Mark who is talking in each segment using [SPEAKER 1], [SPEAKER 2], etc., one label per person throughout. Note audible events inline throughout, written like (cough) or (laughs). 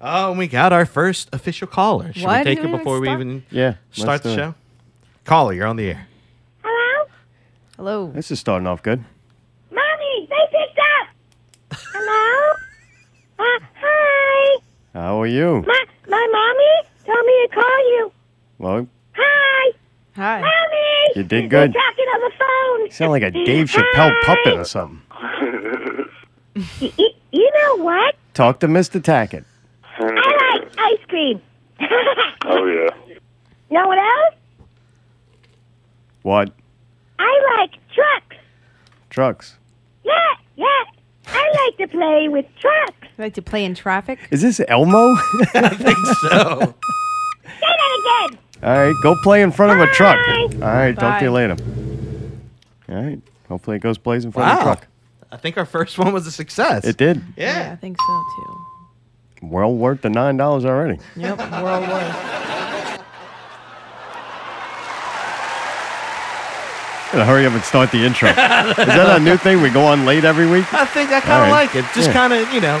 [SPEAKER 1] Oh, and we got our first official caller. Should
[SPEAKER 2] Why
[SPEAKER 1] we
[SPEAKER 2] did
[SPEAKER 1] take it
[SPEAKER 2] we even
[SPEAKER 1] before we
[SPEAKER 2] start?
[SPEAKER 1] even
[SPEAKER 3] Yeah,
[SPEAKER 1] start
[SPEAKER 3] let's
[SPEAKER 1] the
[SPEAKER 3] do it.
[SPEAKER 1] show? Caller, you're on the air.
[SPEAKER 4] Hello?
[SPEAKER 2] Hello.
[SPEAKER 3] This is starting off good.
[SPEAKER 4] Mommy, they picked up. Hello? Uh, hi.
[SPEAKER 3] How are you?
[SPEAKER 4] My, my mommy told me to call you.
[SPEAKER 3] Well,
[SPEAKER 4] Hi.
[SPEAKER 2] Hi.
[SPEAKER 4] Mommy.
[SPEAKER 3] You did good.
[SPEAKER 4] They're talking on the phone.
[SPEAKER 3] you sound like a Dave Chappelle
[SPEAKER 4] Hi.
[SPEAKER 3] puppet or something.
[SPEAKER 4] Y- y- you know what?
[SPEAKER 3] Talk to Mr. Tackett.
[SPEAKER 4] I like ice cream. (laughs)
[SPEAKER 5] Oh yeah.
[SPEAKER 4] no one else?
[SPEAKER 3] What?
[SPEAKER 4] I like trucks.
[SPEAKER 3] Trucks.
[SPEAKER 4] Yeah, yeah. I like to play with trucks.
[SPEAKER 2] You like to play in traffic?
[SPEAKER 3] Is this
[SPEAKER 1] (laughs)
[SPEAKER 3] Elmo? (laughs) All
[SPEAKER 1] So,
[SPEAKER 4] Say that again.
[SPEAKER 3] right, go play in front of a truck.
[SPEAKER 4] Bye.
[SPEAKER 3] All right, talk to you
[SPEAKER 2] Bye.
[SPEAKER 3] later. All right, hopefully it goes plays in front of a
[SPEAKER 1] wow.
[SPEAKER 3] truck.
[SPEAKER 1] I think our first one was a success.
[SPEAKER 3] It did.
[SPEAKER 2] I
[SPEAKER 1] Yeah.
[SPEAKER 2] think so too.
[SPEAKER 3] Well worth the $9 already.
[SPEAKER 2] Yep. (laughs) World War.
[SPEAKER 3] Gotta hurry up and start the intro. Is that a new thing? We go on late every week?
[SPEAKER 1] I think I kind of
[SPEAKER 3] All right.
[SPEAKER 1] like it. Just
[SPEAKER 3] Yeah.
[SPEAKER 1] kind of, you know,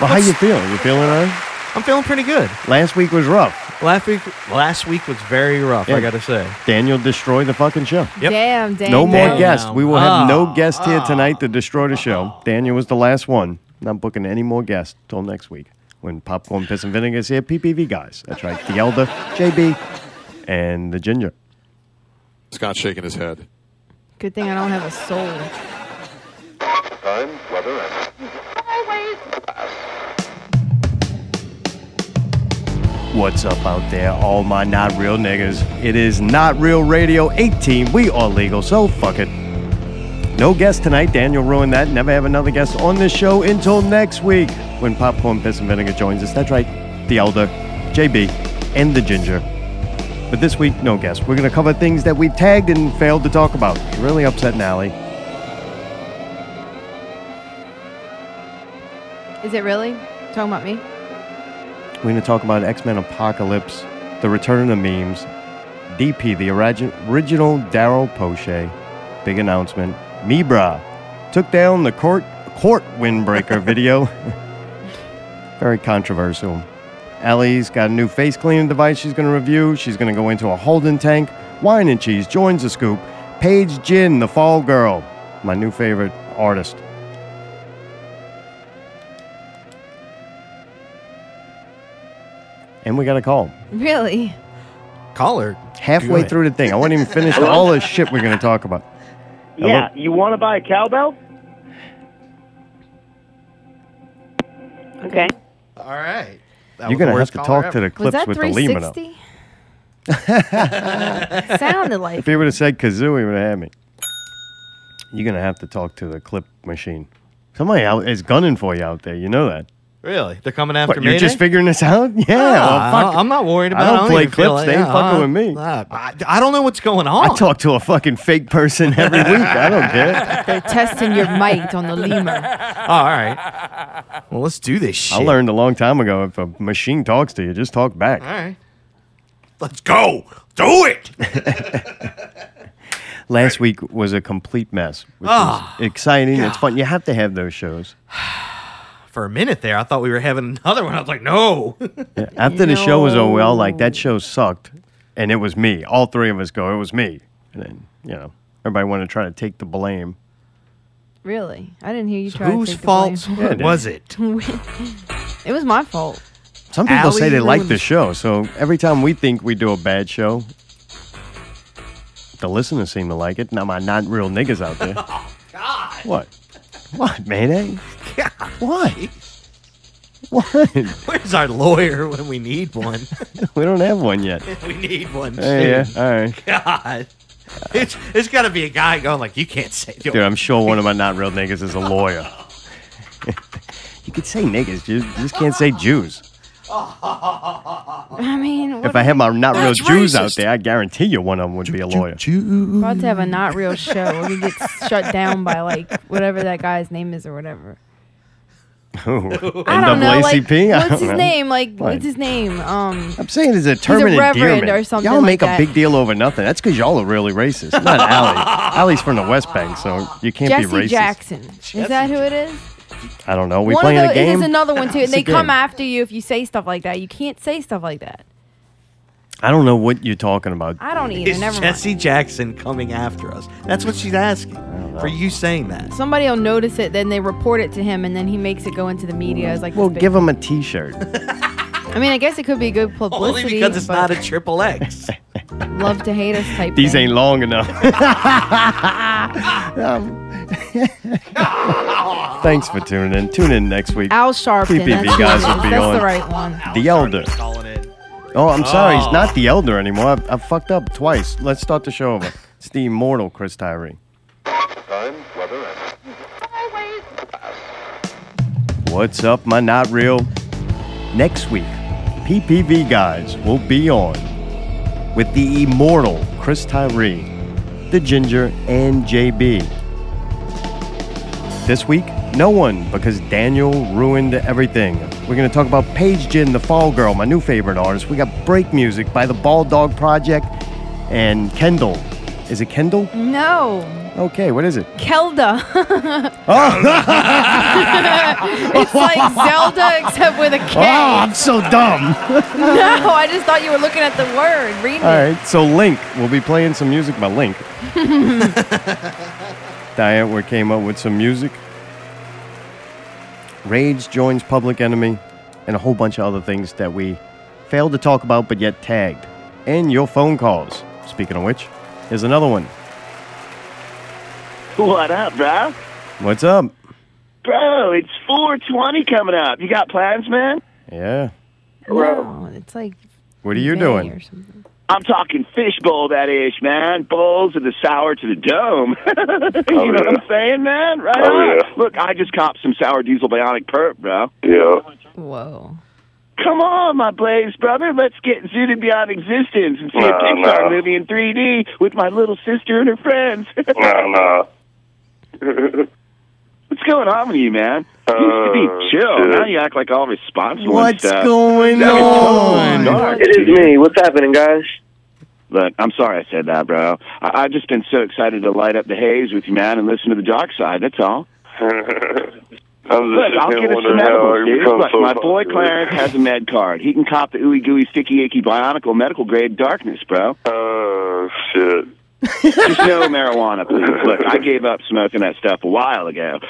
[SPEAKER 3] Well, how you feeling? You feeling all right?
[SPEAKER 1] I'm feeling pretty good.
[SPEAKER 3] Last week was rough.
[SPEAKER 1] Last week, last week was very rough.
[SPEAKER 3] Yeah.
[SPEAKER 1] I gotta say.
[SPEAKER 3] Daniel destroyed the fucking show.
[SPEAKER 1] Yep.
[SPEAKER 2] Damn, Daniel.
[SPEAKER 3] No more
[SPEAKER 1] Daniel.
[SPEAKER 3] guests. We will have
[SPEAKER 1] Oh,
[SPEAKER 3] no guest here tonight to destroy the show. Daniel was the last one. Not booking any more guests till next week when Popcorn Piss and Vinegar is here. PPV guys. That's right. The Elder, JB, and the Ginger.
[SPEAKER 5] Scott's shaking his head.
[SPEAKER 2] Good thing I don't have a soul.
[SPEAKER 5] Time, weather, and
[SPEAKER 3] What's up out there, all my not real niggas? It is Not Real Radio 18. We are legal, so fuck it. No guest tonight. Daniel ruined that. Never have another guest on this show until next week when Popcorn Piss and Vinegar joins us. That's right, the Elder, JB, and the Ginger. But this week, no guest. We're going to cover things that we tagged and failed to talk about. Really upsetting Allie.
[SPEAKER 2] Is it really? Talking about me?
[SPEAKER 3] We're going to talk about X Men Apocalypse, the return of the memes, DP, the origi- original Daryl Poche, big announcement. Mibra took down the court court windbreaker video. Very controversial. Ellie's got a new face cleaning device she's going to review. She's going to go into a Holden tank. Wine and Cheese joins the scoop. Paige Jin, the Fall Girl, my new favorite artist. And we got a call. (laughs)
[SPEAKER 2] Really?
[SPEAKER 1] Caller.
[SPEAKER 3] halfway
[SPEAKER 1] Good.
[SPEAKER 3] through the thing. I won't even
[SPEAKER 1] (laughs)
[SPEAKER 3] finish all the shit we're going to talk about.
[SPEAKER 6] Yeah, you want to buy a cowbell?
[SPEAKER 4] Okay.
[SPEAKER 1] Ah. All right. That
[SPEAKER 3] You're going
[SPEAKER 1] was the
[SPEAKER 3] to have
[SPEAKER 1] worst
[SPEAKER 3] to
[SPEAKER 1] caller
[SPEAKER 3] talk to
[SPEAKER 1] ever.
[SPEAKER 3] the clips
[SPEAKER 2] was that
[SPEAKER 3] with the Lehman up.
[SPEAKER 2] 360? (laughs) Sounded like
[SPEAKER 3] (laughs) If he would have said kazoo, he would have had me. You're going to have to talk to the clip machine. Somebody out is gunning for you out there. You know that.
[SPEAKER 1] Really? They're coming
[SPEAKER 3] What,
[SPEAKER 1] after me.
[SPEAKER 3] you're just figuring this out? (laughs) Yeah. well,
[SPEAKER 1] Ah, I-
[SPEAKER 3] fuck.
[SPEAKER 1] I'm not worried
[SPEAKER 3] I
[SPEAKER 1] about. it.
[SPEAKER 3] don't play
[SPEAKER 1] even feel uh,
[SPEAKER 3] clips.
[SPEAKER 1] it.
[SPEAKER 3] They ain't fucking with me.
[SPEAKER 1] I, I- I don't know what's going on.
[SPEAKER 3] I talk to a fucking fake person
[SPEAKER 1] (laughs)
[SPEAKER 3] every week. I don't care.
[SPEAKER 2] they're testing your might on the lemur.
[SPEAKER 1] Oh, all right. Well, let's do this shit.
[SPEAKER 3] I learned a long time ago if a machine talks to you, just talk back.
[SPEAKER 1] All right. Let's go. Do (laughs) it.
[SPEAKER 3] Last week was a complete mess, which
[SPEAKER 1] Ah,
[SPEAKER 3] is exciting. It's fun. You have to have those shows.
[SPEAKER 1] (laughs) For a minute there, I thought we were having another one. I was like, no. (laughs)
[SPEAKER 3] Yeah, After the show was over, we all like that show sucked, and it was me. All three of us go, it was me. And then you know, everybody wanted to try to take the blame.
[SPEAKER 2] Really? I didn't hear you try to
[SPEAKER 1] Whose
[SPEAKER 2] take the
[SPEAKER 1] fault
[SPEAKER 2] blame.
[SPEAKER 3] Yeah, dude.
[SPEAKER 1] was it?
[SPEAKER 2] (laughs) It was my fault.
[SPEAKER 3] Some people say
[SPEAKER 1] Ally
[SPEAKER 3] they like
[SPEAKER 1] ruined-
[SPEAKER 3] the show, so every time we think we do a bad show, the listeners seem to like it. Now my not real niggas out
[SPEAKER 1] (laughs)
[SPEAKER 3] there. God.
[SPEAKER 1] Oh,
[SPEAKER 3] What? What, man? What? (laughs) What?
[SPEAKER 1] Where's our lawyer (laughs) when we need one?
[SPEAKER 3] (laughs)
[SPEAKER 1] Oh,
[SPEAKER 3] we don't have one yet.
[SPEAKER 1] we need one.
[SPEAKER 3] Hey, yeah,
[SPEAKER 1] soon.
[SPEAKER 3] all right.
[SPEAKER 1] God. It's it's got to be a guy going like, you can't say.
[SPEAKER 3] Dude, I'm sure one of my not real niggas is a
[SPEAKER 1] (laughs)
[SPEAKER 3] lawyer. (laughs) you could say niggas, you just can't say Jews.
[SPEAKER 2] (laughs) I mean, what
[SPEAKER 3] If I had my not real
[SPEAKER 1] That's
[SPEAKER 3] Jews out
[SPEAKER 1] racist.
[SPEAKER 3] there, I guarantee you one of them would be a lawyer. (laughs)
[SPEAKER 2] we're (laughs) about to have a not real show where we get shut down by like whatever that guy's name is or whatever.
[SPEAKER 3] Ooh.
[SPEAKER 2] (laughs)
[SPEAKER 1] (laughs)
[SPEAKER 2] I don't know. Like,
[SPEAKER 3] NAACP? I
[SPEAKER 2] what's
[SPEAKER 3] don't
[SPEAKER 2] his
[SPEAKER 3] know.
[SPEAKER 2] name? Like,
[SPEAKER 3] What?
[SPEAKER 2] what's his name? Um,
[SPEAKER 3] I'm saying it's a term
[SPEAKER 2] a
[SPEAKER 3] of
[SPEAKER 2] reverend
[SPEAKER 3] endearment.
[SPEAKER 2] or something
[SPEAKER 3] Y'all
[SPEAKER 2] like
[SPEAKER 3] make
[SPEAKER 2] that.
[SPEAKER 3] a big deal over nothing. That's because y'all are really racist.
[SPEAKER 2] (laughs)
[SPEAKER 3] Not Allie. Allie's from the West Bank, so you can't be
[SPEAKER 2] Jesse
[SPEAKER 3] racist.
[SPEAKER 2] Jackson. Is that who it is?
[SPEAKER 3] I don't know. We
[SPEAKER 2] one
[SPEAKER 3] playing
[SPEAKER 2] of
[SPEAKER 3] a
[SPEAKER 2] those,
[SPEAKER 3] game.
[SPEAKER 2] It is another one too.
[SPEAKER 3] It's
[SPEAKER 2] And
[SPEAKER 3] a
[SPEAKER 2] they come
[SPEAKER 3] game.
[SPEAKER 2] after you if you say stuff like that. You can't say stuff like that.
[SPEAKER 3] I don't know what you're talking about.
[SPEAKER 2] I don't either.
[SPEAKER 1] Is
[SPEAKER 2] Never
[SPEAKER 1] Jesse Jackson coming after us? That's what she's asking for you saying that.
[SPEAKER 2] mind. Somebody will notice it, then they report it to him, and then he makes it go into the media as like.
[SPEAKER 3] Well,
[SPEAKER 2] this big-
[SPEAKER 3] give him a
[SPEAKER 2] (laughs)
[SPEAKER 3] T-shirt.
[SPEAKER 2] I mean, I guess it could be good publicity.
[SPEAKER 1] Only because it's
[SPEAKER 2] but
[SPEAKER 1] not a triple X.
[SPEAKER 2] (laughs) love to hate us
[SPEAKER 3] (laughs)
[SPEAKER 2] type.
[SPEAKER 3] These
[SPEAKER 2] thing.
[SPEAKER 3] ain't long enough.
[SPEAKER 2] (laughs)
[SPEAKER 3] Um, thanks for tuning in. Tune in next week.
[SPEAKER 2] Al Sharpton.
[SPEAKER 3] PPV
[SPEAKER 2] that's who it
[SPEAKER 3] guys
[SPEAKER 2] is.
[SPEAKER 3] will be
[SPEAKER 2] That's
[SPEAKER 3] on.
[SPEAKER 2] the right one.
[SPEAKER 3] The Elder.
[SPEAKER 1] Calling it.
[SPEAKER 3] Oh, I'm sorry. He's
[SPEAKER 1] Oh.
[SPEAKER 3] not the Elder anymore. I, I fucked up twice. Let's start the show
[SPEAKER 1] (laughs)
[SPEAKER 3] over. It's the immortal Chris Tyree.
[SPEAKER 5] Time, weather, and
[SPEAKER 3] What's up, my not real? Next week, PPV guys will be on with the immortal Chris Tyree, the Ginger, and JB. This week, no one because Daniel ruined everything. We're going to talk about Paige Jin, the Fall Girl, my new favorite artist. We got break music by the Bald Dog Project and Kendall. Is it Kendall?
[SPEAKER 2] No,
[SPEAKER 3] Okay, what is it?
[SPEAKER 2] Oh,
[SPEAKER 3] (laughs) Ah,
[SPEAKER 2] Kelda. (laughs) it's like Zelda except with a K.
[SPEAKER 3] Oh, so dumb. (laughs)
[SPEAKER 2] No, I just thought you were looking at the word. Reading
[SPEAKER 3] All
[SPEAKER 2] it.
[SPEAKER 3] right, so Link, we'll be playing some music by Link. Diane, we came up with some music. Rage joins Public Enemy, and a whole bunch of other things that we failed to talk about but yet tagged. And your phone calls. Speaking of which, here's another one.
[SPEAKER 6] What up, bro?
[SPEAKER 3] What's up?
[SPEAKER 6] Bro, it's 420 coming up. You got plans, man?
[SPEAKER 3] Yeah.
[SPEAKER 2] No, it's like.
[SPEAKER 3] What are you
[SPEAKER 2] May
[SPEAKER 3] doing?
[SPEAKER 2] or something.
[SPEAKER 6] I'm talking fishbowl, that ish, man. Bowls of the sour to the dome. (laughs) (laughs) you know what I'm
[SPEAKER 5] yeah.
[SPEAKER 6] saying, man? Right
[SPEAKER 5] Oh,
[SPEAKER 6] on.
[SPEAKER 5] yeah.
[SPEAKER 6] Look, I just copped some sour diesel bionic perp, bro.
[SPEAKER 5] yeah.
[SPEAKER 2] Whoa.
[SPEAKER 6] Come on, my Blaze brother. Let's get zooted beyond existence and see a
[SPEAKER 5] No,
[SPEAKER 6] Pixar
[SPEAKER 5] no.
[SPEAKER 6] movie in 3D with my little sister and her friends. (laughs)
[SPEAKER 5] No,
[SPEAKER 7] uh,
[SPEAKER 5] no.
[SPEAKER 6] What's going on with you, man? You used to
[SPEAKER 5] Uh,
[SPEAKER 6] be chill.
[SPEAKER 5] dude.
[SPEAKER 6] Now you act like all responsible and
[SPEAKER 3] What's
[SPEAKER 6] stuff.
[SPEAKER 3] going on?
[SPEAKER 6] Dark.
[SPEAKER 8] It is me. What's happening, guys?
[SPEAKER 6] Look, I'm sorry I said that, bro. I- I've just been so excited to light up the haze with you, man, and listen to the dark side. That's all.
[SPEAKER 5] I'm
[SPEAKER 6] Look,
[SPEAKER 5] just
[SPEAKER 6] I'll
[SPEAKER 5] sitting
[SPEAKER 6] get
[SPEAKER 5] here
[SPEAKER 6] us some
[SPEAKER 5] wondering how
[SPEAKER 6] edibles,
[SPEAKER 5] you
[SPEAKER 6] dude.
[SPEAKER 5] become
[SPEAKER 6] Look,
[SPEAKER 5] so
[SPEAKER 6] my boy
[SPEAKER 5] popular.
[SPEAKER 6] Clarence has a med card. He can cop the ooey gooey sticky icky bionicle medical grade darkness, bro.
[SPEAKER 5] Oh, shit.
[SPEAKER 6] Just no marijuana, please. Look, I gave up smoking that stuff a while ago.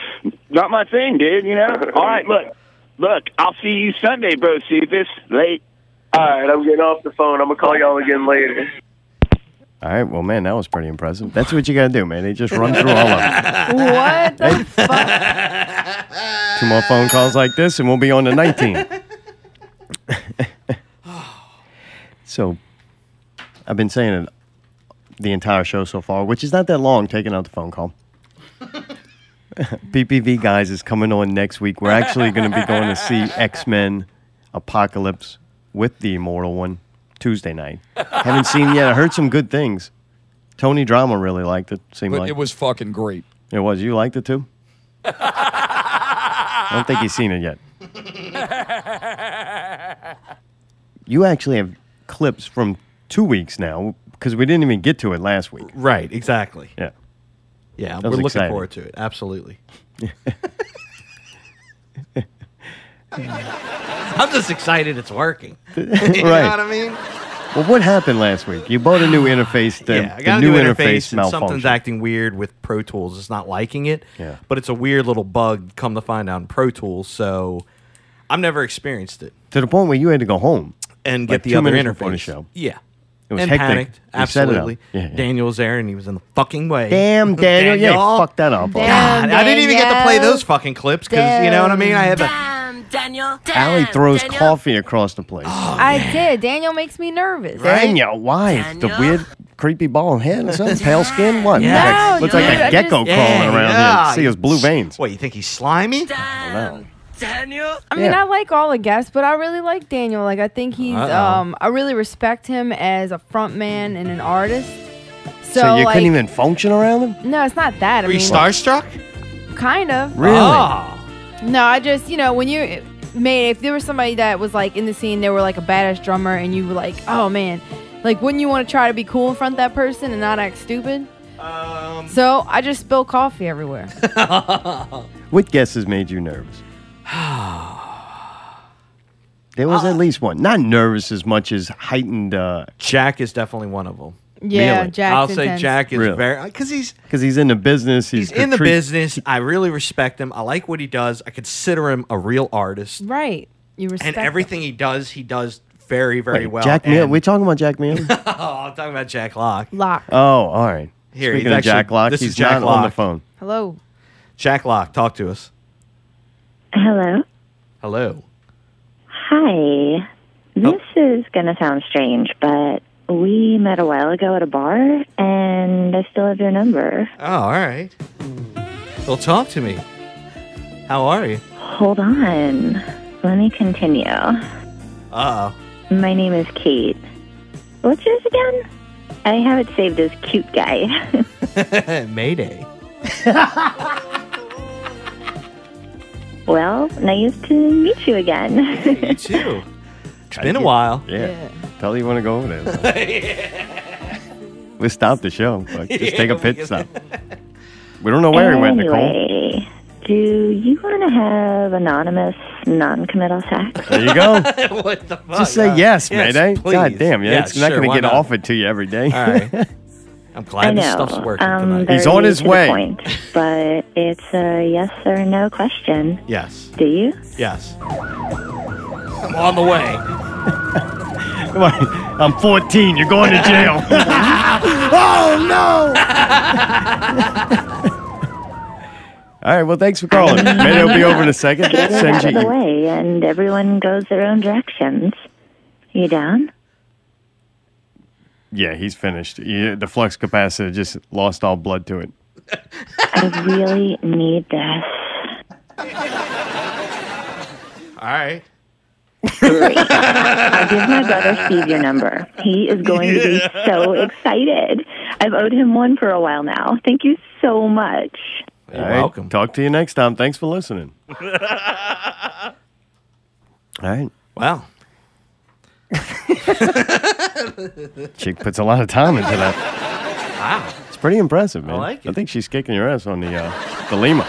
[SPEAKER 6] Not my thing, dude. You know. All right, look, look. I'll see you Sunday, bro. Cephas. Late.
[SPEAKER 8] All right, I'm getting off the phone. I'm gonna call y'all again later.
[SPEAKER 3] All right, well, man, that was pretty impressive. That's what you got to do, man. They just run through all of them.
[SPEAKER 9] (laughs)
[SPEAKER 2] (laughs) What the fuck?
[SPEAKER 3] Two more phone calls like this, and we'll be on the 19th. (laughs) so, I've been saying it the entire show so far, which is not that long, taking out the phone call. (laughs) PPV Guys is coming on next week. We're actually going to be going to see X Men Apocalypse with the Immortal One Tuesday night. Haven't seen yet. I heard some good things. Tony Drama really liked it. Seemed
[SPEAKER 7] But
[SPEAKER 3] like
[SPEAKER 7] it was fucking great.
[SPEAKER 3] it was. You liked it too? I don't think he's seen it yet. You actually have clips from two weeks now because we didn't even get to it last week.
[SPEAKER 1] Right, exactly.
[SPEAKER 3] Yeah.
[SPEAKER 1] Yeah,
[SPEAKER 3] was
[SPEAKER 1] we're looking
[SPEAKER 3] exciting.
[SPEAKER 1] forward to it. Absolutely. (laughs) I'm just excited
[SPEAKER 2] (laughs)
[SPEAKER 3] (laughs)
[SPEAKER 1] it's working. (laughs) you know
[SPEAKER 3] Right.
[SPEAKER 1] what I mean?
[SPEAKER 3] Well, what happened last week? You bought a new interface. The,
[SPEAKER 1] yeah, I
[SPEAKER 3] the
[SPEAKER 1] got a
[SPEAKER 3] new,
[SPEAKER 1] new
[SPEAKER 3] interface,
[SPEAKER 1] and something's
[SPEAKER 3] malfunctioned.
[SPEAKER 1] acting weird with Pro Tools. It's not liking it.
[SPEAKER 3] Yeah.
[SPEAKER 1] But it's a weird little bug come to find out in Pro Tools, so I've never experienced it.
[SPEAKER 3] to the point where you had to go home.
[SPEAKER 1] And
[SPEAKER 3] Like
[SPEAKER 1] get the
[SPEAKER 3] two
[SPEAKER 1] other
[SPEAKER 3] minutes
[SPEAKER 1] interface.
[SPEAKER 3] before the show.
[SPEAKER 1] Yeah.
[SPEAKER 3] It was
[SPEAKER 1] and
[SPEAKER 3] hectic.
[SPEAKER 1] panicked.
[SPEAKER 3] We set it up.
[SPEAKER 1] Absolutely.
[SPEAKER 3] Yeah, yeah.
[SPEAKER 1] Daniel was there and he was in the fucking way. (laughs)
[SPEAKER 3] Damn, Daniel. Yeah, you fucked that up.
[SPEAKER 2] Damn,
[SPEAKER 1] God, I didn't even get to play
[SPEAKER 2] Daniel.
[SPEAKER 1] those fucking clips because you know what I mean. I had to.
[SPEAKER 3] Allie throws coffee across the place.
[SPEAKER 2] (laughs)
[SPEAKER 1] Oh,
[SPEAKER 2] I did. Daniel makes me nervous.
[SPEAKER 3] Daniel, why? It's the weird, creepy bald head or something. Pale skin? What?
[SPEAKER 1] Yeah.
[SPEAKER 2] No,
[SPEAKER 3] Looks like
[SPEAKER 2] dude,
[SPEAKER 3] a
[SPEAKER 2] I
[SPEAKER 3] gecko
[SPEAKER 2] just-
[SPEAKER 3] crawling around
[SPEAKER 1] yeah.
[SPEAKER 3] here. See his blue veins.
[SPEAKER 1] What you think he's slimy?
[SPEAKER 3] Wow.
[SPEAKER 2] I mean,
[SPEAKER 3] Yeah.
[SPEAKER 2] I like all the guests, but I really like Daniel. Like, I think he's,
[SPEAKER 1] Uh-oh.
[SPEAKER 2] um, I really respect him as a front man and an artist. So,
[SPEAKER 3] So, you
[SPEAKER 2] like,
[SPEAKER 3] couldn't even function around him?
[SPEAKER 2] no, it's not that. I
[SPEAKER 1] Were you
[SPEAKER 2] mean, Ah.
[SPEAKER 1] starstruck?
[SPEAKER 2] kind of.
[SPEAKER 3] Really?
[SPEAKER 1] Oh,
[SPEAKER 2] No, I just, you know, when you, man, if there was somebody that was like in the scene, they were like a badass drummer, and you were like, oh man, like, wouldn't you want to try to be cool in front of that person and not act stupid? Um, so I just spill coffee everywhere.
[SPEAKER 3] What guesses made you nervous? (sighs) There was
[SPEAKER 2] Ah.
[SPEAKER 3] at least one. Not nervous as much as heightened, uh, because
[SPEAKER 1] Jack is definitely one of them.
[SPEAKER 2] Yeah,
[SPEAKER 3] Really?
[SPEAKER 2] Jack's
[SPEAKER 1] I'll say
[SPEAKER 2] intense.
[SPEAKER 1] Jack is
[SPEAKER 3] Really?
[SPEAKER 1] very because he's
[SPEAKER 3] he's in the business. He's,
[SPEAKER 1] he's in the
[SPEAKER 3] treat-
[SPEAKER 1] business. I really respect him. I like what he does. I consider him a real artist,
[SPEAKER 2] Right. You respect
[SPEAKER 1] and
[SPEAKER 2] him.
[SPEAKER 1] everything he does, he does very very
[SPEAKER 3] Wait,
[SPEAKER 1] well.
[SPEAKER 3] Jack Mill.
[SPEAKER 1] And-
[SPEAKER 3] We talking about Jack Mill? oh,
[SPEAKER 1] oh, (laughs) I'm talking about Jack Locke.
[SPEAKER 2] Lock.
[SPEAKER 3] all right.
[SPEAKER 1] Here,
[SPEAKER 3] Speaking
[SPEAKER 1] he's
[SPEAKER 3] of
[SPEAKER 1] actually-
[SPEAKER 3] Jack Locke,
[SPEAKER 1] this is
[SPEAKER 3] he's
[SPEAKER 1] Jack
[SPEAKER 3] not on the
[SPEAKER 1] Locke.
[SPEAKER 3] phone.
[SPEAKER 2] Hello.
[SPEAKER 1] Jack Locke, talk to us.
[SPEAKER 10] Hello.
[SPEAKER 1] Hello.
[SPEAKER 10] Hi. This is going to sound strange, but we met a while ago at a bar, and I still have your number.
[SPEAKER 1] Oh, all right. Well, talk to me. How are you?
[SPEAKER 10] Hold on. Let me continue.
[SPEAKER 1] Uh
[SPEAKER 3] (laughs)
[SPEAKER 1] oh.
[SPEAKER 10] My name is Kate. What's yours again? I have it saved as cute guy.
[SPEAKER 1] (laughs) Mayday.
[SPEAKER 10] well, nice to meet you again.
[SPEAKER 1] You too. It's been a while.
[SPEAKER 3] Yeah. Tell her you want to go over
[SPEAKER 1] (laughs)
[SPEAKER 3] there. we stopped the show. Like, just take
[SPEAKER 1] (laughs)
[SPEAKER 3] a pit stop. We don't know where he went, Nicole.
[SPEAKER 10] anyway, do you want to have anonymous, non-committal sex?
[SPEAKER 3] There you go.
[SPEAKER 1] (laughs) what the fuck?
[SPEAKER 3] Just say yes,
[SPEAKER 1] Yes,
[SPEAKER 3] Mayday.
[SPEAKER 1] please.
[SPEAKER 3] God damn, yeah,
[SPEAKER 1] Yeah,
[SPEAKER 3] it's not
[SPEAKER 1] sure,
[SPEAKER 3] going
[SPEAKER 1] why
[SPEAKER 3] to get
[SPEAKER 1] not?
[SPEAKER 3] offered to you every day.
[SPEAKER 1] All
[SPEAKER 3] (laughs)
[SPEAKER 1] right. I'm
[SPEAKER 10] I
[SPEAKER 1] glad
[SPEAKER 10] know.
[SPEAKER 1] this stuff's working
[SPEAKER 10] um,
[SPEAKER 1] tonight.
[SPEAKER 10] very
[SPEAKER 3] He's on his
[SPEAKER 10] to the
[SPEAKER 3] way.
[SPEAKER 10] Point, but it's a yes or no question.
[SPEAKER 1] Yes.
[SPEAKER 10] Do you?
[SPEAKER 1] Yes. I'm on the
[SPEAKER 3] (laughs)
[SPEAKER 1] way.
[SPEAKER 3] Come on. I'm 14. You're going to jail.
[SPEAKER 1] (laughs)
[SPEAKER 3] oh no! All right. Well, thanks for
[SPEAKER 1] (laughs)
[SPEAKER 3] calling. Mayday will be over in a second.
[SPEAKER 10] Get
[SPEAKER 3] Send
[SPEAKER 10] out of the
[SPEAKER 3] you. e-
[SPEAKER 10] way, and everyone goes their own directions. You down?
[SPEAKER 3] Yeah, he's finished. Yeah, the flux capacitor just lost all blood to it.
[SPEAKER 10] I really need this.
[SPEAKER 1] All
[SPEAKER 11] (laughs)
[SPEAKER 1] right.
[SPEAKER 10] I'll give my brother Steve your number. He is going to
[SPEAKER 1] (laughs)
[SPEAKER 10] be so excited. I've owed him one for a while now. Thank you so much.
[SPEAKER 1] You're
[SPEAKER 3] All right,
[SPEAKER 1] welcome.
[SPEAKER 3] Talk to you next time. Thanks for listening. all right.
[SPEAKER 1] Wow.
[SPEAKER 3] Chick puts a lot of time into that.
[SPEAKER 1] Wow.
[SPEAKER 3] It's pretty impressive, man.
[SPEAKER 1] like
[SPEAKER 3] I
[SPEAKER 1] it.
[SPEAKER 3] think she's kicking your ass on the uh, the lima.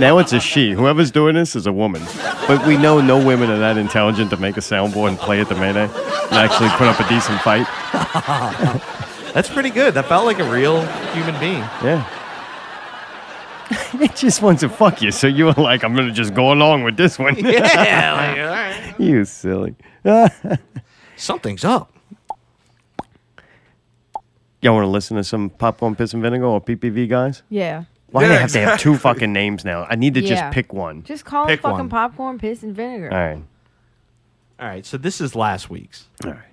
[SPEAKER 3] now it's a she. Whoever's doing this is a woman. But we know no women are that intelligent to make a soundboard and play at the mayday and actually put up a decent fight.
[SPEAKER 1] That's pretty good. That felt like a real human being.
[SPEAKER 3] Yeah. (laughs) it just wants to fuck you. So you were like, I'm going to just go along with this one.
[SPEAKER 1] (laughs) Yeah.
[SPEAKER 3] (laughs)
[SPEAKER 1] Like, all right.
[SPEAKER 3] you silly.
[SPEAKER 1] Something's up.
[SPEAKER 3] Y'all want to listen to some popcorn piss and vinegar or PPV guys?
[SPEAKER 2] Yeah.
[SPEAKER 3] Why do
[SPEAKER 1] Yeah,
[SPEAKER 3] they have to have two fucking names now? I need to
[SPEAKER 2] Yeah.
[SPEAKER 3] just pick one.
[SPEAKER 2] Just call him
[SPEAKER 1] Pick
[SPEAKER 2] fucking
[SPEAKER 1] one.
[SPEAKER 2] popcorn, piss, and vinegar.
[SPEAKER 3] All right.
[SPEAKER 1] All right. So this is last week's.
[SPEAKER 3] All right.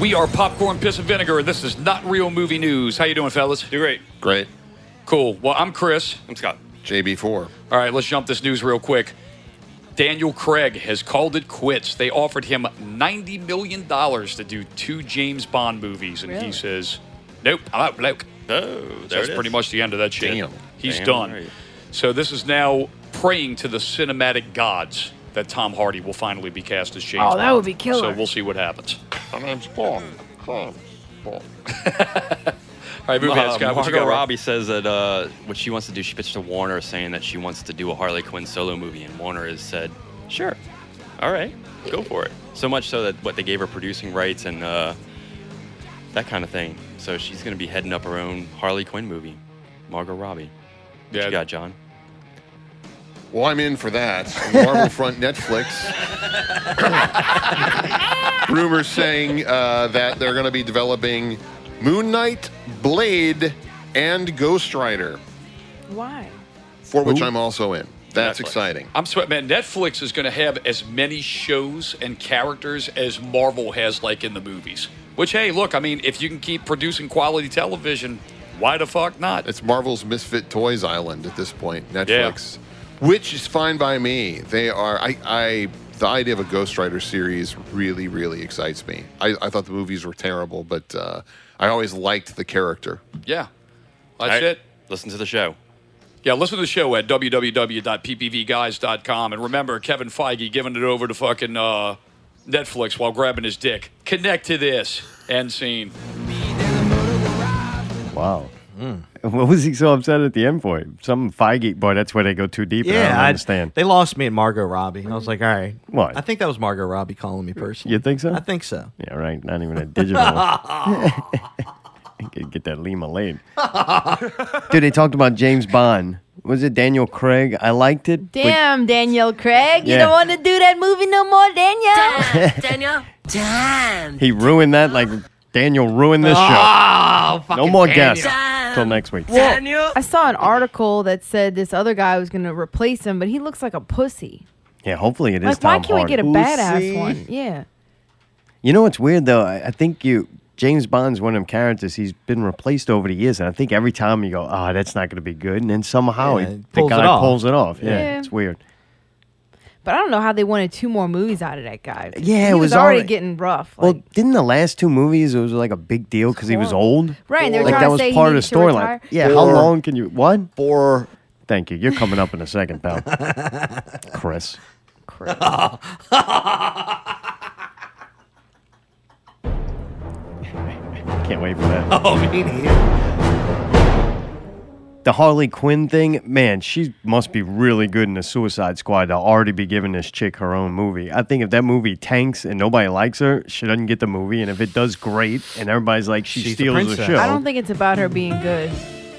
[SPEAKER 12] We are popcorn, piss, and vinegar. This is not real movie news. How you doing, fellas?
[SPEAKER 13] Do great. Great.
[SPEAKER 12] Cool. Well, I'm Chris.
[SPEAKER 13] I'm Scott. JB4.
[SPEAKER 12] All right, let's jump this news real quick. Daniel Craig has called it quits. They offered him $90 million to do two James Bond movies, and
[SPEAKER 2] Really?
[SPEAKER 12] he says, Nope, I'm out, bloke.
[SPEAKER 13] Oh, there
[SPEAKER 12] That's
[SPEAKER 13] it is.
[SPEAKER 12] pretty much the end of that shit.
[SPEAKER 13] Damn.
[SPEAKER 12] He's
[SPEAKER 13] Damn
[SPEAKER 12] done.
[SPEAKER 13] right.
[SPEAKER 12] So this is now praying to the cinematic gods that Tom Hardy will finally be cast as James
[SPEAKER 2] Oh,
[SPEAKER 12] Bond.
[SPEAKER 2] that would be killer.
[SPEAKER 12] So we'll see what happens.
[SPEAKER 11] My name's Bond. Bond. Bond.
[SPEAKER 12] All right, move ahead, Scott. What you
[SPEAKER 14] uh, Margot
[SPEAKER 12] got, Rob?
[SPEAKER 14] Robbie says that uh, what she wants to do, she pitched to Warner saying that she wants to do a Harley Quinn solo movie, and Warner has said, sure, all right, go for it. So much so that what they gave her producing rights and uh, that kind of thing. So she's going to be heading up her own Harley Quinn movie, Margot Robbie. What
[SPEAKER 12] Yeah.
[SPEAKER 14] you got, John?
[SPEAKER 13] Well, I'm in for that. Marvel Front Netflix. (laughs) Rumors saying uh, that they're going to be developing Moon Knight, Blade, and Ghost Rider,
[SPEAKER 2] Why?
[SPEAKER 13] for which I'm also in. That's
[SPEAKER 14] Netflix.
[SPEAKER 13] exciting.
[SPEAKER 12] I'm sweat, man. Netflix is going to have as many shows and characters as Marvel has, like in the movies. Which, hey, look, I mean, if you can keep producing quality television, why the fuck not?
[SPEAKER 13] It's Marvel's Misfit Toys Island at this point, Netflix, which is fine by me. They are, I, I, the idea of a Ghost Rider series really, really excites me. I, I thought the movies were terrible, but uh, I always liked the character.
[SPEAKER 12] Yeah, that's
[SPEAKER 14] All right,
[SPEAKER 12] it.
[SPEAKER 14] Listen to the show.
[SPEAKER 12] Yeah, listen to the show at www.ppvguys.com. And remember, Kevin Feige giving it over to fucking uh, Netflix while grabbing his dick. Connect to this. End scene.
[SPEAKER 3] Wow.
[SPEAKER 1] Hmm.
[SPEAKER 3] What was he so upset at the end for? Some Feige boy. That's where they go too deep. I don't
[SPEAKER 1] I-
[SPEAKER 3] understand.
[SPEAKER 1] they lost me at Margot Robbie. I was like, all right.
[SPEAKER 3] What?
[SPEAKER 1] I think that was Margot Robbie calling me personally.
[SPEAKER 3] You think so?
[SPEAKER 1] I think so.
[SPEAKER 3] Yeah, right. Not even a
[SPEAKER 1] (laughs)
[SPEAKER 3] digital. (laughs) Could get that Lima laid. Dude, they talked about James Bond. Was it Daniel Craig? I liked it. but-
[SPEAKER 2] Damn, Daniel Craig, you
[SPEAKER 3] Yeah.
[SPEAKER 2] don't want to do that movie no more,
[SPEAKER 3] (laughs)
[SPEAKER 2] Daniel.
[SPEAKER 15] Daniel. Damn.
[SPEAKER 3] He ruined that. Like Daniel ruined this
[SPEAKER 15] Oh,
[SPEAKER 3] show. No
[SPEAKER 15] fucking
[SPEAKER 3] more
[SPEAKER 15] Daniel.
[SPEAKER 3] guests. Till next week.
[SPEAKER 2] Well, I saw an article that said this other guy was going to replace him, but he looks like a pussy.
[SPEAKER 3] Yeah, hopefully it is.
[SPEAKER 2] like, why
[SPEAKER 3] Tom
[SPEAKER 2] can't we
[SPEAKER 3] Hardy.
[SPEAKER 2] get a badass one? Yeah.
[SPEAKER 3] You know what's weird though? I, I think you James Bond's one of them characters. He's been replaced over the years, and I think every time you go, "Oh, that's not going to be good," and then somehow
[SPEAKER 1] Yeah,
[SPEAKER 3] he-
[SPEAKER 1] it
[SPEAKER 3] the
[SPEAKER 1] pulls it
[SPEAKER 3] guy
[SPEAKER 1] off.
[SPEAKER 3] pulls it off. Yeah,
[SPEAKER 2] Yeah.
[SPEAKER 3] it's weird.
[SPEAKER 2] But I don't know how they wanted two more movies out of that guy.
[SPEAKER 3] Yeah,
[SPEAKER 2] he
[SPEAKER 3] it
[SPEAKER 2] was,
[SPEAKER 3] was
[SPEAKER 2] already
[SPEAKER 3] already-
[SPEAKER 2] getting rough.
[SPEAKER 3] well, didn't the last two movies it was like a big deal because he was old?
[SPEAKER 2] Right, and they were
[SPEAKER 3] like
[SPEAKER 2] trying
[SPEAKER 3] that
[SPEAKER 2] to
[SPEAKER 3] was
[SPEAKER 2] say he
[SPEAKER 3] part of
[SPEAKER 2] needed
[SPEAKER 3] the
[SPEAKER 2] to
[SPEAKER 3] storyline.
[SPEAKER 2] retire.
[SPEAKER 3] Yeah, how
[SPEAKER 2] Four.
[SPEAKER 3] long can you? What?
[SPEAKER 13] Four.
[SPEAKER 3] Thank you. You're coming up in a second, pal. Chris.
[SPEAKER 2] Chris.
[SPEAKER 3] Can't wait for
[SPEAKER 9] (laughs)
[SPEAKER 3] that.
[SPEAKER 1] Oh, me neither.
[SPEAKER 3] the Harley Quinn thing, man, she must be really good in the Suicide Squad to already be giving this chick her own movie. I think if that movie tanks and nobody likes her, she doesn't get the movie. And if it does great and everybody's like, she
[SPEAKER 1] She's a
[SPEAKER 3] steals the
[SPEAKER 1] princess.
[SPEAKER 3] show.
[SPEAKER 2] I don't think it's about her being good.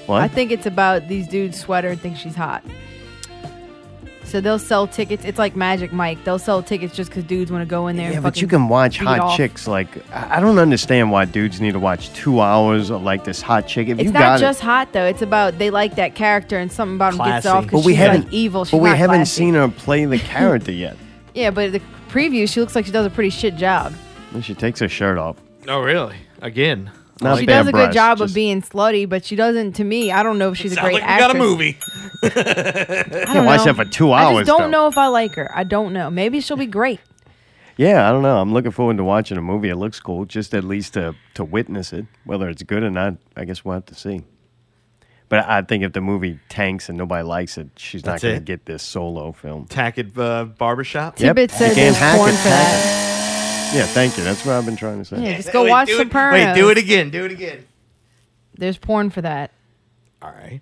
[SPEAKER 3] What?
[SPEAKER 2] I think it's about these dudes sweater and think she's hot. So they'll sell tickets. It's like Magic Mike. They'll sell tickets just because dudes want to go in there.
[SPEAKER 3] yeah,
[SPEAKER 2] and
[SPEAKER 3] but you
[SPEAKER 2] fucking
[SPEAKER 3] can watch
[SPEAKER 2] beat
[SPEAKER 3] hot
[SPEAKER 2] off.
[SPEAKER 3] chicks. Like, I I don't understand why dudes need to watch two hours of like this hot chick. If
[SPEAKER 2] It's
[SPEAKER 3] you
[SPEAKER 2] not
[SPEAKER 3] got
[SPEAKER 2] just
[SPEAKER 3] it,
[SPEAKER 2] hot though. It's about they like that character and something about him gets off
[SPEAKER 3] but
[SPEAKER 2] because
[SPEAKER 3] we
[SPEAKER 2] she's
[SPEAKER 3] haven't
[SPEAKER 2] like evil. She's
[SPEAKER 3] but we
[SPEAKER 2] not
[SPEAKER 3] haven't
[SPEAKER 2] classy.
[SPEAKER 3] seen her play the character yet.
[SPEAKER 2] Yeah, but the preview, she looks like she does a pretty shit job.
[SPEAKER 3] And she takes her shirt off.
[SPEAKER 1] Oh, really? Again.
[SPEAKER 3] Not
[SPEAKER 2] she
[SPEAKER 3] bare
[SPEAKER 2] does a good
[SPEAKER 3] breasts,
[SPEAKER 2] job of
[SPEAKER 3] just-
[SPEAKER 2] being slutty, but she doesn't. To me, I don't know if she's a
[SPEAKER 1] Sounds like
[SPEAKER 2] great
[SPEAKER 1] we
[SPEAKER 2] actress.
[SPEAKER 1] got a movie.
[SPEAKER 2] (laughs) I don't
[SPEAKER 3] Watch
[SPEAKER 2] know.
[SPEAKER 3] that for two
[SPEAKER 2] I
[SPEAKER 3] hours,
[SPEAKER 2] just don't
[SPEAKER 3] though.
[SPEAKER 2] know if I like her. I don't know. Maybe she'll
[SPEAKER 1] (laughs)
[SPEAKER 2] be great.
[SPEAKER 3] Yeah, I don't know. I'm looking forward to watching a movie. It looks cool, just at least to to witness it. Whether it's good or not, I guess we'll have to see. But I I think if the movie tanks and nobody likes it, she's not
[SPEAKER 1] That's
[SPEAKER 3] going to
[SPEAKER 1] it.
[SPEAKER 3] get this solo film.
[SPEAKER 1] Tack at uh, barbershop.
[SPEAKER 3] Yep. Tibbet says You can't there's hack porn it, for hack Yeah, thank you. That's what I've been trying to say.
[SPEAKER 2] Yeah, just go
[SPEAKER 1] Wait,
[SPEAKER 2] watch
[SPEAKER 1] do it-
[SPEAKER 2] Sopranos.
[SPEAKER 1] Wait, do it again. Do it again.
[SPEAKER 2] There's porn for that.
[SPEAKER 1] All right.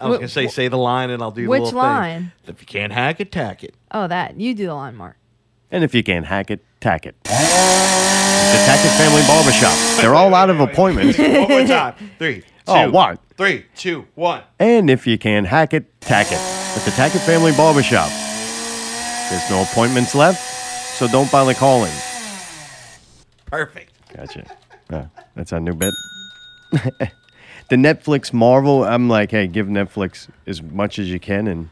[SPEAKER 1] I was
[SPEAKER 2] Wh-
[SPEAKER 1] gonna say, say the line, and I'll do the
[SPEAKER 2] which
[SPEAKER 1] little thing.
[SPEAKER 2] line?
[SPEAKER 1] If you can't hack it, tack
[SPEAKER 2] (laughs)
[SPEAKER 1] it.
[SPEAKER 2] Oh, that you do the line, Mark. (laughs)
[SPEAKER 3] And if you can't hack it, tack it. It's the Tackett Family Barbershop. They're all out of appointments.
[SPEAKER 1] (laughs) One more time. Three.
[SPEAKER 3] Oh,
[SPEAKER 1] two,
[SPEAKER 3] what?
[SPEAKER 1] Three, two, one.
[SPEAKER 3] And if you can hack it, tack it. At the Tackett Family Barbershop. There's no appointments left, so don't bother calling.
[SPEAKER 1] Perfect.
[SPEAKER 3] Gotcha. Uh, that's our new bit. (laughs) the Netflix Marvel, I'm like, hey, give Netflix as much as you can and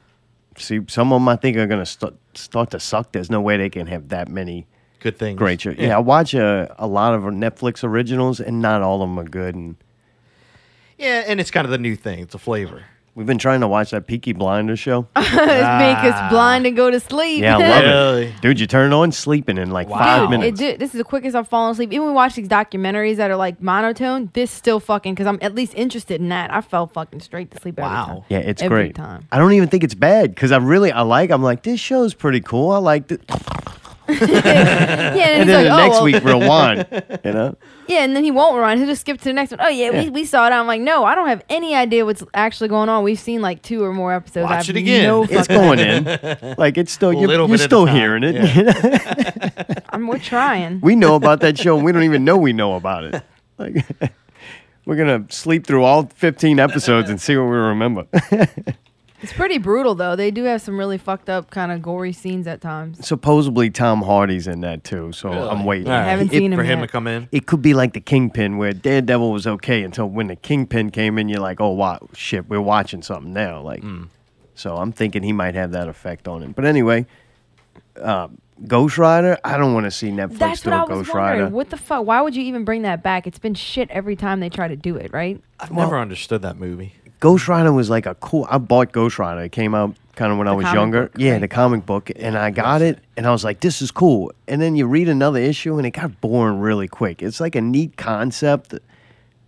[SPEAKER 3] see. Some of them I think are going to st- start to suck. There's no way they can have that many
[SPEAKER 1] good things.
[SPEAKER 3] Great show. Yeah,
[SPEAKER 1] Yeah.
[SPEAKER 3] I watch uh, a, a lot of Netflix originals and not all of them are good. And
[SPEAKER 1] Yeah, and it's kind of the new thing. It's a flavor.
[SPEAKER 3] we've been trying to watch that Peaky Blinders show.
[SPEAKER 2] (laughs) Make
[SPEAKER 1] Ah.
[SPEAKER 2] us blind and go to sleep.
[SPEAKER 3] Ah. yeah, I
[SPEAKER 2] (laughs)
[SPEAKER 3] love it. Dude, you turn it on sleeping in like five
[SPEAKER 2] Dude,
[SPEAKER 3] minutes.
[SPEAKER 2] It, do- this is the quickest I've fallen asleep. Even when we watch these documentaries that are like monotone, this still fucking because I'm at least interested in that. I fell fucking straight to sleep. Every time.
[SPEAKER 3] Yeah, it's
[SPEAKER 2] every
[SPEAKER 3] great.
[SPEAKER 2] Time.
[SPEAKER 3] I don't even think it's bad because I really I like. I'm like this show's pretty cool. I liked it.
[SPEAKER 2] (laughs)
[SPEAKER 3] (laughs)
[SPEAKER 2] Yeah, and,
[SPEAKER 3] and then
[SPEAKER 2] it's like,
[SPEAKER 3] the
[SPEAKER 2] oh,
[SPEAKER 3] next
[SPEAKER 2] well-
[SPEAKER 3] week
[SPEAKER 2] (laughs)
[SPEAKER 3] rewind. You know,
[SPEAKER 2] Yeah, and then he won't run. He'll just skip to the next one. Oh yeah,
[SPEAKER 3] Yeah.
[SPEAKER 2] We, we saw it. I'm like, no, I don't have any idea what's actually going on. We've seen like two or more episodes. I have No
[SPEAKER 3] it's
[SPEAKER 2] fucking- (laughs)
[SPEAKER 3] going in. Like it's still
[SPEAKER 1] A
[SPEAKER 3] you're,
[SPEAKER 1] little
[SPEAKER 3] you're
[SPEAKER 1] bit at a
[SPEAKER 3] still
[SPEAKER 1] time,
[SPEAKER 3] hearing it.
[SPEAKER 2] I'm, we're trying.
[SPEAKER 3] we know about that show and we don't even know we know about it. Like (laughs) we're gonna sleep through all 15 episodes and see what we remember. (laughs)
[SPEAKER 2] It's pretty brutal though. They do have some really fucked up kind of gory scenes at times.
[SPEAKER 3] Supposedly Tom Hardy's in that too, so I'm waiting.
[SPEAKER 1] All right.
[SPEAKER 2] Haven't seen him
[SPEAKER 1] for him
[SPEAKER 2] yet.
[SPEAKER 1] to come in.
[SPEAKER 3] It could be like the Kingpin, where Daredevil was okay until when the Kingpin came in, you're like, oh wow, shit, we're watching something now. Like,
[SPEAKER 1] Hmm.
[SPEAKER 3] so I'm thinking he might have that effect on him. But anyway, uh, Ghost Rider, I don't want to see Netflix
[SPEAKER 2] That's
[SPEAKER 3] do
[SPEAKER 2] what I
[SPEAKER 3] a
[SPEAKER 2] was
[SPEAKER 3] Ghost
[SPEAKER 2] wondering.
[SPEAKER 3] Rider.
[SPEAKER 2] What the fuck? Why would you even bring that back? It's been shit every time they try to do it, right?
[SPEAKER 1] I've never understood that movie.
[SPEAKER 3] Ghost Rider was like a cool. I bought Ghost Rider. It came out kind of when I
[SPEAKER 1] The
[SPEAKER 3] was
[SPEAKER 1] comic
[SPEAKER 3] younger.
[SPEAKER 1] book,
[SPEAKER 3] yeah, the comic book, and I got it, and I was like, "This is cool." And then you read another issue, and it got boring really quick. It's like a neat concept,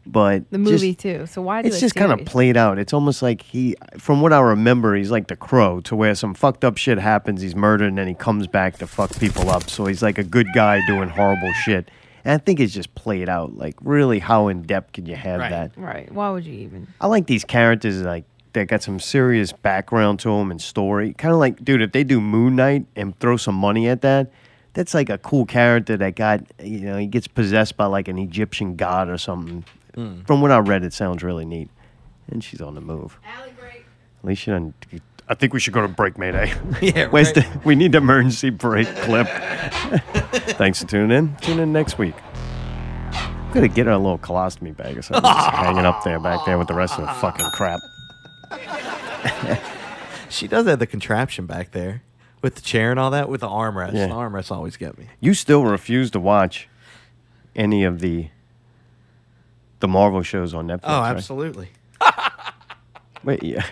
[SPEAKER 3] but
[SPEAKER 2] The
[SPEAKER 3] just-
[SPEAKER 2] movie too. So why do
[SPEAKER 3] it's
[SPEAKER 2] a
[SPEAKER 3] just kind of
[SPEAKER 2] series?
[SPEAKER 3] played out. It's almost like he, from what I remember, he's like the crow, to where some fucked up shit happens, he's murdered, and then he comes back to fuck people up. So he's like a good guy doing horrible shit. And I think it's just played out. Like, really, how in depth can you have that?
[SPEAKER 2] Right. Why would you even?
[SPEAKER 3] I like these characters like that got some serious background to them and story. Kind of like, dude, if they do Moon Knight and throw some money at that, that's like a cool character that got you know he gets possessed by like an Egyptian god or something.
[SPEAKER 11] Hmm.
[SPEAKER 3] From what I read, it sounds really neat. And she's on the move. At least she doesn't. I think we should go to break, Mayday.
[SPEAKER 1] Yeah,
[SPEAKER 3] (laughs) Where's
[SPEAKER 1] right.
[SPEAKER 3] the, we need the emergency break clip. (laughs) Thanks for tuning in. Tune in next week. I'm gonna get her a little colostomy bag or something. Just hanging up there, back there with the rest of the fucking crap. (laughs)
[SPEAKER 1] She does have the contraption back there with the chair and all that with the armrest.
[SPEAKER 3] Yeah.
[SPEAKER 1] The armrests always get me.
[SPEAKER 3] You still refuse to watch any of the the Marvel shows on Netflix.
[SPEAKER 1] oh,
[SPEAKER 3] right?
[SPEAKER 1] absolutely.
[SPEAKER 3] Wait, yeah.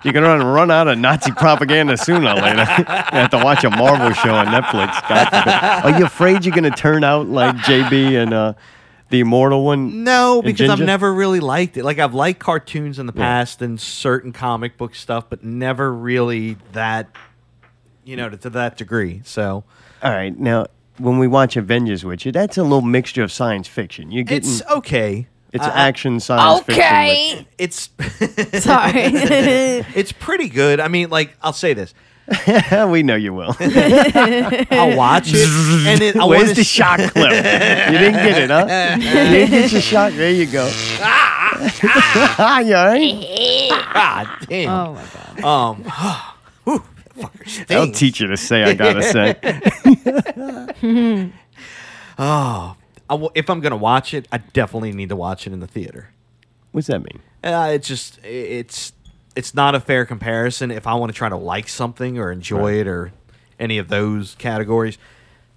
[SPEAKER 3] (laughs) You're gonna run out of Nazi propaganda sooner or later. (laughs) you have to watch a Marvel show on Netflix. God forbid. Are you afraid you're gonna turn out like JB and uh, the Immortal one?
[SPEAKER 1] No,
[SPEAKER 3] and
[SPEAKER 1] because I've
[SPEAKER 3] Ginger?
[SPEAKER 1] never really liked it. Like I've liked cartoons in the past and certain comic book stuff, but never really that, you know, to, to that degree. So
[SPEAKER 3] All right, now when we watch Avengers with you, that's a little mixture of science fiction. You're getting
[SPEAKER 1] it's okay.
[SPEAKER 3] It's
[SPEAKER 1] I- I-
[SPEAKER 3] action science fiction.
[SPEAKER 1] Uh,
[SPEAKER 3] (laughs)
[SPEAKER 1] It's
[SPEAKER 2] Sorry.
[SPEAKER 1] (laughs) it's pretty good. I mean, like I'll say this.
[SPEAKER 3] (laughs) we know you
[SPEAKER 1] (laughs)
[SPEAKER 3] will.
[SPEAKER 1] I'll watch it, and it, I
[SPEAKER 3] Where's
[SPEAKER 1] wanna
[SPEAKER 3] the
[SPEAKER 1] s-
[SPEAKER 3] shock clip?
[SPEAKER 11] (laughs)
[SPEAKER 3] you didn't get it, huh? You didn't get your shock. There you go. (laughs) Ah, you all right?
[SPEAKER 1] Ah, damn. Oh my god. Um, whew, that fucker
[SPEAKER 3] I'll
[SPEAKER 1] stinks.
[SPEAKER 3] teach you to say I gotta
[SPEAKER 1] (laughs)
[SPEAKER 3] say. (laughs)
[SPEAKER 1] oh, I will- if I'm gonna watch it, I definitely need to watch it in the theater.
[SPEAKER 3] What's that mean?
[SPEAKER 1] Uh, it's just i- it's it's not a fair comparison. If I want to try to like something or enjoy it or any of those categories,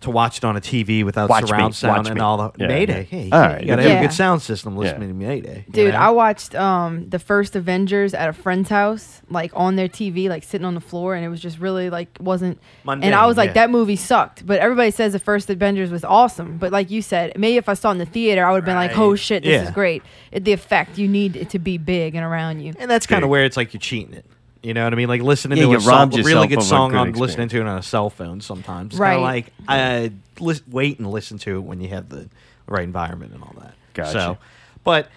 [SPEAKER 1] to watch it on a TV without
[SPEAKER 3] Watch me,
[SPEAKER 1] surround sound
[SPEAKER 3] watch
[SPEAKER 1] and
[SPEAKER 3] me.
[SPEAKER 1] all the
[SPEAKER 3] Yeah,
[SPEAKER 1] Mayday.
[SPEAKER 3] yeah.
[SPEAKER 1] Hey,
[SPEAKER 3] All right,
[SPEAKER 1] you gotta
[SPEAKER 3] yeah.
[SPEAKER 1] have a
[SPEAKER 2] Yeah.
[SPEAKER 1] good sound system listening to Mayday. you
[SPEAKER 2] Dude,
[SPEAKER 1] know?
[SPEAKER 2] I watched um the first Avengers at a friend's house, like on their TV, like sitting on the floor, and it was just really like wasn't.
[SPEAKER 1] Mundane,
[SPEAKER 2] and I was like,
[SPEAKER 1] yeah.
[SPEAKER 2] that movie sucked. But everybody says the first Avengers was awesome. But like you said, maybe if I saw it in the theater, I would have been like,
[SPEAKER 1] Right.
[SPEAKER 2] oh shit, this
[SPEAKER 1] Yeah.
[SPEAKER 2] is great. It, the effect you need it to be big and around you.
[SPEAKER 1] And that's kind of where it's like you're cheating it. You know what I mean? Like listening
[SPEAKER 3] Yeah,
[SPEAKER 1] to
[SPEAKER 3] you
[SPEAKER 1] a, song,
[SPEAKER 3] robbed
[SPEAKER 1] a really
[SPEAKER 3] yourself
[SPEAKER 1] good
[SPEAKER 3] of a
[SPEAKER 1] song
[SPEAKER 3] good
[SPEAKER 1] on listening to it on a cell phone sometimes. It's
[SPEAKER 2] Right.
[SPEAKER 1] Kinda like I lis- wait and listen to it when you have the right environment and all that.
[SPEAKER 3] Gotcha.
[SPEAKER 1] So, but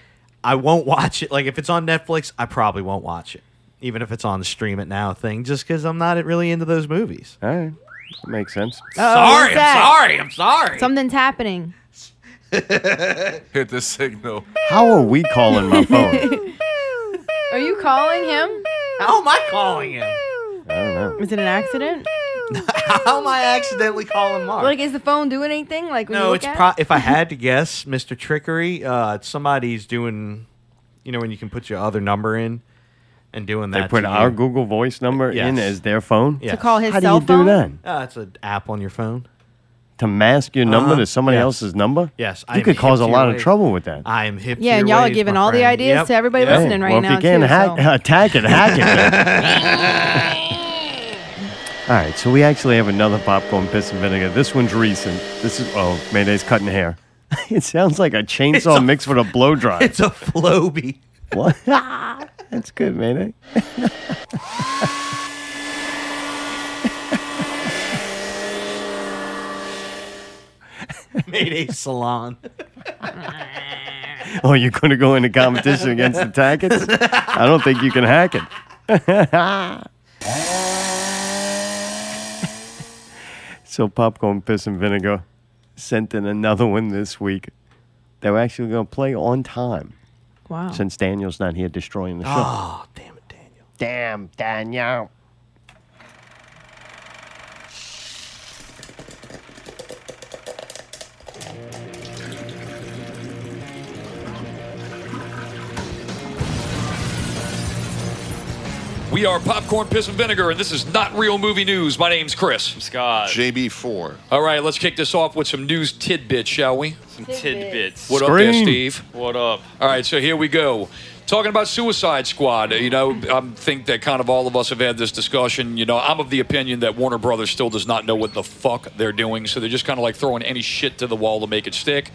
[SPEAKER 1] I won't watch it. Like if it's on Netflix, I probably won't watch it, even if it's on the stream it now thing, just because I'm not really into those movies.
[SPEAKER 3] All right, makes sense.
[SPEAKER 2] sorry,
[SPEAKER 1] sorry, I'm sorry.
[SPEAKER 2] Oh, Something's happening.
[SPEAKER 16] Hit the signal.
[SPEAKER 3] How are we calling my
[SPEAKER 1] (laughs)
[SPEAKER 3] phone?
[SPEAKER 2] Are you calling him?
[SPEAKER 1] How am I calling him?
[SPEAKER 3] I don't know.
[SPEAKER 2] Is it an accident?
[SPEAKER 1] (laughs) How am I accidentally calling Mark?
[SPEAKER 2] Like, is the phone doing anything? Like, when you
[SPEAKER 1] No,
[SPEAKER 2] look
[SPEAKER 1] it's
[SPEAKER 2] at
[SPEAKER 1] pro-
[SPEAKER 2] it?
[SPEAKER 1] if I
[SPEAKER 2] (laughs)
[SPEAKER 1] had to guess, Mr. Trickery, uh, it's somebody's doing, you know, when you can put your other number in and doing that.
[SPEAKER 3] They put
[SPEAKER 1] to
[SPEAKER 3] our
[SPEAKER 1] you.
[SPEAKER 3] Google Voice number in
[SPEAKER 1] Yes.
[SPEAKER 3] as their phone
[SPEAKER 1] Yes.
[SPEAKER 2] call his
[SPEAKER 3] How
[SPEAKER 2] cell
[SPEAKER 3] do you
[SPEAKER 2] phone?
[SPEAKER 3] do that?
[SPEAKER 1] Uh, it's an app on your phone.
[SPEAKER 3] To mask your number
[SPEAKER 1] Uh-huh.
[SPEAKER 3] to somebody
[SPEAKER 1] Yes.
[SPEAKER 3] else's number?
[SPEAKER 1] Yes, I
[SPEAKER 3] you
[SPEAKER 1] am
[SPEAKER 3] could cause a
[SPEAKER 1] hip to
[SPEAKER 3] lot
[SPEAKER 1] your
[SPEAKER 3] of
[SPEAKER 1] ways.
[SPEAKER 3] trouble with that.
[SPEAKER 1] I am hip.
[SPEAKER 2] Yeah,
[SPEAKER 1] to
[SPEAKER 2] and
[SPEAKER 1] your
[SPEAKER 2] y'all are
[SPEAKER 1] ways,
[SPEAKER 2] giving
[SPEAKER 1] my
[SPEAKER 2] all the
[SPEAKER 1] friend.
[SPEAKER 2] ideas
[SPEAKER 1] Yep.
[SPEAKER 2] to everybody
[SPEAKER 1] Yep.
[SPEAKER 2] listening right
[SPEAKER 3] well,
[SPEAKER 2] now.
[SPEAKER 3] if you can
[SPEAKER 2] too,
[SPEAKER 3] hack,
[SPEAKER 2] so-
[SPEAKER 3] attack it, (laughs) hack it.
[SPEAKER 2] (laughs)
[SPEAKER 3] All right, so we actually have another popcorn piss and vinegar. This one's recent. This is oh, Mayday's cutting hair. (laughs) it sounds like a chainsaw
[SPEAKER 1] a-
[SPEAKER 3] mixed with a blow dry.
[SPEAKER 1] (laughs) It's a floby.
[SPEAKER 3] what? That's good, Mayday.
[SPEAKER 1] Mayday salon.
[SPEAKER 3] Oh, you're going to go into competition against the
[SPEAKER 1] (laughs)
[SPEAKER 3] Tackets? I don't think you can hack it. (laughs) so, popcorn, piss, and vinegar sent in another one this week. They were actually going to play on time
[SPEAKER 2] Wow.
[SPEAKER 3] since Daniel's not here destroying the show.
[SPEAKER 1] Ah,
[SPEAKER 15] Oh,
[SPEAKER 3] damn it, Daniel. Damn, Daniel.
[SPEAKER 12] We are Popcorn, Piss, and Vinegar, and this is Not Real Movie News. My name's Chris. I'm
[SPEAKER 14] Scott.
[SPEAKER 13] JB4.
[SPEAKER 12] All right, let's kick this off with some news tidbits, shall we?
[SPEAKER 14] Some tidbits.
[SPEAKER 12] What up there, Steve?
[SPEAKER 14] What up?
[SPEAKER 12] All right, so here we go. Talking about Suicide Squad, you know, I think that kind of all of us have had this discussion. You know, I'm of the opinion that Warner Brothers still does not know what the fuck they're doing, so they're just kind of like throwing any shit to the wall to make it stick.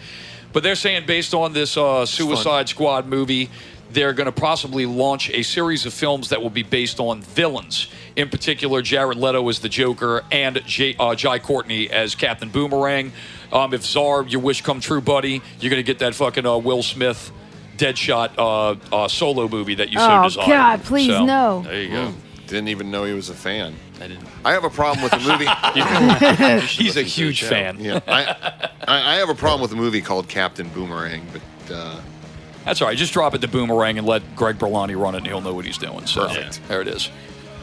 [SPEAKER 12] But they're saying based on this uh, Suicide Squad movie, they're going to possibly launch a series of films that will be based on villains. In particular, Jared Leto as the Joker and Jai uh, Jai Courtney as Captain Boomerang. Um, if Czar, your wish come true, buddy, you're going to get that fucking uh, Will Smith Deadshot uh, uh, solo movie that you so
[SPEAKER 2] Oh,
[SPEAKER 12] desire.
[SPEAKER 2] God, please,
[SPEAKER 12] So,
[SPEAKER 2] no.
[SPEAKER 13] There you
[SPEAKER 12] go.
[SPEAKER 13] Didn't
[SPEAKER 12] (laughs)
[SPEAKER 13] e- even know he was a fan. I didn't. I have a problem with the (laughs)
[SPEAKER 12] (laughs)
[SPEAKER 13] movie.
[SPEAKER 12] He's a huge fan.
[SPEAKER 13] Yeah, (laughs) I, I, I have a problem with a movie called Captain Boomerang, but uh,
[SPEAKER 12] That's all right. Just drop it to Boomerang and let Greg Berlanti run it, and he'll know what he's doing. So there it is.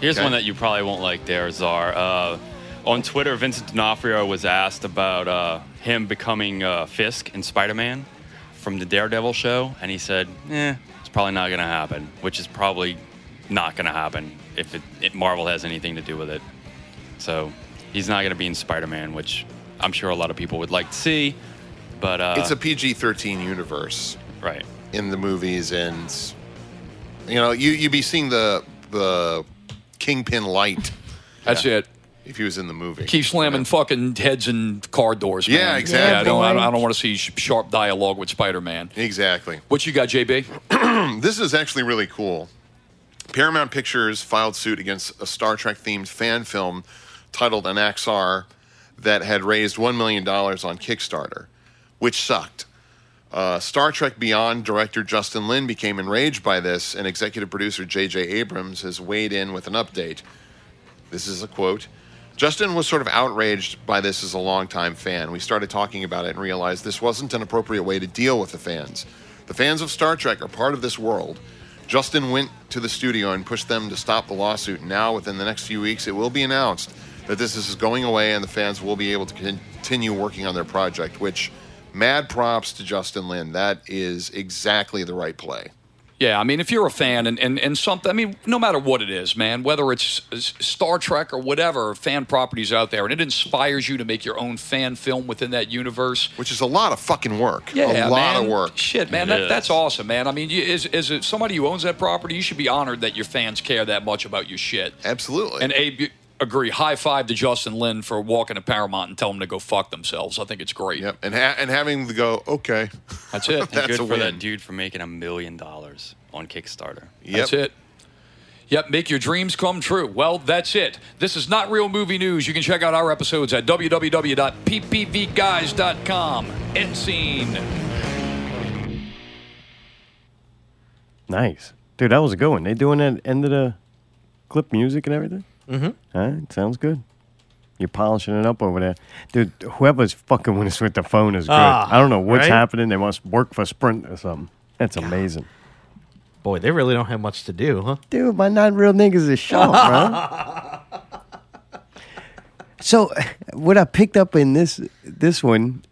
[SPEAKER 14] Here's
[SPEAKER 12] Okay.
[SPEAKER 14] one that you probably won't like there, Czar. Uh, on Twitter, Vincent D'Onofrio was asked about uh, him becoming uh, Fisk in Spider Man from the Daredevil show, and he said, eh, it's probably not going to happen, which is probably not going to happen if it, it, Marvel has anything to do with it. So he's not going to be in Spider Man, which I'm sure a lot of people would like to see, but. Uh,
[SPEAKER 13] it's a PG-13 universe,
[SPEAKER 14] right?
[SPEAKER 13] In the movies, and you know, you you'd be seeing the the Kingpin light.
[SPEAKER 12] That's it.
[SPEAKER 13] If he was in the movie,
[SPEAKER 12] Keep slamming fucking heads and car doors. Man.
[SPEAKER 13] Yeah, exactly.
[SPEAKER 12] I don't, I don't,
[SPEAKER 13] boy.
[SPEAKER 12] I don't want to see sh- sharp dialogue with Spider Man.
[SPEAKER 13] Exactly.
[SPEAKER 12] What you got, JB?
[SPEAKER 13] (clears throat) this is actually really cool. Paramount Pictures filed suit against a Star Trek themed fan film titled Anaxar that had raised $1 million on Kickstarter, which sucked. Uh, Star Trek Beyond director Justin Lin became enraged by this, and executive producer J.J. Abrams has weighed in with an update. This is a quote. Justin was sort of outraged by this as a longtime fan. We started talking about it and realized this wasn't an appropriate way to deal with the fans. The fans of Star Trek are part of this world. Justin went to the studio and pushed them to stop the lawsuit. Now, within the next few weeks, it will be announced that this is going away and the fans will be able to continue working on their project, which mad props to Justin Lin. That is exactly the right play.
[SPEAKER 12] Yeah, I mean, if you're a fan and, and, and something, I mean, no matter what it is, man, whether it's S- Star Trek or whatever, fan properties out there, and it inspires you to make your own fan film within that universe.
[SPEAKER 13] Which is a lot of fucking work.
[SPEAKER 12] Yeah,
[SPEAKER 13] a lot
[SPEAKER 12] man.
[SPEAKER 13] of work.
[SPEAKER 12] Shit, man, that, that's awesome, man. I mean, you, as, as a- somebody who owns that property, you should be honored that your fans care that much about your shit.
[SPEAKER 13] Absolutely.
[SPEAKER 12] And Abe, you agree. High five to Justin Lin for walking to Paramount and telling them to go fuck themselves. I think it's great.
[SPEAKER 13] Yep. And ha- and having the go, okay.
[SPEAKER 12] That's it.
[SPEAKER 14] And good for that dude for making a million dollars on Kickstarter.
[SPEAKER 12] That's it. Yep, make your dreams come true. Well, that's it. This is Not Real Movie News. You can check out our episodes at www.ppvguys.com. End scene.
[SPEAKER 3] Nice. Dude, that was a good one. They doing that end of the clip music and everything?
[SPEAKER 1] Mhm.
[SPEAKER 3] All right, sounds good. You're polishing it up over there. Dude, whoever's fucking with us with the phone is good.
[SPEAKER 1] Ah,
[SPEAKER 3] I don't know what's
[SPEAKER 1] right?
[SPEAKER 3] happening. They must work for Sprint or something. That's amazing.
[SPEAKER 1] Boy, they really don't have much to do, huh?
[SPEAKER 3] Dude, my non real niggas is sharp, bro.
[SPEAKER 2] (laughs)
[SPEAKER 3] So, what I picked up in this this one,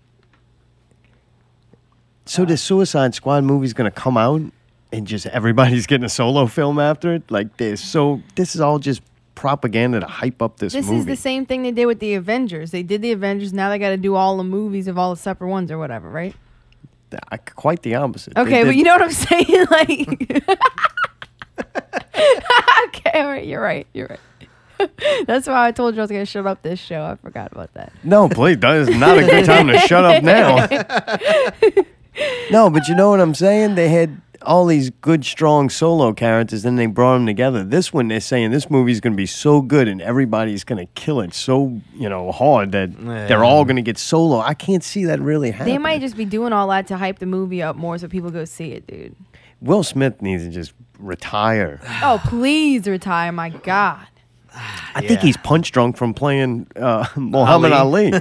[SPEAKER 3] so
[SPEAKER 2] Uh.
[SPEAKER 3] the Suicide Squad movie's gonna come out, and just everybody's (laughs) getting a solo film after it. Like this, so this is all just propaganda to hype up this,
[SPEAKER 2] This
[SPEAKER 3] movie.
[SPEAKER 2] is the same thing they did with the Avengers. They did the Avengers. Now they got to do all the movies of all the separate ones or whatever, right?
[SPEAKER 3] I- quite the opposite. They
[SPEAKER 2] Okay,
[SPEAKER 3] did-
[SPEAKER 2] but you know what I'm saying? (laughs) Like, okay, all right, you're right. You're right. That's why I told you I was gonna shut up this show. I forgot about that.
[SPEAKER 3] No, please, that is not a good time to shut
[SPEAKER 2] (laughs)
[SPEAKER 3] up now. No, but you know what I'm saying? They had all these good, strong solo characters, and they brought them together. This one, they're saying this movie's going to be so good, and everybody's going to kill it so you know hard that they're all going to get solo. I can't see that really happening.
[SPEAKER 2] They might just be doing all that to hype the movie up more so people go see it, dude.
[SPEAKER 3] Will Smith needs to just retire.
[SPEAKER 2] Oh, please retire, my God.
[SPEAKER 3] I think he's punch drunk from playing uh, (laughs) Muhammad Ali.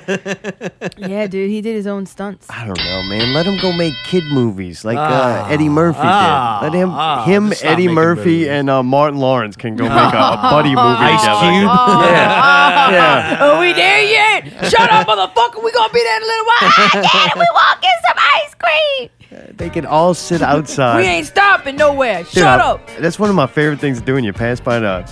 [SPEAKER 2] yeah, dude, he did his own stunts.
[SPEAKER 3] I don't know, man. Let him go make kid movies like
[SPEAKER 2] Ah,
[SPEAKER 3] uh, Eddie Murphy
[SPEAKER 1] ah,
[SPEAKER 3] did. Let him,
[SPEAKER 1] ah,
[SPEAKER 3] him,
[SPEAKER 1] just stop
[SPEAKER 3] Eddie
[SPEAKER 1] making
[SPEAKER 3] Murphy,
[SPEAKER 1] movies.
[SPEAKER 3] and uh, Martin Lawrence can
[SPEAKER 1] (laughs)
[SPEAKER 3] go make a, a buddy movie
[SPEAKER 1] Ice
[SPEAKER 3] together.
[SPEAKER 1] Cube?
[SPEAKER 3] yeah, yeah.
[SPEAKER 1] (laughs)
[SPEAKER 2] (laughs) Are we there yet? Shut up, motherfucker. We gonna be there in a little while. I get it. We walking some ice great.
[SPEAKER 3] They can all sit outside.
[SPEAKER 2] we ain't stopping nowhere.
[SPEAKER 3] Uh, Dude,
[SPEAKER 2] Shut
[SPEAKER 3] I-
[SPEAKER 2] up.
[SPEAKER 3] That's one of my favorite things to do when you pass by the,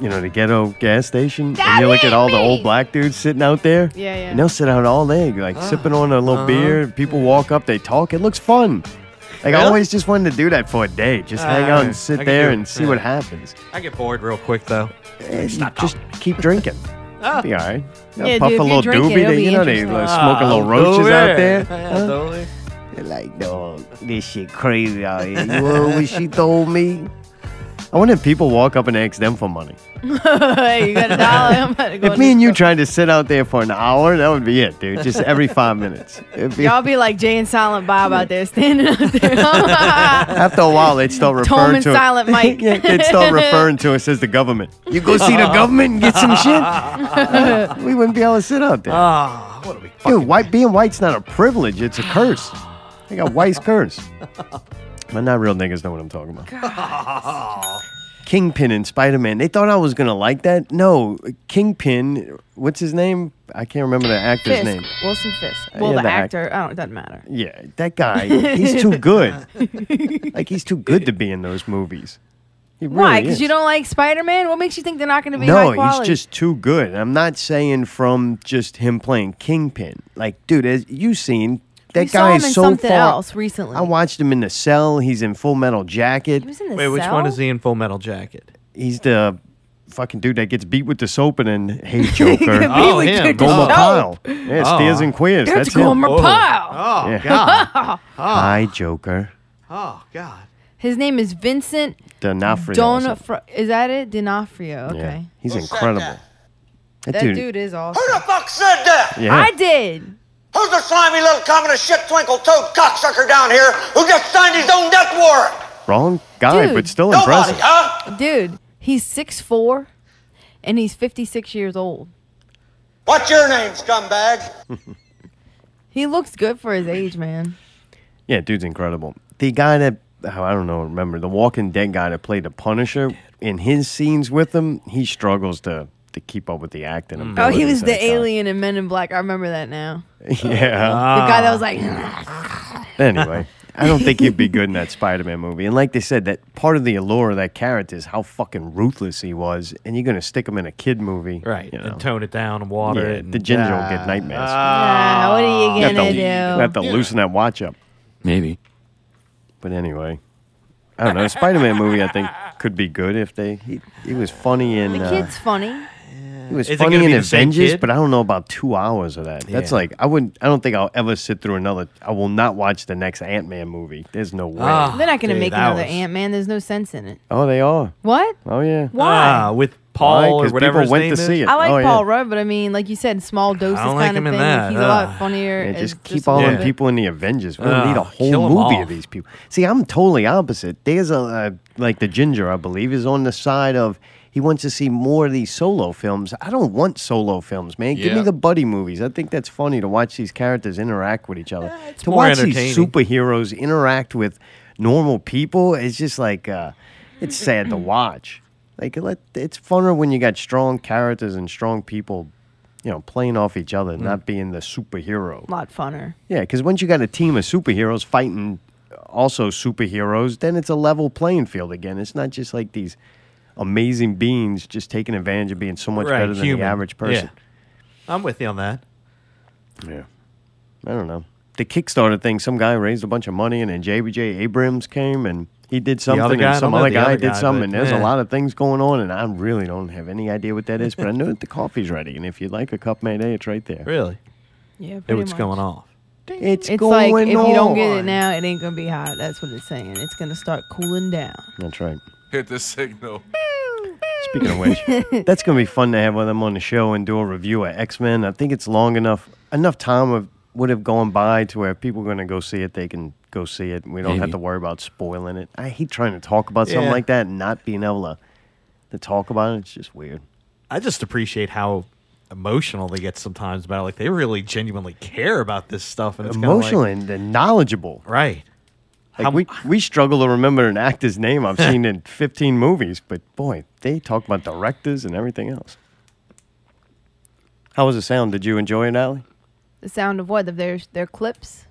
[SPEAKER 3] you know, the ghetto gas station and you look at all the old black dudes sitting out there.
[SPEAKER 2] Yeah, yeah.
[SPEAKER 3] And they'll sit out all day,
[SPEAKER 1] (gasps)
[SPEAKER 3] like sipping on a little
[SPEAKER 2] Uh-huh.
[SPEAKER 3] beer. People walk up, they talk. It looks fun. Like I
[SPEAKER 1] Really?
[SPEAKER 3] always just wanted to do that for a day. Just hang
[SPEAKER 1] Uh,
[SPEAKER 3] out and
[SPEAKER 1] I
[SPEAKER 3] sit
[SPEAKER 1] can
[SPEAKER 3] there
[SPEAKER 1] do
[SPEAKER 3] and
[SPEAKER 1] it.
[SPEAKER 3] see
[SPEAKER 1] Yeah.
[SPEAKER 3] what happens.
[SPEAKER 1] I get bored real quick though.
[SPEAKER 3] Eh, just keep
[SPEAKER 1] (laughs)
[SPEAKER 3] drinking.
[SPEAKER 1] Ah.
[SPEAKER 2] Oh.
[SPEAKER 3] Be all right. You know,
[SPEAKER 2] Yeah,
[SPEAKER 3] puff
[SPEAKER 2] dude, if
[SPEAKER 3] a
[SPEAKER 2] you
[SPEAKER 3] little
[SPEAKER 2] drink it,
[SPEAKER 3] doobie.
[SPEAKER 2] it'll
[SPEAKER 3] they,
[SPEAKER 2] be
[SPEAKER 3] you know, they
[SPEAKER 2] interesting.
[SPEAKER 3] uh, smoking little
[SPEAKER 2] Ah,
[SPEAKER 3] roaches out
[SPEAKER 2] doobie.
[SPEAKER 3] there.
[SPEAKER 2] Yeah,
[SPEAKER 3] Huh?
[SPEAKER 2] doobie.
[SPEAKER 3] They're like, dog, this shit crazy out here. You
[SPEAKER 2] (laughs)
[SPEAKER 3] know what she told me? I wonder if people walk up and ask them for money.
[SPEAKER 2] (laughs) hey, you got a dollar? I'm about to go.
[SPEAKER 3] If me and you tried to sit out there for an hour, that would be it, dude. Just every five minutes. It'd be-
[SPEAKER 2] Y'all be like Jay and Silent Bob out there standing out there.
[SPEAKER 3] after a while, they'd start
[SPEAKER 2] Tom
[SPEAKER 3] referring
[SPEAKER 2] and
[SPEAKER 3] to
[SPEAKER 2] Silent
[SPEAKER 3] (laughs)
[SPEAKER 2] Mike.
[SPEAKER 3] yeah, they'd
[SPEAKER 2] (laughs)
[SPEAKER 3] start referring to us as the government. You go see (laughs) the government and get some shit. (laughs) we wouldn't be able to sit out there.
[SPEAKER 1] Ah, what are we?
[SPEAKER 3] Dude, white being white's not a privilege; it's a curse. They got white's (laughs) curse. But not real niggas know what I'm talking about. Kingpin and Spider Man. They thought I was gonna like that. No, Kingpin. What's his name? I can't remember the actor's
[SPEAKER 2] Fisk.
[SPEAKER 3] name.
[SPEAKER 2] Wilson Fisk.
[SPEAKER 3] Uh,
[SPEAKER 2] Well,
[SPEAKER 3] yeah,
[SPEAKER 2] the,
[SPEAKER 3] the act-
[SPEAKER 2] actor. I don't. It doesn't matter.
[SPEAKER 3] Yeah, that guy. He's
[SPEAKER 2] (laughs)
[SPEAKER 3] too good. like he's too good to be in those movies. He really
[SPEAKER 2] Why? Because
[SPEAKER 3] is.
[SPEAKER 2] you don't like Spider Man. What makes you think they're not going to be high
[SPEAKER 3] No, he's
[SPEAKER 2] quality?
[SPEAKER 3] just too good. I'm not saying from just him playing Kingpin. Like, dude, as you seen that
[SPEAKER 2] We
[SPEAKER 3] guy
[SPEAKER 2] saw him
[SPEAKER 3] is
[SPEAKER 2] in
[SPEAKER 3] so
[SPEAKER 2] something
[SPEAKER 3] far.
[SPEAKER 2] else recently.
[SPEAKER 3] I watched him in the cell. He's in Full Metal Jacket.
[SPEAKER 2] was in The
[SPEAKER 1] Wait, which one is he in Full Metal Jacket?
[SPEAKER 3] He's the fucking dude that gets beat with the soap and then
[SPEAKER 2] (laughs)
[SPEAKER 3] Hey Joker.
[SPEAKER 1] Beat Oh, with him. the
[SPEAKER 3] Gomer
[SPEAKER 1] soap.
[SPEAKER 3] Pyle. Yeah,
[SPEAKER 1] Oh.
[SPEAKER 3] Steers and Queers.
[SPEAKER 1] That's
[SPEAKER 3] That's, him.
[SPEAKER 1] Gomer Oh.
[SPEAKER 2] Pyle.
[SPEAKER 1] Oh,
[SPEAKER 3] Yeah.
[SPEAKER 2] (laughs)
[SPEAKER 1] God.
[SPEAKER 3] Hi, Joker.
[SPEAKER 1] Oh God.
[SPEAKER 2] His name is Vincent
[SPEAKER 3] D'Onofrio.
[SPEAKER 2] Don. Is that it? D'Onofrio. Okay.
[SPEAKER 3] Yeah, he's incredible.
[SPEAKER 2] That, dude, is awesome.
[SPEAKER 17] Who the fuck said that?
[SPEAKER 3] Yeah.
[SPEAKER 2] I did.
[SPEAKER 17] Who's the slimy little communist shit twinkle toad cocksucker down here who just signed his own death warrant?
[SPEAKER 3] Wrong guy,
[SPEAKER 2] Dude.
[SPEAKER 3] but still
[SPEAKER 2] Nobody,
[SPEAKER 3] impressive.
[SPEAKER 2] Dude, he's six four, and he's fifty six years old.
[SPEAKER 17] What's your name, scumbag?
[SPEAKER 2] (laughs) He looks good for his age, man.
[SPEAKER 3] Yeah, dude's incredible. The guy that oh, I don't know, remember the Walking Dead guy that played the Punisher in his scenes with him, he struggles to to keep up with the acting.
[SPEAKER 2] Oh,
[SPEAKER 3] abilities
[SPEAKER 2] he was
[SPEAKER 3] of
[SPEAKER 2] the
[SPEAKER 3] guy.
[SPEAKER 2] alien in Men in Black. I remember that now.
[SPEAKER 3] (laughs) yeah.
[SPEAKER 2] The guy that was like,
[SPEAKER 3] (laughs) Anyway, I don't think he'd be good in that Spider-Man movie. And like they said, that part of the allure of that character is how fucking ruthless he was. And you're gonna stick him in a kid movie, right? You know.
[SPEAKER 1] And tone it down and water
[SPEAKER 3] Yeah,
[SPEAKER 1] it. And,
[SPEAKER 3] the ginger will get nightmares.
[SPEAKER 2] "Ah, what are you
[SPEAKER 3] You have
[SPEAKER 2] gonna
[SPEAKER 3] to,
[SPEAKER 2] do?
[SPEAKER 3] you have to
[SPEAKER 2] Yeah.
[SPEAKER 3] loosen that watch up.
[SPEAKER 14] Maybe.
[SPEAKER 3] But anyway, I don't know. Spider Man movie, I think, could be good if they. He, he was funny in.
[SPEAKER 2] The
[SPEAKER 3] Uh,
[SPEAKER 2] kid's funny.
[SPEAKER 3] he was
[SPEAKER 1] Is it
[SPEAKER 3] funny
[SPEAKER 1] gonna
[SPEAKER 3] in
[SPEAKER 1] be the same
[SPEAKER 3] Avengers,
[SPEAKER 1] kid?
[SPEAKER 3] but I don't know about two hours of that. That's
[SPEAKER 1] Yeah.
[SPEAKER 3] like I would. I don't think I'll ever sit through another. I will not watch the next Ant Man movie. There's no way.
[SPEAKER 1] Ah,
[SPEAKER 2] They're not
[SPEAKER 3] Ah,
[SPEAKER 2] gonna make another
[SPEAKER 3] Ant.
[SPEAKER 2] Ant Man. There's no sense in it.
[SPEAKER 3] Oh, they are.
[SPEAKER 2] What?
[SPEAKER 3] Oh yeah.
[SPEAKER 2] Why?
[SPEAKER 1] Ah, with Paul or
[SPEAKER 3] 'Cause
[SPEAKER 1] whatever
[SPEAKER 3] people
[SPEAKER 1] his
[SPEAKER 3] went
[SPEAKER 1] name
[SPEAKER 3] to see
[SPEAKER 1] is?
[SPEAKER 3] it.
[SPEAKER 2] I like
[SPEAKER 3] oh, yeah.
[SPEAKER 2] Paul Rudd, but I mean, like you said, small doses
[SPEAKER 3] I don't
[SPEAKER 2] kind
[SPEAKER 3] like
[SPEAKER 2] of
[SPEAKER 3] him in
[SPEAKER 2] thing.
[SPEAKER 3] that.
[SPEAKER 2] He's a lot
[SPEAKER 3] Ugh.
[SPEAKER 2] funnier.
[SPEAKER 3] Yeah,
[SPEAKER 2] It's
[SPEAKER 3] just keep all
[SPEAKER 2] a
[SPEAKER 3] them
[SPEAKER 2] bit-
[SPEAKER 3] people in the Avengers. We don't
[SPEAKER 1] Ugh,
[SPEAKER 3] need a
[SPEAKER 1] kill
[SPEAKER 3] whole
[SPEAKER 1] 'em
[SPEAKER 3] movie
[SPEAKER 1] all.
[SPEAKER 3] of these people. See, I'm totally opposite. There's a uh, like the ginger, I believe, is on the side of he wants to see more of these solo films. I don't want solo films, man. Give me
[SPEAKER 1] Yeah.
[SPEAKER 3] the buddy movies. I think that's funny to watch these characters interact with each other. to
[SPEAKER 1] more
[SPEAKER 3] watch these
[SPEAKER 1] entertaining.
[SPEAKER 3] superheroes interact with normal people is just like uh, it's sad to watch. Like let, it's funner when you got strong characters and strong people, you know, playing off each other,
[SPEAKER 1] Mm.
[SPEAKER 3] not being the superhero.
[SPEAKER 2] lot funner.
[SPEAKER 3] Yeah, because once you got a team of superheroes fighting uh, also superheroes, then it's a level playing field again. It's not just like these amazing beings just taking advantage of being so much
[SPEAKER 1] Right,
[SPEAKER 3] better than
[SPEAKER 1] human.
[SPEAKER 3] the average person.
[SPEAKER 1] Yeah. I'm with you on that.
[SPEAKER 3] Yeah. I don't know. The Kickstarter thing, some guy raised a bunch of money, and then JBJ Abrams came and he did
[SPEAKER 1] The other
[SPEAKER 3] something,
[SPEAKER 1] guy, I
[SPEAKER 3] and some
[SPEAKER 1] don't know
[SPEAKER 3] other
[SPEAKER 1] the
[SPEAKER 3] guy
[SPEAKER 1] other
[SPEAKER 3] did
[SPEAKER 1] guy,
[SPEAKER 3] something.
[SPEAKER 1] but
[SPEAKER 3] And there's a
[SPEAKER 1] yeah.
[SPEAKER 3] lot of things going on, and I really don't have any idea what that is, but I know that the coffee's ready. And if you'd like a cup made, it's right there.
[SPEAKER 1] Really?
[SPEAKER 2] Yeah,
[SPEAKER 1] It
[SPEAKER 2] pretty
[SPEAKER 1] was
[SPEAKER 2] much.
[SPEAKER 1] going off.
[SPEAKER 3] It's,
[SPEAKER 2] It's
[SPEAKER 3] going
[SPEAKER 2] like if you don't get it
[SPEAKER 3] on.
[SPEAKER 2] now, it ain't gonna be hot. That's what it's saying. It's gonna start cooling down.
[SPEAKER 3] That's right.
[SPEAKER 16] Hit the signal.
[SPEAKER 3] Speaking of which,
[SPEAKER 2] (laughs)
[SPEAKER 3] that's going to be fun to have with them on the show and do a review of X Men. I think it's long enough, enough time of, would have gone by to where people are going to go see it. They can go see it. We don't have
[SPEAKER 1] Maybe.
[SPEAKER 3] to worry about spoiling it. I hate trying to talk about something
[SPEAKER 1] Yeah.
[SPEAKER 3] like that and not being able to, to talk about it. It's just weird.
[SPEAKER 1] I just appreciate how emotional they get sometimes about it. Like they really genuinely care about this stuff and it's kinda
[SPEAKER 3] Emotional
[SPEAKER 1] Like,
[SPEAKER 3] and, and knowledgeable.
[SPEAKER 1] right.
[SPEAKER 3] Like we, we struggle to remember an actor's name
[SPEAKER 1] (laughs)
[SPEAKER 3] I've seen in 15 movies, but boy, they talk about directors and everything else. How was the sound? Did you enjoy it, Allie?
[SPEAKER 2] The sound of what? Of their their clips?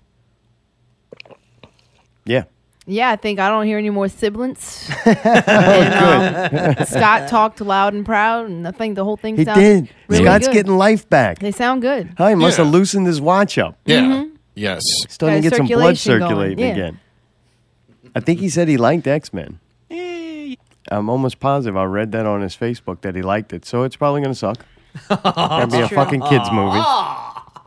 [SPEAKER 3] Yeah.
[SPEAKER 2] Yeah, I think I don't hear any more
[SPEAKER 3] (laughs)
[SPEAKER 2] sibilants. um,
[SPEAKER 3] Oh, good.
[SPEAKER 2] Scott talked loud and proud, and I think the whole thing
[SPEAKER 3] He
[SPEAKER 2] sounds
[SPEAKER 3] did.
[SPEAKER 2] really
[SPEAKER 3] Scott's
[SPEAKER 2] good.
[SPEAKER 3] getting life back.
[SPEAKER 2] They sound good.
[SPEAKER 3] Huh, he must have loosened his watch up.
[SPEAKER 13] Yeah. Yes.
[SPEAKER 3] Starting to
[SPEAKER 2] Mm-hmm. Got
[SPEAKER 3] get some blood
[SPEAKER 2] circulation going,
[SPEAKER 3] circulating
[SPEAKER 2] yeah.
[SPEAKER 3] again. I think he said he liked X Men. I'm almost positive I read that on his Facebook that he liked it. So it's probably going to
[SPEAKER 1] (laughs)
[SPEAKER 3] suck. That'd be a
[SPEAKER 2] True.
[SPEAKER 3] fucking kids movie.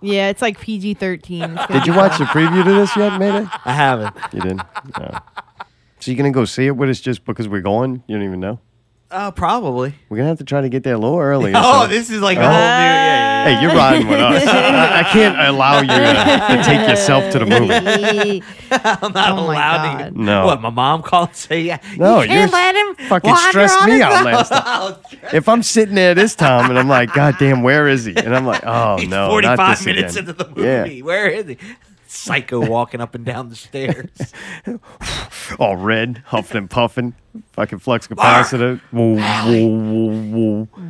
[SPEAKER 2] Yeah, it's like PG thirteen.
[SPEAKER 3] Did you watch the preview to this yet, Mayday?
[SPEAKER 1] I haven't.
[SPEAKER 3] You didn't? No. So you going to go see it with us just because we're going? You don't even know?
[SPEAKER 1] Uh, probably.
[SPEAKER 3] We're going to have to try to get there a little earlier.
[SPEAKER 1] (laughs) Oh,
[SPEAKER 3] so-
[SPEAKER 1] this is like a
[SPEAKER 3] Oh.
[SPEAKER 1] whole new. Yeah,
[SPEAKER 3] Hey, you're riding with
[SPEAKER 1] (laughs)
[SPEAKER 3] us. I, I can't allow you to, to take yourself to the movie.
[SPEAKER 2] movie?
[SPEAKER 1] I'm not allowed to.
[SPEAKER 3] No.
[SPEAKER 1] What? My mom called and say, yeah.
[SPEAKER 3] No,
[SPEAKER 1] you
[SPEAKER 3] you're
[SPEAKER 1] can't let him
[SPEAKER 3] fucking
[SPEAKER 1] wander
[SPEAKER 3] stressed
[SPEAKER 1] on
[SPEAKER 3] me
[SPEAKER 1] his
[SPEAKER 3] out
[SPEAKER 1] own.
[SPEAKER 3] last
[SPEAKER 1] (laughs)
[SPEAKER 3] time. If I'm sitting there this time and I'm like, God damn, where is he? And I'm like, oh
[SPEAKER 1] He's
[SPEAKER 3] no, not
[SPEAKER 1] 45
[SPEAKER 3] this
[SPEAKER 1] minutes
[SPEAKER 3] again.
[SPEAKER 1] into the movie. Where is he? Psycho walking up and down the stairs.
[SPEAKER 3] Yeah, (laughs) all red, huffing and puffing, fucking flux capacitor. Woo, woo, woo, woo.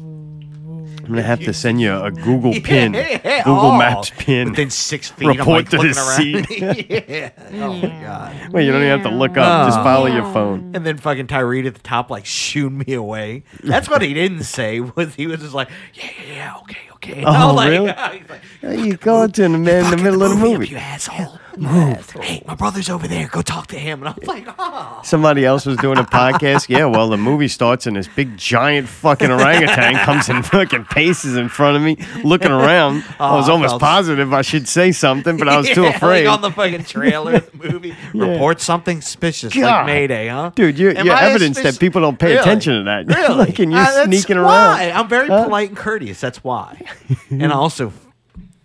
[SPEAKER 3] I'm gonna have to send you a Google pin,
[SPEAKER 1] (laughs) Yeah, yeah,
[SPEAKER 3] Google
[SPEAKER 1] oh.
[SPEAKER 3] Maps pin.
[SPEAKER 1] Within six feet, I'm,
[SPEAKER 3] report
[SPEAKER 1] like,
[SPEAKER 3] to
[SPEAKER 1] looking
[SPEAKER 3] this
[SPEAKER 1] around. (laughs)
[SPEAKER 3] scene.
[SPEAKER 1] yeah. Oh my god.
[SPEAKER 3] (laughs) Wait, you don't even have to look up; just
[SPEAKER 1] Oh.
[SPEAKER 3] follow your
[SPEAKER 1] (laughs)
[SPEAKER 3] phone.
[SPEAKER 1] And then fucking Tyree at the top like shoo me away. That's what he didn't say. Was he was just like yeah yeah yeah okay okay. (laughs) And I
[SPEAKER 3] Oh,
[SPEAKER 1] was like,
[SPEAKER 3] really?
[SPEAKER 1] He's like,
[SPEAKER 3] Hey, you go to the man in the middle of the
[SPEAKER 1] "Move,
[SPEAKER 3] movie.
[SPEAKER 1] you asshole. Hey, my brother's over there. Go talk to him. And I was like, oh.
[SPEAKER 3] Somebody else was doing a podcast. Yeah, well, the movie starts and this big giant fucking
[SPEAKER 1] (laughs)
[SPEAKER 3] orangutan comes and fucking paces in front of me, looking around. I was
[SPEAKER 1] Oh, I
[SPEAKER 3] almost
[SPEAKER 1] felt-
[SPEAKER 3] positive I should say something, but I
[SPEAKER 1] (laughs)
[SPEAKER 3] was too
[SPEAKER 1] Yeah, like
[SPEAKER 3] afraid.
[SPEAKER 1] on the
[SPEAKER 3] (laughs)
[SPEAKER 1] fucking trailer of the movie,
[SPEAKER 3] Yeah.
[SPEAKER 1] report something suspicious
[SPEAKER 3] God.
[SPEAKER 1] like Mayday, huh?
[SPEAKER 3] Dude, you're,
[SPEAKER 1] Am
[SPEAKER 3] you're
[SPEAKER 1] I
[SPEAKER 3] evidence
[SPEAKER 1] suspicious?
[SPEAKER 3] that people don't pay
[SPEAKER 1] Really?
[SPEAKER 3] attention to that. (laughs)
[SPEAKER 1] Really?
[SPEAKER 3] like, and you're
[SPEAKER 1] Uh, that's
[SPEAKER 3] sneaking
[SPEAKER 1] why.
[SPEAKER 3] around.
[SPEAKER 1] I'm very
[SPEAKER 3] Huh?
[SPEAKER 1] polite and courteous. That's
[SPEAKER 2] (laughs)
[SPEAKER 1] why. and also,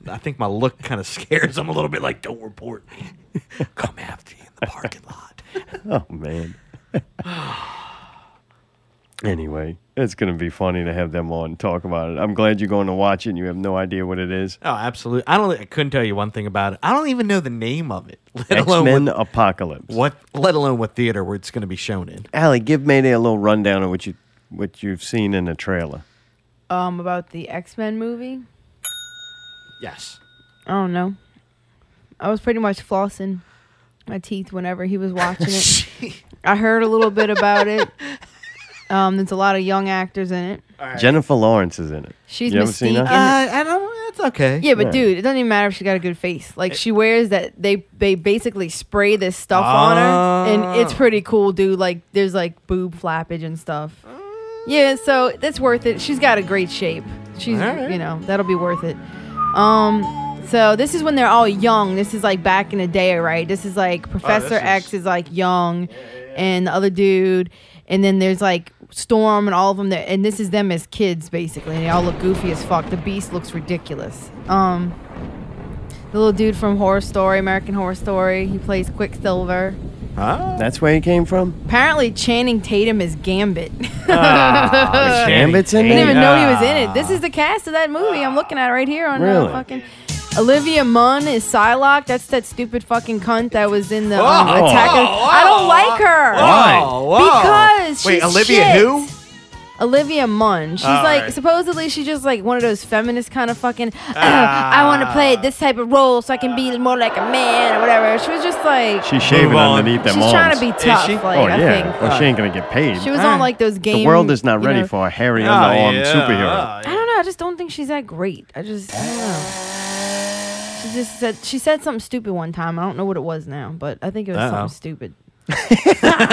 [SPEAKER 1] I think my look kind of scares. I'm a little bit like, don't report. (laughs) Come after you in the parking lot.
[SPEAKER 3] Oh, man. anyway, it's going to be funny to have them on and talk about it. I'm glad you're going to watch it and you have no idea what it is.
[SPEAKER 1] Oh, absolutely. I don't. I couldn't tell you one thing about it. I don't even know the name of it. Let
[SPEAKER 3] X (laughs)
[SPEAKER 1] alone
[SPEAKER 3] Men
[SPEAKER 1] what,
[SPEAKER 3] Apocalypse.
[SPEAKER 1] what. Let alone what theater where it's going to be shown in.
[SPEAKER 3] Allie, give Mayday a little rundown of what you what you've seen in the trailer.
[SPEAKER 2] um about the X Men movie?
[SPEAKER 1] Yes.
[SPEAKER 2] I don't know. I was pretty much flossing my teeth whenever he was watching it. I heard a little bit about it. Um, there's a lot of young actors in it.
[SPEAKER 3] Jennifer Lawrence is in it.
[SPEAKER 2] She's
[SPEAKER 3] you haven't seen
[SPEAKER 2] Mystique
[SPEAKER 3] her?
[SPEAKER 2] in
[SPEAKER 1] Uh, I don't. That's okay.
[SPEAKER 2] Yeah, but dude, it doesn't even matter if she got a good face. Like she wears that they they basically spray this stuff on her,
[SPEAKER 1] Ah.
[SPEAKER 2] and it's pretty cool, dude. Like there's like boob flappage and stuff. Yeah, so that's worth it. She's got a great shape. She's
[SPEAKER 18] Alright.
[SPEAKER 2] you know that'll be worth it. Um, so this is when they're all young. This is like back in the day, right? Oh, This is like Professor
[SPEAKER 18] this
[SPEAKER 2] X is like young, and the other dude. And then there's like Storm and all of them, that, and this is them as kids basically, and they all look goofy as fuck. The Beast looks ridiculous. Um, the little dude from Horror Story, American Horror Story. He plays Quicksilver.
[SPEAKER 3] That's where he came from.
[SPEAKER 2] Apparently, Channing Tatum is Gambit. (laughs)
[SPEAKER 3] Ah, Gambit's in
[SPEAKER 2] I didn't
[SPEAKER 3] it?
[SPEAKER 2] even know he was in it. This is the cast of that movie I'm looking at right here on uh,
[SPEAKER 3] Really?
[SPEAKER 2] fucking. Olivia Munn is Psylocke. That's that stupid fucking cunt that was in the um,
[SPEAKER 9] Oh,
[SPEAKER 1] Whoa.
[SPEAKER 2] attack. of-
[SPEAKER 1] Whoa,
[SPEAKER 2] I don't like her.
[SPEAKER 1] Why? Whoa.
[SPEAKER 2] Because
[SPEAKER 1] Wait,
[SPEAKER 2] she's
[SPEAKER 1] Olivia
[SPEAKER 2] shit.
[SPEAKER 1] who?
[SPEAKER 2] Olivia Munn. She's
[SPEAKER 1] Oh,
[SPEAKER 2] like
[SPEAKER 1] alright.
[SPEAKER 2] supposedly she's just like one of those feminist kind of fucking. (clears throat) I want to play this type of role so I can be more like a man or whatever. She was just like
[SPEAKER 3] She's shaving
[SPEAKER 1] Move on.
[SPEAKER 3] underneath them
[SPEAKER 2] She's
[SPEAKER 3] arms.
[SPEAKER 2] trying to be Is tough, she? like,
[SPEAKER 3] oh
[SPEAKER 2] I
[SPEAKER 3] yeah.
[SPEAKER 2] think.
[SPEAKER 3] Well, she ain't gonna get paid.
[SPEAKER 2] She was on like those games.
[SPEAKER 3] the world is not ready
[SPEAKER 2] know.
[SPEAKER 3] for a hairy
[SPEAKER 1] Oh,
[SPEAKER 3] underarm
[SPEAKER 1] yeah.
[SPEAKER 3] superhero.
[SPEAKER 2] I don't know. I just don't think she's that great. I just I don't know. She just said she said something stupid one time. I don't know what it was now, but I think it was
[SPEAKER 1] Uh-oh.
[SPEAKER 2] something stupid.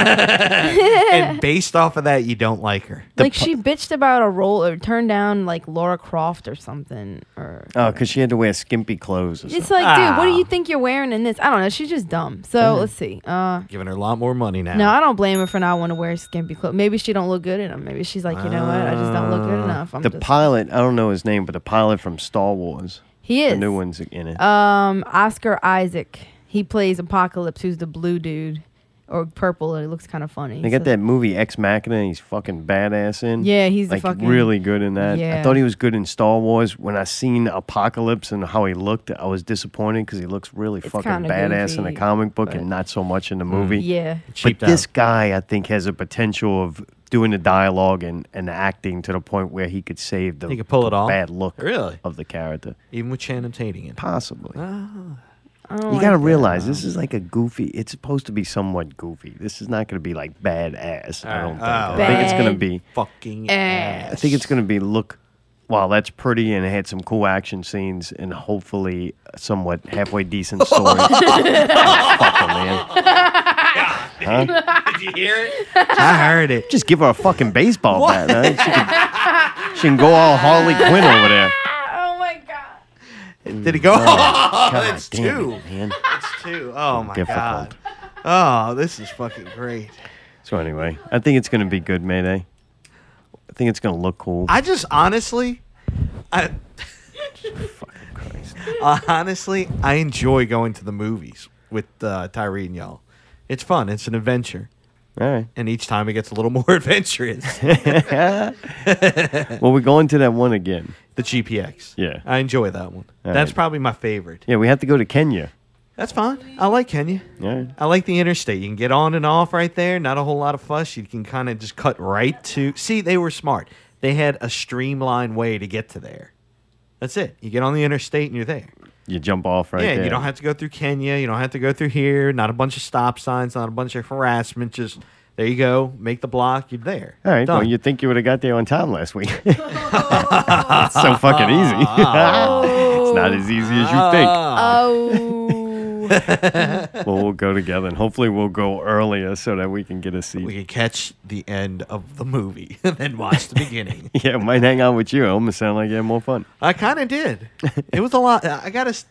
[SPEAKER 1] and based off of that, you don't like her.
[SPEAKER 2] like she bitched about a role or turned down like Laura Croft or something. Or
[SPEAKER 3] Oh, because she had to wear skimpy clothes. Or
[SPEAKER 2] it's
[SPEAKER 3] something.
[SPEAKER 2] like, dude, what do you think you're wearing in this? I don't know. She's just dumb. So
[SPEAKER 1] Mhm.
[SPEAKER 2] let's see. Uh,
[SPEAKER 1] Giving her a lot more money now.
[SPEAKER 2] No, I don't blame her for not wanting to wear skimpy clothes. Maybe she don't look good in them. Maybe she's like, you know what? I just don't look good enough. I'm
[SPEAKER 3] the
[SPEAKER 2] just,
[SPEAKER 3] pilot, I don't know his name, but the pilot from Star Wars.
[SPEAKER 2] He
[SPEAKER 3] The
[SPEAKER 2] is.
[SPEAKER 3] new one's in it.
[SPEAKER 2] um, Oscar Isaac. He plays Apocalypse, who's the blue dude or purple, and it looks kind of funny.
[SPEAKER 3] They got
[SPEAKER 2] So-
[SPEAKER 3] that movie Ex Machina. He's fucking badass in.
[SPEAKER 2] Yeah, he's the
[SPEAKER 3] like
[SPEAKER 2] fucking-
[SPEAKER 3] really good in that. I
[SPEAKER 2] Yeah.
[SPEAKER 3] thought he was good in Star Wars. When I seen Apocalypse and how he looked, I was disappointed because he looks really fucking
[SPEAKER 2] kinda
[SPEAKER 3] badass in the
[SPEAKER 2] goofy, Mm,
[SPEAKER 3] comic book and not so much in the movie.
[SPEAKER 2] Yeah.
[SPEAKER 3] but
[SPEAKER 2] Cheaped out.
[SPEAKER 3] this guy I think has a potential of doing the dialogue and, and the acting to the point where he could save the
[SPEAKER 1] He could pull it
[SPEAKER 3] the
[SPEAKER 1] off?
[SPEAKER 3] bad look
[SPEAKER 1] Really? Ah.
[SPEAKER 3] of the character.
[SPEAKER 1] Even with Channing Tatum in it.
[SPEAKER 3] Possibly.
[SPEAKER 2] I don't
[SPEAKER 3] You
[SPEAKER 2] like
[SPEAKER 3] gotta
[SPEAKER 2] that.
[SPEAKER 3] realize this is like a goofy. It's supposed to be somewhat goofy. This is not gonna be like badass. I don't think.
[SPEAKER 1] Alright. oh,
[SPEAKER 3] I think it's gonna
[SPEAKER 2] Bad
[SPEAKER 3] be
[SPEAKER 1] fucking
[SPEAKER 2] Eh. ass.
[SPEAKER 3] I think it's gonna be look. Wow, that's pretty, and it had some cool action scenes, and hopefully a somewhat halfway
[SPEAKER 1] (laughs)
[SPEAKER 3] decent
[SPEAKER 1] Oh,
[SPEAKER 3] story. Fucking man. (laughs) Huh?
[SPEAKER 1] (laughs) Did you hear it?
[SPEAKER 3] I
[SPEAKER 1] heard it.
[SPEAKER 3] Just give her a fucking baseball
[SPEAKER 1] What?
[SPEAKER 3] bat. Huh? She, can, she can go all Harley Quinn over
[SPEAKER 2] (laughs)
[SPEAKER 3] there.
[SPEAKER 2] Oh
[SPEAKER 1] Did it go? (laughs)
[SPEAKER 3] God,
[SPEAKER 1] Oh,
[SPEAKER 3] God
[SPEAKER 1] it's
[SPEAKER 3] damn
[SPEAKER 1] two.
[SPEAKER 3] it, man.
[SPEAKER 1] (laughs) It's two. Oh my
[SPEAKER 3] Difficult.
[SPEAKER 1] god. Oh, this is fucking great.
[SPEAKER 3] So anyway, I think it's gonna be good, Mayday. I think it's gonna look cool.
[SPEAKER 1] I just honestly, I. (laughs) Uh, honestly, I enjoy going to the movies with uh, Tyree and y'all. It's fun. It's an adventure.
[SPEAKER 3] All right.
[SPEAKER 1] And each time it gets a little (laughs) more
[SPEAKER 3] (laughs)
[SPEAKER 1] adventurous.
[SPEAKER 3] well, we're going to that one again.
[SPEAKER 1] The GPX.
[SPEAKER 3] Yeah.
[SPEAKER 1] I enjoy that one.
[SPEAKER 3] All
[SPEAKER 1] That's
[SPEAKER 3] right.
[SPEAKER 1] probably my favorite.
[SPEAKER 3] Yeah, we have to go to Kenya.
[SPEAKER 1] That's fine. I like Kenya.
[SPEAKER 3] Yeah.
[SPEAKER 1] I like the interstate. You can get on and off right there. Not a whole lot of fuss. You can kind of just cut right to. See, they were smart. They had a streamlined way to get to there. That's it. You get on the interstate and you're there.
[SPEAKER 3] You jump off right
[SPEAKER 1] yeah,
[SPEAKER 3] there.
[SPEAKER 1] you don't have to go through Kenya. You don't have to go through here. Not a bunch of stop signs. Not a bunch of harassment. Just there you go. Make the block. You're there.
[SPEAKER 3] All right.
[SPEAKER 1] Done.
[SPEAKER 3] Well, you'd think you would have got there on time last week. (laughs) it's so fucking easy. (laughs) it's not as easy as you think.
[SPEAKER 2] (laughs)
[SPEAKER 9] Oh.
[SPEAKER 2] Oh.
[SPEAKER 3] Well, we'll go together, and hopefully, we'll go earlier so that we can get a seat.
[SPEAKER 1] We can catch the end of the movie and (laughs) then watch the beginning.
[SPEAKER 3] (laughs) Yeah, might hang out with you. It almost sound like you had more fun.
[SPEAKER 1] I kind of did. It was a lot. I got to.
[SPEAKER 3] (laughs)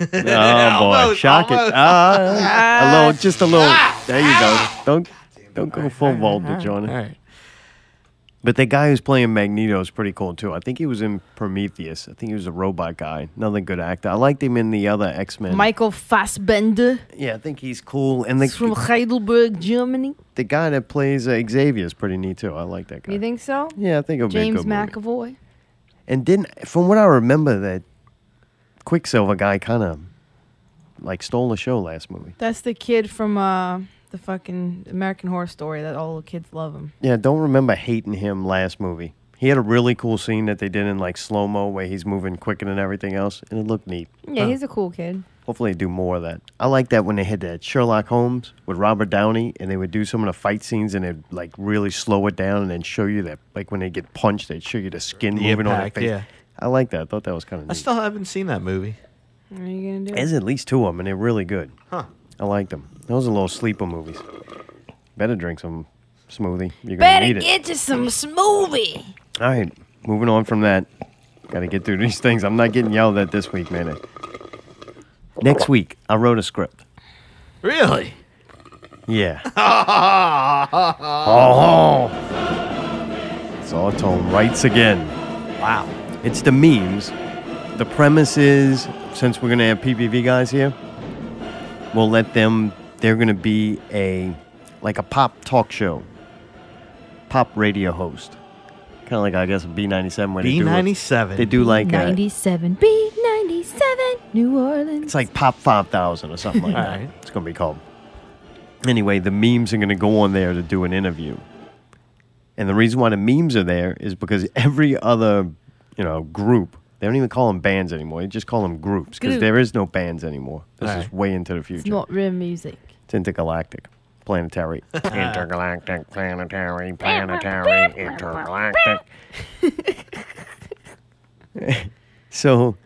[SPEAKER 3] Oh
[SPEAKER 1] (laughs)
[SPEAKER 3] boy, shock it! Ah, a little, just a little. There you go. Don't don't go full voltage on it. But the guy who's playing Magneto is pretty cool too. I think he was in Prometheus. I think he was a robot guy. Another good actor. I liked him in the other X Men.
[SPEAKER 2] Michael Fassbender
[SPEAKER 3] Yeah, I think he's cool. And the
[SPEAKER 2] is from Heidelberg, Germany.
[SPEAKER 3] the guy that plays uh, Xavier is pretty neat too. I like that guy.
[SPEAKER 2] You think so?
[SPEAKER 3] Yeah, I think it'll be a
[SPEAKER 2] James
[SPEAKER 3] good movie.
[SPEAKER 2] McAvoy.
[SPEAKER 3] And didn't, from what I remember, that Quicksilver guy kind of like stole the show last movie.
[SPEAKER 2] That's the kid from uh, the fucking American Horror Story that all the kids love him.
[SPEAKER 3] Yeah, don't remember hating him last movie. He had a really cool scene that they did in like slow mo where he's moving quicker than everything else, and it looked neat.
[SPEAKER 2] Yeah, he's a cool kid.
[SPEAKER 3] Hopefully, they do more of that. I like that when they had that Sherlock Holmes with Robert Downey, and they would do some of the fight scenes, and they'd like really slow it down, and then show you that like when they get punched, they'd show you the skin
[SPEAKER 1] The
[SPEAKER 3] moving
[SPEAKER 1] impact,
[SPEAKER 3] on their face.
[SPEAKER 1] yeah.
[SPEAKER 3] I like that. I thought that was kind of
[SPEAKER 1] I
[SPEAKER 3] neat.
[SPEAKER 1] still haven't seen that movie.
[SPEAKER 2] What are you gonna do?
[SPEAKER 3] There's at least two of them, and they're really good.
[SPEAKER 1] Huh.
[SPEAKER 3] I like them. Those are little sleeper movies. Better drink some smoothie. You're gonna
[SPEAKER 2] Better
[SPEAKER 3] need it.
[SPEAKER 2] get you some smoothie.
[SPEAKER 3] All right, moving on from that. Got to get through these things. I'm not getting yelled at this week, man. Next week, I wrote a script.
[SPEAKER 1] Really?
[SPEAKER 3] Yeah.
[SPEAKER 1] oh.
[SPEAKER 3] Oh. Sawtone writes again.
[SPEAKER 1] Wow.
[SPEAKER 3] It's the memes. The premise is since we're going to have PPV guys here, we'll let them, they're going to be a, like a pop talk show, pop radio host. Kind of like, I guess, B97 where they do.
[SPEAKER 1] B97.
[SPEAKER 3] They do like uh, a,
[SPEAKER 2] 97 B 97 New Orleans.
[SPEAKER 3] It's like Pop 5000 or something like that.
[SPEAKER 2] Alright.
[SPEAKER 3] It's going to be called. Anyway, the memes are going to go on there to do an interview. And the reason why the memes are there is because every other, you know, group, they don't even call them bands anymore. They just call them groups because
[SPEAKER 2] Group.
[SPEAKER 3] there is no bands anymore. This is
[SPEAKER 2] Alright.
[SPEAKER 3] way into the
[SPEAKER 2] It's
[SPEAKER 3] future.
[SPEAKER 2] not real music.
[SPEAKER 3] It's intergalactic, planetary.
[SPEAKER 18] Intergalactic,
[SPEAKER 2] (laughs)
[SPEAKER 18] planetary, planetary, intergalactic.
[SPEAKER 3] (laughs) So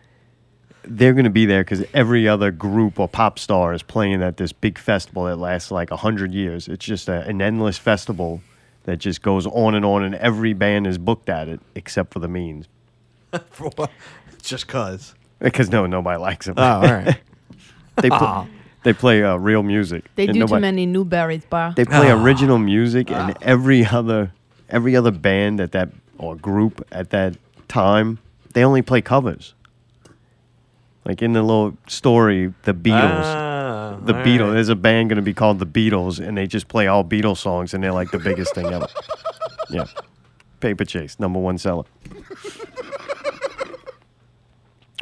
[SPEAKER 3] they're going to be there because every other group or pop star is playing at this big festival that lasts like 100 years. It's just a, an endless festival that just goes on and on, and every band is booked at it except for the means.
[SPEAKER 1] For what? Just cause.
[SPEAKER 3] Because no, nobody likes them.
[SPEAKER 1] Oh, all right.
[SPEAKER 3] (laughs) they, pl-
[SPEAKER 1] Aw.
[SPEAKER 3] they play uh, real music.
[SPEAKER 2] They
[SPEAKER 3] and
[SPEAKER 2] do too
[SPEAKER 3] nobody-
[SPEAKER 2] many Newberries bar.
[SPEAKER 3] They play
[SPEAKER 1] Ah.
[SPEAKER 3] original music, and every other every other band at that or group at that time, they only play covers. Like in the little story, the Beatles,
[SPEAKER 1] Ah,
[SPEAKER 3] the
[SPEAKER 1] all
[SPEAKER 3] Beatles.
[SPEAKER 1] right.
[SPEAKER 3] There's a band going to be called the Beatles, and they just play all Beatles songs, and they're like the biggest thing
[SPEAKER 1] (laughs)
[SPEAKER 3] ever. Yeah, Paper Chase, number one seller.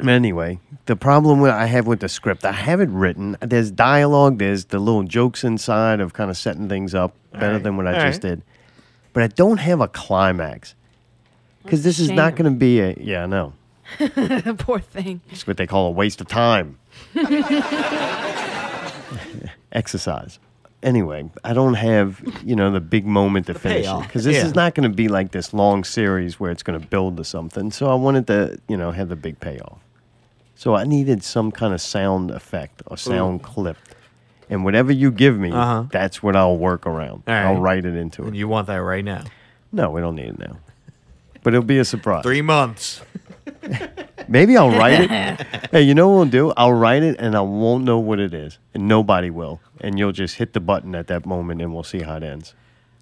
[SPEAKER 3] Anyway, the problem with, I have with the script, I have it written. There's dialogue, there's the little jokes inside of kind of setting things up better than what I
[SPEAKER 18] all
[SPEAKER 3] just
[SPEAKER 18] right.
[SPEAKER 3] did. But I don't have a climax because this is not
[SPEAKER 18] shame.
[SPEAKER 3] going to be a. Yeah, I know.
[SPEAKER 2] (laughs)
[SPEAKER 3] (laughs)
[SPEAKER 2] Poor thing.
[SPEAKER 3] It's what they call a waste of time. Exercise. Anyway, I don't have, you know, the big moment to finish it
[SPEAKER 19] payoff.
[SPEAKER 3] because this
[SPEAKER 19] Yeah.
[SPEAKER 3] is not going to be like this long series where it's going to build to something. So I wanted to, you know, have the big payoff. So I needed some kind of sound effect or sound clip. And whatever you give me,
[SPEAKER 1] Mm. Uh-huh.
[SPEAKER 3] that's what I'll work around.
[SPEAKER 1] All
[SPEAKER 3] I'll
[SPEAKER 1] right.
[SPEAKER 3] write it into it.
[SPEAKER 1] And you want that right now?
[SPEAKER 3] No, we don't need it now. But it'll be a surprise.
[SPEAKER 1] Three months.
[SPEAKER 3] (laughs) Maybe I'll write
[SPEAKER 1] (laughs)
[SPEAKER 3] it. hey, you know what we'll do? I'll write it and I won't know what it is. And nobody will. And you'll just hit the button at that moment and we'll see how it ends.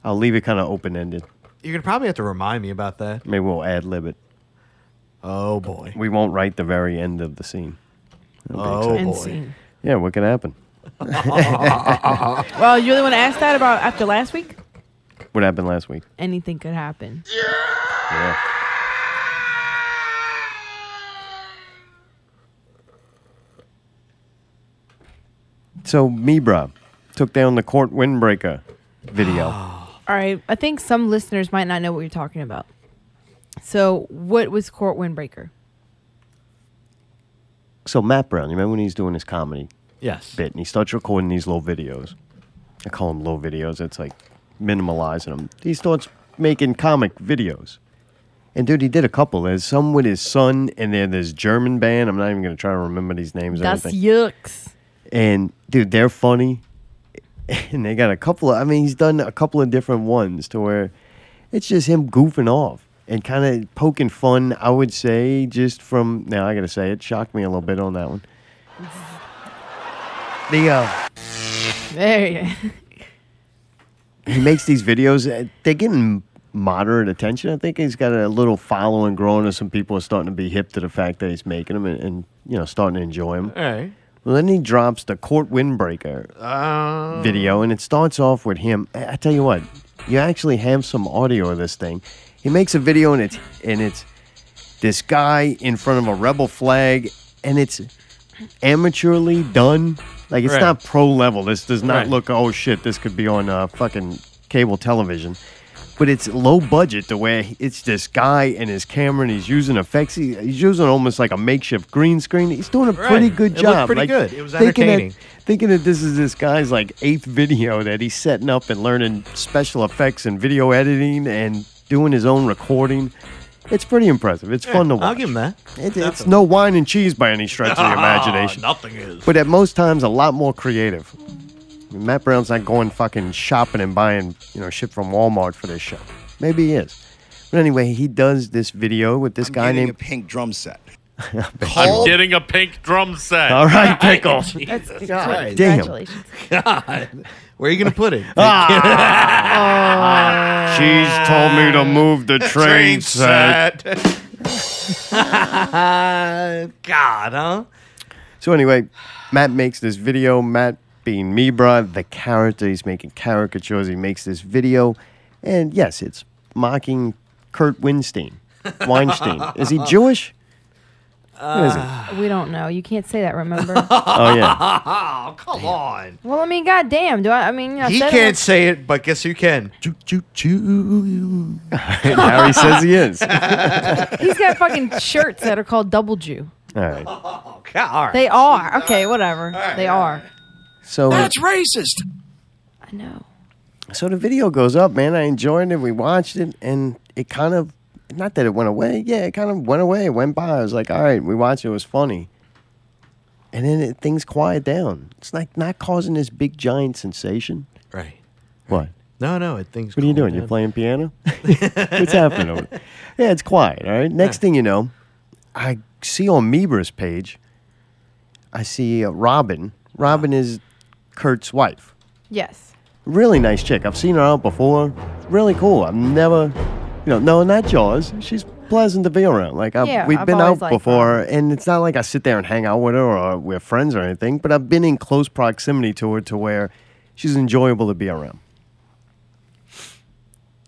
[SPEAKER 3] I'll leave it kind of open ended.
[SPEAKER 1] You're gonna probably have to remind me about that.
[SPEAKER 3] Maybe we'll ad lib it.
[SPEAKER 1] Oh boy.
[SPEAKER 3] We won't write the very end of the scene. That'll be
[SPEAKER 1] Oh,
[SPEAKER 3] exciting.
[SPEAKER 1] End boy. scene.
[SPEAKER 3] Yeah, what could
[SPEAKER 1] (laughs)
[SPEAKER 3] happen? Uh-huh.
[SPEAKER 2] Well, you really want to ask that about after last week?
[SPEAKER 3] what happened last week?
[SPEAKER 2] Anything could happen.
[SPEAKER 3] Yeah. So Mibra took down the court windbreaker video.
[SPEAKER 2] All right. I think some listeners might not know what you're talking about. So, what was Court Windbreaker?
[SPEAKER 3] so Matt Brown, you remember when he's doing his comedy
[SPEAKER 1] Yes.
[SPEAKER 3] bit and he starts recording these little videos. I call them little videos. It's like minimalizing them. He starts making comic videos. And dude, he did a couple. There's some with his son, and then there's German band. I'm not even gonna try to remember these names. or
[SPEAKER 2] That's
[SPEAKER 3] anything.
[SPEAKER 2] yucks.
[SPEAKER 3] and dude, they're funny. (laughs) And they got a couple of, I mean, he's done a couple of different ones to where it's just him goofing off and kind of poking fun, I would say, just from, now I got to say, it shocked me a little bit on that one. (laughs) The, uh,
[SPEAKER 2] There you
[SPEAKER 3] he makes these videos, uh, they're getting moderate attention. I think he's got a little following growing, and some people are starting to be hip to the fact that he's making them and, and you know, starting to enjoy them.
[SPEAKER 1] All right.
[SPEAKER 3] Well, then he drops the court windbreaker
[SPEAKER 1] Uh,
[SPEAKER 3] video, and it starts off with him. I I tell you what, you actually have some audio of this thing. He makes a video, and it's and it's this guy in front of a rebel flag, and it's amateurly done. Like it's
[SPEAKER 19] Right.
[SPEAKER 3] not pro level. This does not
[SPEAKER 19] Right.
[SPEAKER 3] look. Oh shit, this could be on uh, fucking cable television. But it's low budget the way it's this guy and his camera and he's using effects. He, he's using almost like a makeshift green screen. He's doing a pretty
[SPEAKER 1] Right.
[SPEAKER 3] good
[SPEAKER 1] It looked
[SPEAKER 3] job.
[SPEAKER 1] pretty
[SPEAKER 3] like,
[SPEAKER 1] good. It was
[SPEAKER 3] thinking that-
[SPEAKER 1] entertaining.
[SPEAKER 3] thinking that this is this guy's like eighth video that he's setting up and learning special effects and video editing and doing his own recording. It's pretty impressive. It's fun to watch.
[SPEAKER 1] I'll give him that.
[SPEAKER 3] It- it's no wine and cheese by any stretch of the imagination.
[SPEAKER 1] Ah, Nothing is.
[SPEAKER 3] But at most times, a lot more creative. I mean, Matt Brown's not going fucking shopping and buying, you know, shit from Walmart for this show. Maybe he is. But anyway, he does this video with this guy named (laughs) Pink Drum Set.
[SPEAKER 20] I'm getting a pink drum set.
[SPEAKER 3] All
[SPEAKER 1] (laughs)
[SPEAKER 3] right, Pickle.
[SPEAKER 20] Jesus
[SPEAKER 1] That's-
[SPEAKER 20] Christ.
[SPEAKER 3] Damn.
[SPEAKER 1] God. Where are you gonna
[SPEAKER 3] (laughs)
[SPEAKER 1] put it?
[SPEAKER 3] Ah. She's told me to move (laughs) the train, set.
[SPEAKER 1] (laughs) God, huh?
[SPEAKER 3] So anyway, Matt makes this video. Matt being Mibra, the character, he's making caricatures. He makes this video, and yes, it's mocking Kurt Weinstein. Weinstein is he Jewish? What is it?
[SPEAKER 2] (sighs) we don't know. You can't say that, remember?
[SPEAKER 3] (laughs) Oh yeah.
[SPEAKER 1] (laughs) Oh, come on.
[SPEAKER 2] Well, I mean, goddamn. Do I? I mean, I
[SPEAKER 1] He
[SPEAKER 2] said it
[SPEAKER 1] can't
[SPEAKER 2] was-
[SPEAKER 1] say it, but guess who can? Choo, choo,
[SPEAKER 3] (laughs)
[SPEAKER 1] choo.
[SPEAKER 3] Harry says he is.
[SPEAKER 1] (laughs)
[SPEAKER 3] All (laughs)
[SPEAKER 2] He's got fucking shirts that are called Double Jew.
[SPEAKER 3] right.
[SPEAKER 1] God.
[SPEAKER 2] They are. Okay, whatever. they are.
[SPEAKER 3] So
[SPEAKER 2] racist. I know.
[SPEAKER 3] so the video goes up, man. I enjoyed it. We watched it, and it kind of not that it went away. Yeah, it kind of went away. It went by. I was like, all right, we watched it. It was funny. And then it, things quiet down. It's like not causing this big giant sensation.
[SPEAKER 1] Right.
[SPEAKER 3] What?
[SPEAKER 1] No, no, it things.
[SPEAKER 3] What are you doing? You're playing
[SPEAKER 1] (laughs)
[SPEAKER 3] piano? What's happening? Over there? Yeah, it's quiet. All right. Next thing you know, I see on Mebra's page, I see uh, Robin. Robin is Kurt's wife.
[SPEAKER 2] Yes.
[SPEAKER 3] Really nice chick. I've seen her out before. Really cool. I've never, you know, no, not Jaws. She's pleasant to be around. Like I've,
[SPEAKER 19] Yeah,
[SPEAKER 3] we've
[SPEAKER 19] I've
[SPEAKER 3] been
[SPEAKER 19] always
[SPEAKER 3] out
[SPEAKER 19] liked
[SPEAKER 3] before, and it's not like I sit there and hang out with her or we're friends or anything. But I've been in close proximity to her to where she's enjoyable to be around.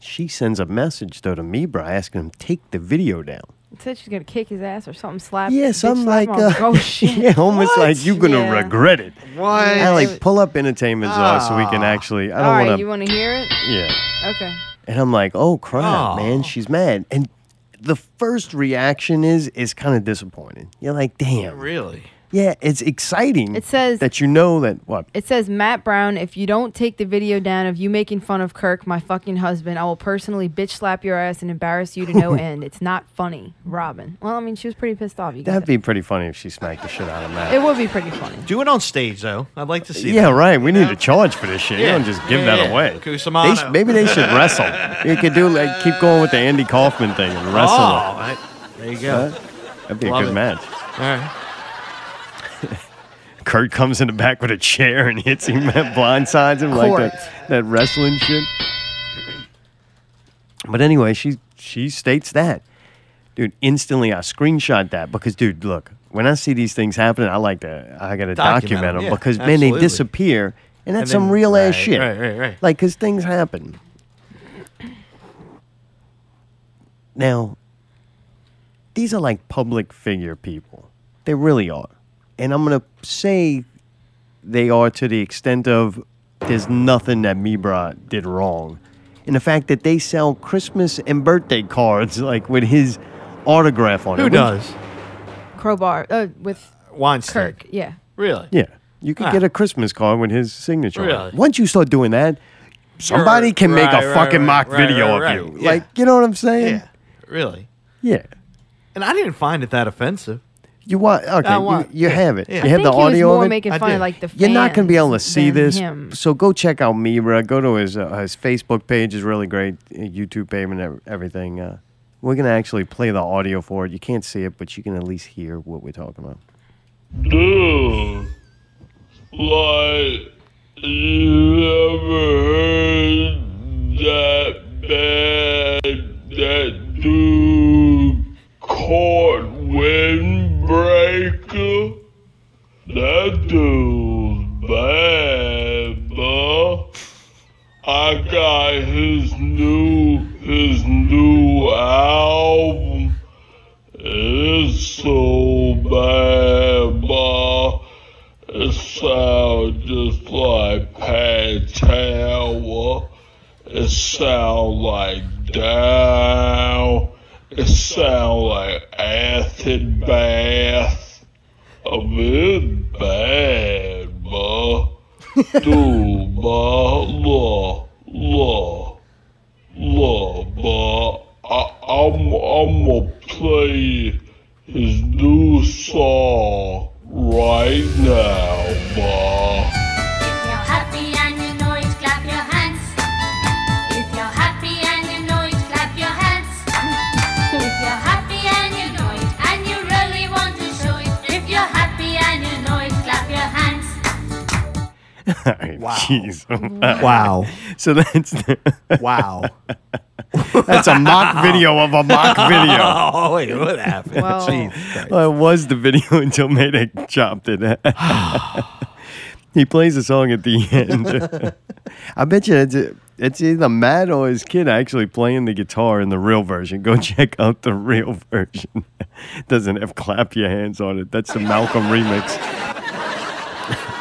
[SPEAKER 3] She sends a message though to Mibra asking him to take the video down. (laughs)
[SPEAKER 2] Said she's gonna kick his ass or something. Slap.
[SPEAKER 3] Yeah,
[SPEAKER 2] bitch,
[SPEAKER 3] something
[SPEAKER 2] slap
[SPEAKER 3] like
[SPEAKER 2] him. I was
[SPEAKER 3] uh, (laughs)
[SPEAKER 2] like, oh
[SPEAKER 19] (laughs)
[SPEAKER 2] shit.
[SPEAKER 3] yeah, almost like you're gonna
[SPEAKER 2] Yeah.
[SPEAKER 3] regret it.
[SPEAKER 2] What?
[SPEAKER 3] Alec, pull up entertainment czar so we can actually. I
[SPEAKER 2] All right,
[SPEAKER 3] don't want
[SPEAKER 2] you want to hear it?
[SPEAKER 3] Yeah.
[SPEAKER 2] Okay.
[SPEAKER 3] And I'm like, oh crap, man, she's mad. And the first reaction is is kind of disappointing. You're like, damn.
[SPEAKER 1] Really?
[SPEAKER 3] Yeah, it's exciting.
[SPEAKER 2] It says-
[SPEAKER 3] that you know that what
[SPEAKER 2] It says Matt Brown, if you don't take the video down of you making fun of Kirk, my fucking husband, I will personally bitch slap your ass and embarrass you
[SPEAKER 3] (laughs)
[SPEAKER 2] to no end. It's not funny, Robin. Well, I mean, she was pretty pissed off. You guys.
[SPEAKER 3] that'd be pretty funny if she smacked the shit out of Matt.
[SPEAKER 2] It would be pretty funny.
[SPEAKER 1] Do it on stage though. I'd like to see.
[SPEAKER 3] yeah,
[SPEAKER 1] that.
[SPEAKER 3] right. We need to charge for this shit.
[SPEAKER 1] Yeah.
[SPEAKER 3] You don't just give
[SPEAKER 1] Yeah,
[SPEAKER 3] that
[SPEAKER 1] yeah.
[SPEAKER 3] away.
[SPEAKER 1] Cusimano.
[SPEAKER 3] They sh- maybe they should wrestle. You could do like keep going with the Andy Kaufman thing and
[SPEAKER 1] Oh,
[SPEAKER 3] wrestle. them.
[SPEAKER 1] I- there you go.
[SPEAKER 3] Huh? That'd be a
[SPEAKER 1] Love
[SPEAKER 3] good
[SPEAKER 1] it.
[SPEAKER 3] match.
[SPEAKER 1] All right.
[SPEAKER 3] Kurt comes in the back with a chair and hits him (laughs) at blindsides him like
[SPEAKER 1] Court.
[SPEAKER 3] that, that wrestling shit. But anyway, she she states that. Dude, instantly I screenshot that because dude, look, when I see these things happening, I like to I gotta document,
[SPEAKER 1] Document 'em,
[SPEAKER 3] them
[SPEAKER 1] yeah,
[SPEAKER 3] because man, they
[SPEAKER 1] absolutely.
[SPEAKER 3] disappear and that's
[SPEAKER 1] And
[SPEAKER 3] some
[SPEAKER 1] then-
[SPEAKER 3] real ass
[SPEAKER 1] right,
[SPEAKER 3] shit.
[SPEAKER 1] right, right, right.
[SPEAKER 3] Like cause things happen. Now, these are like public figure people. They really are. And I'm going to say they are to the extent of there's nothing that Mibra did wrong. And the fact that they sell Christmas and birthday cards like with his autograph on it.
[SPEAKER 1] Who
[SPEAKER 3] which-
[SPEAKER 1] does?
[SPEAKER 2] Crowbar uh, with
[SPEAKER 1] Weinstein.
[SPEAKER 2] Kirk. Yeah.
[SPEAKER 1] Really?
[SPEAKER 3] Yeah. You could
[SPEAKER 1] Ah.
[SPEAKER 3] get a Christmas card with his signature. on it.
[SPEAKER 1] Really?
[SPEAKER 3] Once you start doing that, somebody can make
[SPEAKER 1] Right,
[SPEAKER 3] a
[SPEAKER 1] right,
[SPEAKER 3] fucking
[SPEAKER 1] right,
[SPEAKER 3] mock
[SPEAKER 1] right,
[SPEAKER 3] video
[SPEAKER 1] right,
[SPEAKER 3] of
[SPEAKER 1] right.
[SPEAKER 3] you.
[SPEAKER 1] Yeah.
[SPEAKER 3] Like, you know what I'm saying?
[SPEAKER 1] Yeah. Really.
[SPEAKER 3] Yeah.
[SPEAKER 1] And I didn't find it that offensive.
[SPEAKER 3] You want okay?
[SPEAKER 1] I
[SPEAKER 3] you-
[SPEAKER 1] want-
[SPEAKER 3] you,
[SPEAKER 1] yeah,
[SPEAKER 3] have it.
[SPEAKER 1] yeah.
[SPEAKER 3] You
[SPEAKER 1] I
[SPEAKER 3] have the
[SPEAKER 1] think he was
[SPEAKER 3] audio
[SPEAKER 1] more
[SPEAKER 3] of it.
[SPEAKER 1] making
[SPEAKER 2] I fun of, did. like, the
[SPEAKER 3] You're not gonna be able to see
[SPEAKER 2] than
[SPEAKER 3] this.
[SPEAKER 2] him.
[SPEAKER 3] So go check out Mibra. Go to his uh, his Facebook page is really great. uh, YouTube page and ev- everything. Uh, we're gonna actually play the audio for it. You can't see it, but you can at least hear what we're talking about. (laughs)
[SPEAKER 19] Dude, like, you ever heard that band that dude caught Windbreaker? That dude's bad, bruh. I got his new, his new album. It's so bad, Ma. It sounds just like Pantera. It sounds like Down. It sounds like Acid Bath. I mean, it's bad, Ma. Dude, Ma, look, look. Look, but I, I'm I'm gonna play his new song right now, but
[SPEAKER 21] If you're happy and you know it, clap your hands. If you're happy and you know it, clap your hands. If you're happy and you know it, and you really want to show it. If you're happy and you know it, clap your hands.
[SPEAKER 3] wow.
[SPEAKER 1] Wow.
[SPEAKER 3] (laughs) So that's
[SPEAKER 1] wow.
[SPEAKER 3] (laughs) That's a
[SPEAKER 1] (laughs)
[SPEAKER 3] mock video of a mock video.
[SPEAKER 1] Oh, wait, what happened?
[SPEAKER 3] Well-
[SPEAKER 1] Jeez.
[SPEAKER 3] Well, it was the video (laughs) until Mayday chopped it. (laughs) he plays a song at the
[SPEAKER 1] (laughs)
[SPEAKER 3] end. I bet you it's, it's either Matt or his kid actually playing the guitar in the real version. Go (laughs) check out the real version. (laughs) Doesn't have clap your hands on it. That's the Malcolm remix.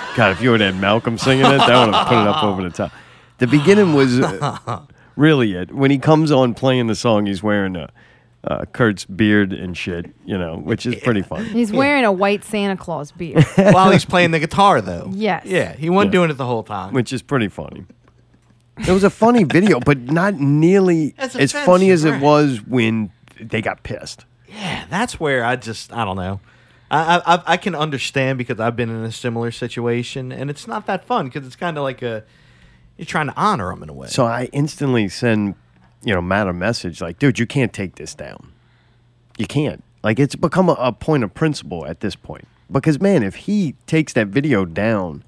[SPEAKER 3] (laughs) God, if you would have had Malcolm singing it, that would have put it up over the top. The beginning was
[SPEAKER 1] (laughs)
[SPEAKER 3] uh, really it. When he comes on playing the song, he's wearing a. Uh, Kurt's beard and shit, you know, which is pretty fun.
[SPEAKER 2] He's wearing a white Santa
[SPEAKER 1] (laughs)
[SPEAKER 2] Claus beard.
[SPEAKER 1] While he's playing the guitar, though.
[SPEAKER 2] Yes.
[SPEAKER 1] Yeah, he wasn't
[SPEAKER 3] Yeah.
[SPEAKER 1] doing it the whole time.
[SPEAKER 3] which is pretty funny. It was a funny video, but not nearly
[SPEAKER 1] That's
[SPEAKER 3] as funny as
[SPEAKER 1] offensive,
[SPEAKER 3] it
[SPEAKER 1] right.
[SPEAKER 3] was when they got pissed.
[SPEAKER 1] Yeah, that's where I just I don't know. I I, I- I can understand because I've been in a similar situation, and it's not that fun because it's kind of like a you're trying to honor them in
[SPEAKER 3] (laughs)
[SPEAKER 1] a way.
[SPEAKER 3] So I instantly send, you know, Matt a message like, dude, you can't take this down. You can't. Like, it's become a, a point of principle at this point. Because, man, if he takes that video down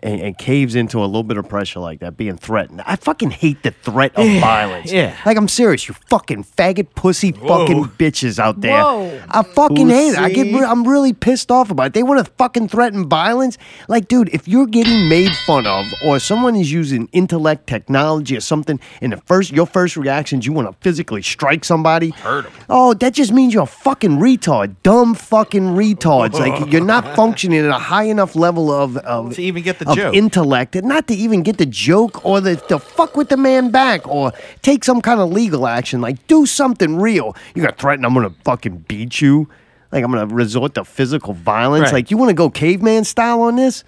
[SPEAKER 3] and, and caves into a little bit of pressure like that, being threatened, I fucking hate the threat of
[SPEAKER 1] Yeah,
[SPEAKER 3] violence.
[SPEAKER 1] yeah.
[SPEAKER 3] Like, I'm serious. You fucking faggot, pussy, fucking
[SPEAKER 1] Whoa.
[SPEAKER 3] bitches out there.
[SPEAKER 1] Whoa.
[SPEAKER 3] I fucking hate it. I get.
[SPEAKER 1] Pussy.
[SPEAKER 3] re- I'm really pissed off about it. They want to fucking threaten violence. Like, dude, if you're getting made fun of, or someone is using intellect, technology, or something, and the first your first reactions, you want to physically strike somebody. Hurt
[SPEAKER 22] 'em.
[SPEAKER 3] Oh, that just means you're a fucking retard,
[SPEAKER 1] (laughs)
[SPEAKER 3] dumb fucking retards. like you're not functioning at a high enough level of, of
[SPEAKER 1] To even get
[SPEAKER 3] of
[SPEAKER 1] the
[SPEAKER 3] of
[SPEAKER 1] joke.
[SPEAKER 3] intellect, and not to even get the joke or the, the fuck with the man back or take some kind of legal action. Like, do something real. You're going to threaten I'm going to fucking beat you. Like, I'm going to resort to physical violence.
[SPEAKER 2] Right.
[SPEAKER 3] Like, you want to go caveman style on this?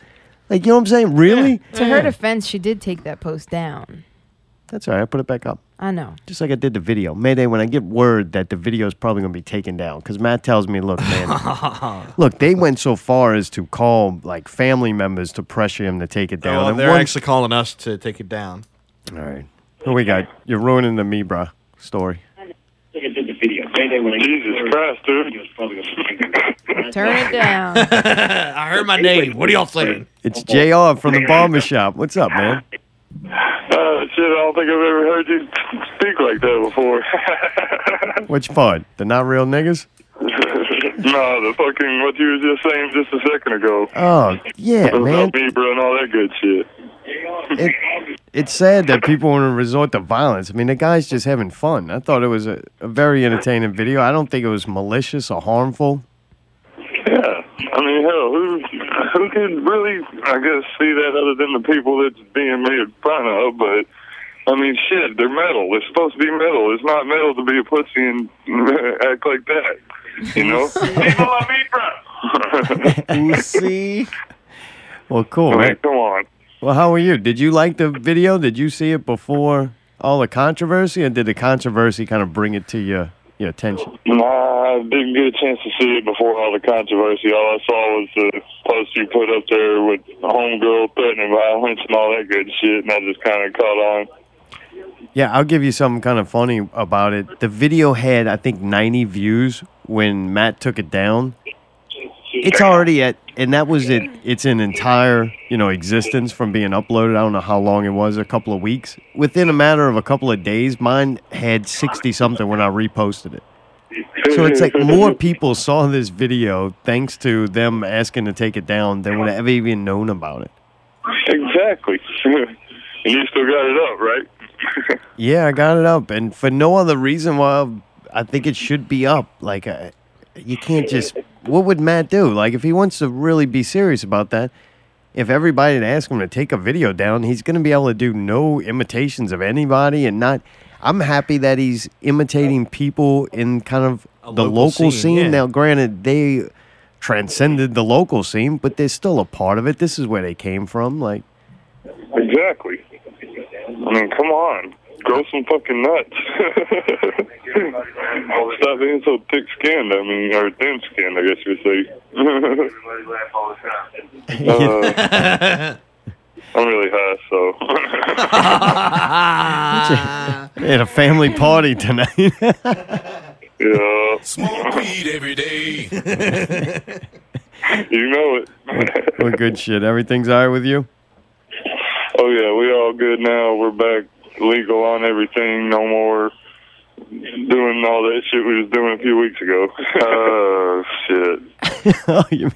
[SPEAKER 3] Like, you know what I'm saying? Really?
[SPEAKER 2] To her defense, she did take that post down.
[SPEAKER 3] That's all right. I put it back up.
[SPEAKER 2] I know.
[SPEAKER 3] Just like I did the video. Mayday, when I get word that the video is probably going to be taken down, because Matt tells me, look,
[SPEAKER 1] (laughs)
[SPEAKER 3] man, look, they went so far as to call like family members to pressure him to take it down.
[SPEAKER 1] Oh,
[SPEAKER 3] And
[SPEAKER 1] they're
[SPEAKER 3] one-
[SPEAKER 1] actually calling us to take it down.
[SPEAKER 3] All right. Who we got? You're ruining the Mibra story.
[SPEAKER 8] Jesus Christ, dude.
[SPEAKER 2] Turn it down.
[SPEAKER 1] (laughs) I heard my name. What are y'all saying?
[SPEAKER 3] It's JR from the Bomber Shop. What's up, man?
[SPEAKER 8] Oh, shit, I don't think I've ever heard you speak like that before. (laughs)
[SPEAKER 3] Which part? The not real niggas?
[SPEAKER 8] no, the fucking, what you were just saying just a second ago.
[SPEAKER 3] Oh, yeah,
[SPEAKER 8] About
[SPEAKER 3] man.
[SPEAKER 8] Bieber and all that good shit.
[SPEAKER 3] It, it's sad that people want to resort to violence. I mean, the guy's just having fun. I thought it was a, a very entertaining video. I don't think it was malicious or harmful.
[SPEAKER 8] Yeah, I mean, hell, who who can really, I guess, see that other than the people that's being made fun of? But I mean, shit, they're metal. It's supposed to be metal. It's not metal to be a pussy and (laughs) act like that. You
[SPEAKER 3] (laughs)
[SPEAKER 8] know? (laughs)
[SPEAKER 3] You see? Well, cool,
[SPEAKER 8] I mean,
[SPEAKER 3] man.
[SPEAKER 8] come on.
[SPEAKER 3] Well, how are you? Did you like the video? Did you see it before all the controversy, or did the controversy kind of bring it to your your attention?
[SPEAKER 8] Nah, I didn't get a chance to see it before all the controversy. All I saw was the post you put up there with homegirl threatening violence and all that good shit, and I just kind of caught on.
[SPEAKER 3] Yeah, I'll give you something kind of funny about it. The video had, I think, 90 views when Matt took it down. It's already at, and that was it. It's an entire, you know, existence from being uploaded. I don't know how long it was, a couple of weeks. Within a matter of a couple of days, mine had 60 something when I reposted it. So it's like more people saw this video thanks to them asking to take it down than would have ever even known about it.
[SPEAKER 8] Exactly. (laughs) and you still got it up, right?
[SPEAKER 3] Yeah, I got it up, and for no other reason why I think it should be up. Like, uh, you can't just. What would Matt do? Like, if he wants to really be serious about that, if everybody had asked him to take a video down, he's going to be able to do no imitations of anybody and not. I'm happy that he's imitating people in kind of the
[SPEAKER 1] local
[SPEAKER 3] local,
[SPEAKER 1] scene,
[SPEAKER 3] scene.
[SPEAKER 1] yeah.
[SPEAKER 3] Now, granted, they transcended the local scene, but they're still a part of it. This is where they came from. Like,
[SPEAKER 8] Exactly. I mean, come on. Grow some fucking nuts. (laughs) Stop being so thick skinned. I mean, or thin skinned, I guess you would (laughs) say. Uh, (laughs) I'm really high,
[SPEAKER 3] (laughs)
[SPEAKER 8] so. (laughs)
[SPEAKER 3] they had a family party tonight. (laughs)
[SPEAKER 8] yeah. Smoke weed every day. (laughs) you know it.
[SPEAKER 3] well, good shit. Everything's all right with you?
[SPEAKER 8] Oh yeah, we all good now. We're back legal on everything. No more doing all that shit we was doing a few weeks ago. (laughs) Oh shit!
[SPEAKER 3] oh, (laughs) you,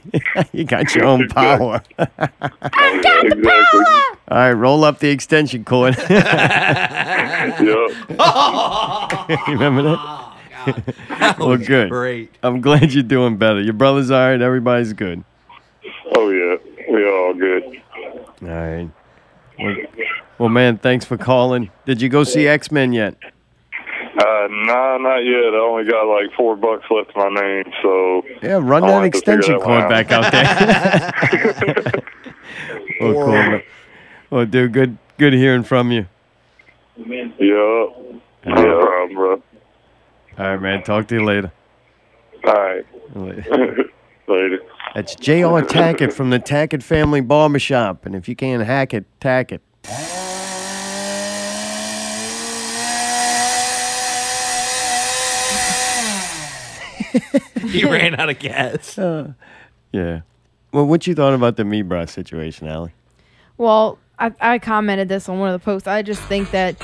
[SPEAKER 3] you got your own power.
[SPEAKER 8] I've got the
[SPEAKER 3] All right, roll up the extension cord. (laughs) Remember that?
[SPEAKER 1] Oh,
[SPEAKER 3] (laughs)
[SPEAKER 1] That
[SPEAKER 3] well,
[SPEAKER 1] was
[SPEAKER 3] good.
[SPEAKER 1] great.
[SPEAKER 3] I'm glad you're doing better. Your brother's all right. Everybody's good.
[SPEAKER 8] Oh yeah, we all good.
[SPEAKER 3] All right. Well, well, man, thanks for calling. Did you go see X Men yet?
[SPEAKER 8] Uh, nah, not yet. I only got like four bucks left in my name, so
[SPEAKER 3] Yeah, run
[SPEAKER 8] I'll
[SPEAKER 3] that
[SPEAKER 8] have to figure
[SPEAKER 3] extension
[SPEAKER 8] that
[SPEAKER 3] cord
[SPEAKER 8] one
[SPEAKER 3] back out
[SPEAKER 8] (laughs)
[SPEAKER 3] there. (laughs) well, Oh, cool. man. Well, dude, good, good hearing from you.
[SPEAKER 8] yeah, yeah, um, bro.
[SPEAKER 3] All right, man. Talk to you later.
[SPEAKER 8] All right, (laughs) later.
[SPEAKER 3] That's J.R. Tackett from the Tackett Family Barbershop. And if you can't hack it, tack it.
[SPEAKER 1] (laughs) He ran out of gas.
[SPEAKER 3] Uh. Yeah. Well, what you thought about the Mebra situation, Allie?
[SPEAKER 2] Well, I, I commented this on one of the posts. I just think that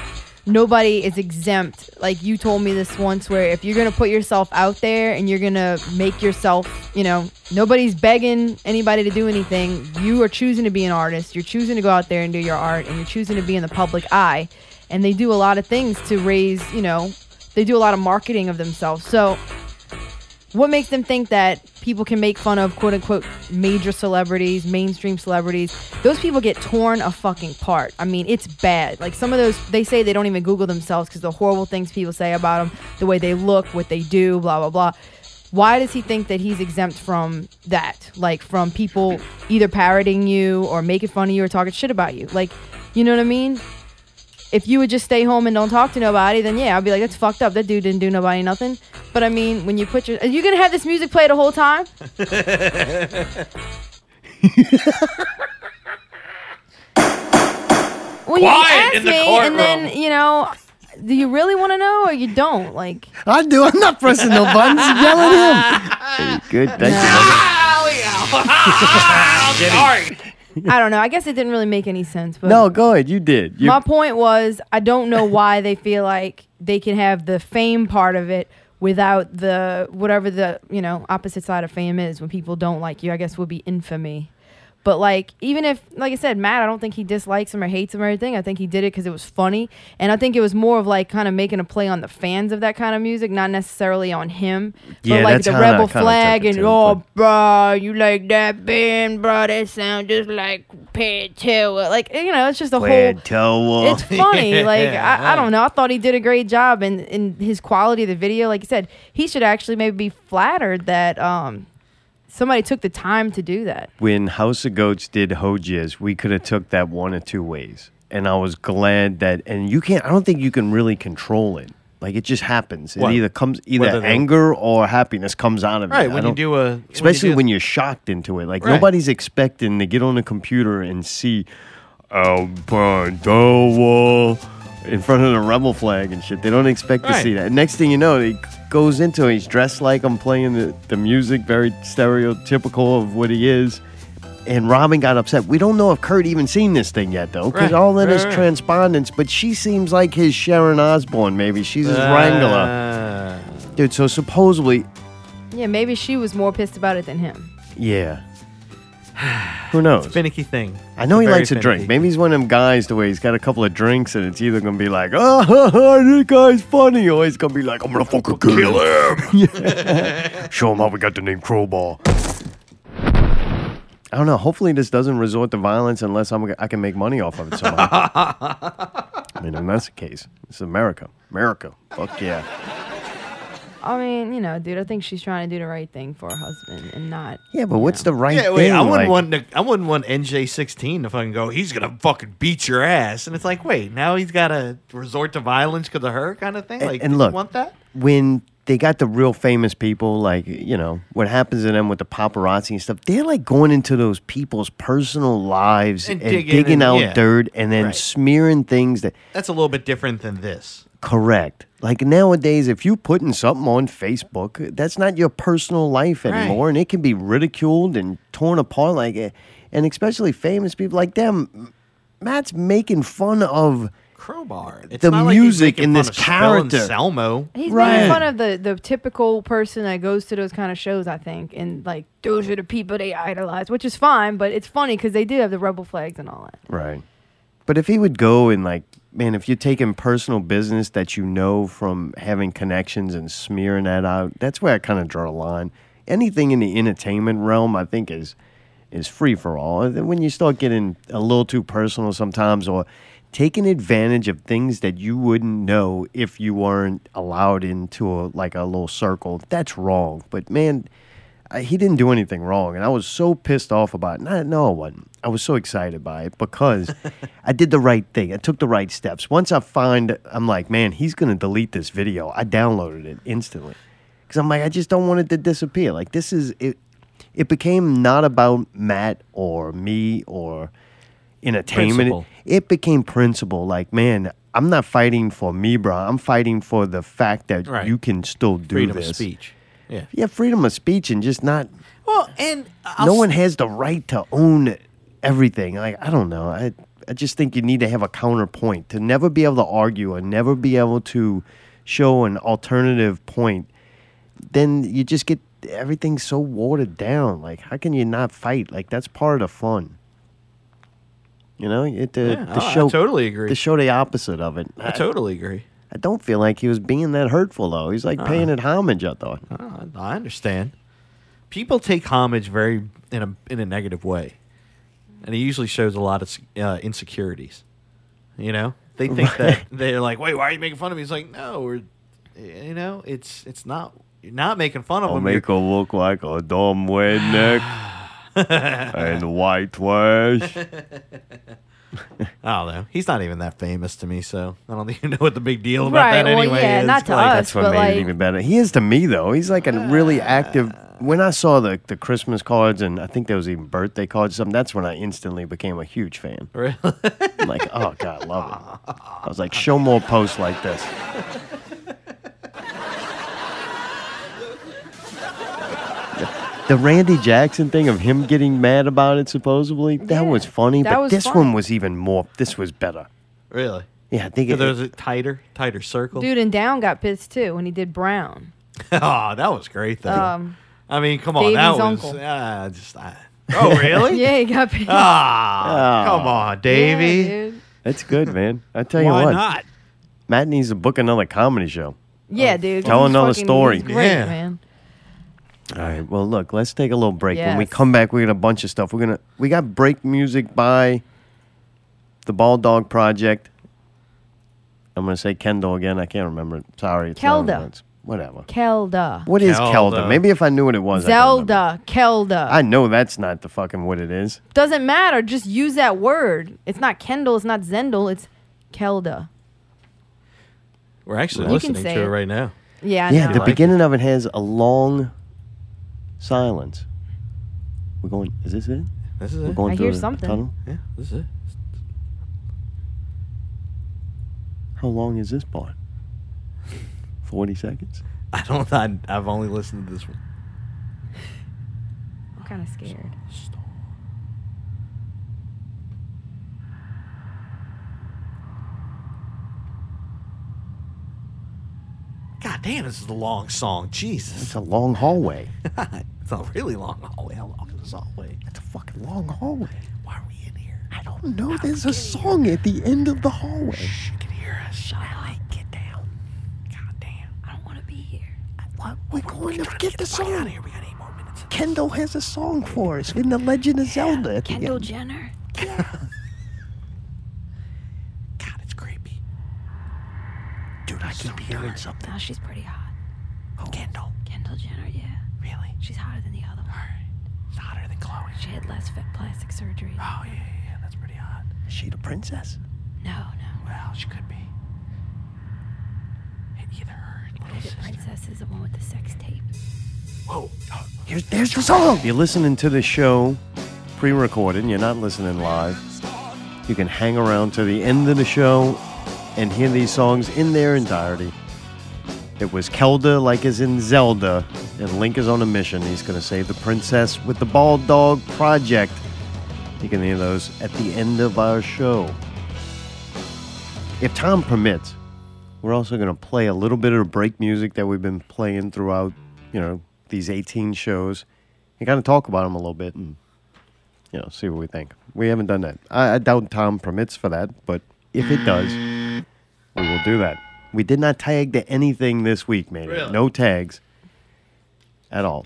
[SPEAKER 2] nobody is exempt. Like you told me this once, where if you're going to put yourself out there and you're going to make yourself, you know, nobody's begging anybody to do anything. You are choosing to be an artist. You're choosing to go out there and do your art and you're choosing to be in the public eye. And they do a lot of things to raise, you know, they do a lot of marketing of themselves. So What makes them think that people can make fun of quote unquote major celebrities, mainstream celebrities? Those people get torn a fucking part. I mean, it's bad. Like some of those, they say they don't even Google themselves because the horrible things people say about them, the way they look, what they do, blah, blah, blah. Why does he think that he's exempt from that? Like from people either parroting you or making fun of you or talking shit about you? Like, you know what I mean? if you would just stay home and don't talk to nobody, then yeah, I'd be like, that's fucked up. That dude didn't do nobody nothing. But I mean, when you put your, are you gonna have this music play the whole time? Well,
[SPEAKER 21] Quiet
[SPEAKER 2] you ask
[SPEAKER 21] in the
[SPEAKER 2] me,
[SPEAKER 21] courtroom.
[SPEAKER 2] and then you know, do you really want to know or you don't? Like,
[SPEAKER 3] I do. I'm not pressing no buttons.
[SPEAKER 21] (laughs)
[SPEAKER 3] Yell at him. Good. Thank you.
[SPEAKER 2] (laughs)
[SPEAKER 3] (laughs)
[SPEAKER 2] I don't know. I guess it didn't really make any sense. But
[SPEAKER 3] No, go ahead. You did. You,
[SPEAKER 2] My point was, I don't
[SPEAKER 21] (laughs)
[SPEAKER 2] know why they feel like they can have the fame part of it without the whatever the you know opposite side of fame is. When people don't like you, I guess would be infamy. But like, even if, like I said, Matt, I don't think he dislikes him or hates him or anything. I think he did it because it was funny, and I think it was more of like kind of making a play on the fans of that kind of music, not necessarily on him.
[SPEAKER 21] Yeah,
[SPEAKER 2] but like
[SPEAKER 21] that's
[SPEAKER 2] the
[SPEAKER 21] how I
[SPEAKER 2] rebel
[SPEAKER 21] kinda took
[SPEAKER 2] flag
[SPEAKER 21] it
[SPEAKER 2] and
[SPEAKER 21] too,
[SPEAKER 2] oh, bruh, you like that band, bruh? That sound just like Pad Taylor. Like you know, it's just the whole
[SPEAKER 3] (laughs)
[SPEAKER 2] it's funny. Like I, I don't know. I thought he did a great job, and in his quality of the video, like you said, he should actually maybe be flattered that um somebody took the time to do that.
[SPEAKER 3] when House of Goats did Hojias, we could have took that one or two ways. And I was glad that and you can't I don't think you can really control it. Like it just happens. It
[SPEAKER 1] What?
[SPEAKER 3] either comes either
[SPEAKER 1] Whether they-
[SPEAKER 3] anger or happiness comes out of it.
[SPEAKER 1] Right,
[SPEAKER 3] I
[SPEAKER 1] when you
[SPEAKER 3] don't-
[SPEAKER 1] do a- when you
[SPEAKER 3] especially
[SPEAKER 1] do-
[SPEAKER 3] when you're shocked into it. Like
[SPEAKER 1] Right.
[SPEAKER 3] nobody's expecting to get on the computer and see upon the wall in front of the rebel flag and shit. They don't expect to
[SPEAKER 1] Right.
[SPEAKER 3] see that. Next thing you know, he goes into it. He's dressed like I'm playing the, the music, very stereotypical of what he is. And Robin got upset. We don't know if Kurt even seen this thing yet, though, because
[SPEAKER 1] Right.
[SPEAKER 3] all that
[SPEAKER 1] Right,
[SPEAKER 3] is
[SPEAKER 1] right.
[SPEAKER 3] transpondence. But she seems like his Sharon Osbourne, maybe. She's his
[SPEAKER 1] Ah.
[SPEAKER 3] Wrangler. Dude, so supposedly,
[SPEAKER 2] Yeah, maybe she was more pissed about it than him.
[SPEAKER 3] yeah. (sighs) Who knows?
[SPEAKER 1] finicky thing.
[SPEAKER 3] I know
[SPEAKER 1] It's
[SPEAKER 3] he
[SPEAKER 1] very
[SPEAKER 3] likes to
[SPEAKER 1] finicky.
[SPEAKER 3] drink. Maybe he's one of them guys the way he's got a couple of drinks and it's either gonna be like, oh, (laughs) this guy's funny, or he's gonna be like, I'm gonna fucking kill, him. Yeah. (laughs) Show him how we got the name Crowbar. I don't know. Hopefully, this doesn't resort to violence unless I'm, I can make money off of it somehow.
[SPEAKER 1] (laughs)
[SPEAKER 3] I mean, and that's the case. It's America. America. Fuck yeah.
[SPEAKER 2] I mean, you know, dude, I think she's trying to do the right thing for her husband and not.
[SPEAKER 3] Yeah, but what's the right
[SPEAKER 1] yeah, wait,
[SPEAKER 3] thing?
[SPEAKER 1] I wouldn't
[SPEAKER 3] like-
[SPEAKER 1] want to, I wouldn't want NJ16 to fucking go. He's gonna fucking beat your ass, and it's like, wait, now he's got to resort to violence because of her kind of thing.
[SPEAKER 3] A-
[SPEAKER 1] Like,
[SPEAKER 3] and
[SPEAKER 1] do
[SPEAKER 3] look,
[SPEAKER 1] you want that?
[SPEAKER 3] when they got the real famous people, like you know what happens to them with the paparazzi and stuff, they're like going into those people's personal lives and,
[SPEAKER 1] And digging
[SPEAKER 3] digging
[SPEAKER 1] and-
[SPEAKER 3] out
[SPEAKER 1] yeah.
[SPEAKER 3] dirt and then
[SPEAKER 1] Right.
[SPEAKER 3] smearing things that
[SPEAKER 1] That's a little bit different than this.
[SPEAKER 3] correct. Like nowadays, if you're putting something on Facebook, that's not your personal life
[SPEAKER 1] Right.
[SPEAKER 3] anymore, and it can be ridiculed and torn apart. Like, eh, and especially famous people like them, Matt's making fun of
[SPEAKER 1] Crowbar. It's
[SPEAKER 3] the
[SPEAKER 1] not like he's
[SPEAKER 3] music
[SPEAKER 1] making
[SPEAKER 3] in
[SPEAKER 1] fun
[SPEAKER 3] this
[SPEAKER 1] of Spell and
[SPEAKER 3] character.
[SPEAKER 1] Selmo.
[SPEAKER 2] He's making fun of the, the typical person that goes to those kind of shows, I think, and like those are the people they idolize, which is fine, but it's funny because they do have the rebel flags and all that.
[SPEAKER 3] Right. But if he would go and like, man, if you're taking personal business that you know from having connections and smearing that out, that's where I kind of draw a line. Anything in the entertainment realm, I think, is is free for all. And then When you start getting a little too personal sometimes, or taking advantage of things that you wouldn't know if you weren't allowed into a, like a little circle, that's wrong. But man, I, he didn't do anything wrong, and I was so pissed off about it. Not, no, I wasn't. I was so excited by it because I did the right thing. I took the right steps. Once I find, I'm like, man, he's gonna delete this video. I downloaded it instantly because I'm like, I just don't want it to disappear. Like this is it. It became not about Matt or me or entertainment.
[SPEAKER 1] Principle.
[SPEAKER 3] It, it became principle. Like, man, I'm not fighting for me, bro. I'm fighting for the fact that
[SPEAKER 1] Right.
[SPEAKER 3] you can still do
[SPEAKER 1] Freedom of
[SPEAKER 3] this.
[SPEAKER 1] speech. Yeah.
[SPEAKER 3] Yeah, freedom of speech and just not
[SPEAKER 1] Well, and I'll
[SPEAKER 3] no one has the right to own everything. Like I don't know. I I just think you need to have a counterpoint to never be able to argue and never be able to show an alternative point. Then you just get everything so watered down. Like how can you not fight? Like that's part of the fun. You know, it, the,
[SPEAKER 1] Yeah,
[SPEAKER 3] the
[SPEAKER 1] I- I
[SPEAKER 3] show
[SPEAKER 1] totally agree.
[SPEAKER 3] The show the opposite of it.
[SPEAKER 1] I totally agree.
[SPEAKER 3] I don't feel like he was being that hurtful though. He's like paying it homage. I thought.
[SPEAKER 1] Uh, I understand. People take homage very in a in a negative way, and it usually shows a lot of uh, insecurities. (laughs) You know, they think that (laughs) they're like, "Wait, why are you making fun of me?" He's like, "No, we're, you know, it's it's not you're not making fun of
[SPEAKER 3] I'll
[SPEAKER 1] him.
[SPEAKER 3] make her look like a dumb (sighs) redneck and white trash.
[SPEAKER 1] (laughs) I don't know. Oh, He's not even that famous to me, so I don't (laughs) even know what the big deal about
[SPEAKER 2] Right,
[SPEAKER 1] that
[SPEAKER 2] well,
[SPEAKER 1] anyway.
[SPEAKER 2] yeah,
[SPEAKER 1] is.
[SPEAKER 2] not to
[SPEAKER 1] Like,
[SPEAKER 2] us,
[SPEAKER 3] That's what
[SPEAKER 2] but,
[SPEAKER 3] made
[SPEAKER 2] like-
[SPEAKER 3] it even better. He is to me though. He's like a really active. When I saw the the Christmas cards and I think there was even birthday cards, or something. That's when I instantly became a huge fan. (laughs)
[SPEAKER 1] Really?
[SPEAKER 3] like, oh god, love it. I was like, show more posts like this. The Randy Jackson thing of him getting mad about it supposedly that was funny,
[SPEAKER 1] that
[SPEAKER 3] but
[SPEAKER 1] was
[SPEAKER 3] this
[SPEAKER 1] funny.
[SPEAKER 3] one was even more. This was better.
[SPEAKER 1] Really?
[SPEAKER 3] Yeah, I think
[SPEAKER 1] So
[SPEAKER 3] it-
[SPEAKER 1] there was a tighter, tighter circle.
[SPEAKER 2] Dude and Down got pissed too when he did Brown.
[SPEAKER 1] (laughs) oh, that was great though.
[SPEAKER 2] Um,
[SPEAKER 1] I mean, come on, that
[SPEAKER 2] Davy's
[SPEAKER 1] was
[SPEAKER 2] uncle.
[SPEAKER 1] ah, just. ah. (laughs) oh, really?
[SPEAKER 2] yeah, he got pissed.
[SPEAKER 1] Ah, come on, Davey.
[SPEAKER 2] Yeah, dude.
[SPEAKER 3] Oh. That's good, man. I tell you
[SPEAKER 1] Why
[SPEAKER 3] what,
[SPEAKER 1] not?
[SPEAKER 3] Matt needs to book another comedy show.
[SPEAKER 2] Yeah, dude.
[SPEAKER 3] Tell
[SPEAKER 2] he's
[SPEAKER 3] another
[SPEAKER 2] fucking-
[SPEAKER 3] story.
[SPEAKER 2] he's Great,
[SPEAKER 3] Oh. Yeah.
[SPEAKER 2] man.
[SPEAKER 3] All right. Well, look, let's take a little break. When we
[SPEAKER 2] Yes.
[SPEAKER 3] come back, we got a bunch of stuff. We're gonna we got break music by the Bald Dog Project. I'm gonna say Kendall again. I can't remember it. Sorry. it's not
[SPEAKER 2] Kelda.
[SPEAKER 3] on it's- Whatever.
[SPEAKER 2] Kelda.
[SPEAKER 3] What is Kelda?
[SPEAKER 1] Kelda.
[SPEAKER 3] Maybe if I knew what it was. I don't know.
[SPEAKER 2] Zelda. Kelda.
[SPEAKER 3] I know that's not the fucking what it is.
[SPEAKER 2] Doesn't matter. Just use that word. It's not Kendall. It's not Zendel. It's Kelda.
[SPEAKER 1] We're actually
[SPEAKER 2] You can
[SPEAKER 1] listening
[SPEAKER 2] say
[SPEAKER 1] to it
[SPEAKER 2] it.
[SPEAKER 1] right now.
[SPEAKER 2] Yeah. I
[SPEAKER 3] yeah.
[SPEAKER 2] know.
[SPEAKER 3] The beginning of it has a long silence. We're going. Is this it?
[SPEAKER 1] This is
[SPEAKER 3] We're
[SPEAKER 1] it.
[SPEAKER 3] going
[SPEAKER 2] I
[SPEAKER 3] through
[SPEAKER 2] hear
[SPEAKER 3] a
[SPEAKER 2] something.
[SPEAKER 3] tunnel.
[SPEAKER 1] Yeah, this is it.
[SPEAKER 3] How long is this part? Forty seconds.
[SPEAKER 1] I don't. (laughs) I, I've only listened to this one.
[SPEAKER 2] I'm kind of scared.
[SPEAKER 1] God damn, this is a long song. Jesus,
[SPEAKER 3] It's a long hallway.
[SPEAKER 1] (laughs) it's a really long hallway. How long is this hallway?
[SPEAKER 3] That's a fucking long hallway. Why are we in here? I don't know. There's a song at the end of the hallway. Shh,
[SPEAKER 1] can hear us.
[SPEAKER 3] Shut up. Get down. God damn. I don't want to be here. What? We're going to get the song. Out of here. We got eight more minutes. Kendall has a song for us in The Legend of Zelda. at the
[SPEAKER 15] Kendall
[SPEAKER 3] end.
[SPEAKER 15] Jenner. (laughs)
[SPEAKER 3] God, it's creepy. Dude, I keep hearing something.
[SPEAKER 15] Now she's pretty hot. Kendall. Kendall Jenner, yeah. Really? She's hotter than the other one. She's hotter than Chloe. She had less fa- plastic surgery. Oh, yeah, yeah, yeah. That's pretty hot.
[SPEAKER 3] Is she the princess?
[SPEAKER 15] No, no. Well, she could be. Either her or the princess is the one with the sex tape. Whoa.
[SPEAKER 3] Here's, there's the song. You're listening to the show pre recorded, you're not listening live. You can hang around to the end of the show and hear these songs in their entirety. It was Kelda, like as in Zelda, and Link is on a mission. He's going to save the princess with the Bald Dog Project. You can hear those at the end of our show. If time permits, we're also going to play a little bit of break music that we've been playing throughout, you know, these 18 shows and kind of talk about them a little bit and, you know, see what we think. We haven't done that. I, I doubt time permits for that, but if it does, we will do that. We did not tag to anything this week, man.
[SPEAKER 1] Really?
[SPEAKER 3] No tags at all.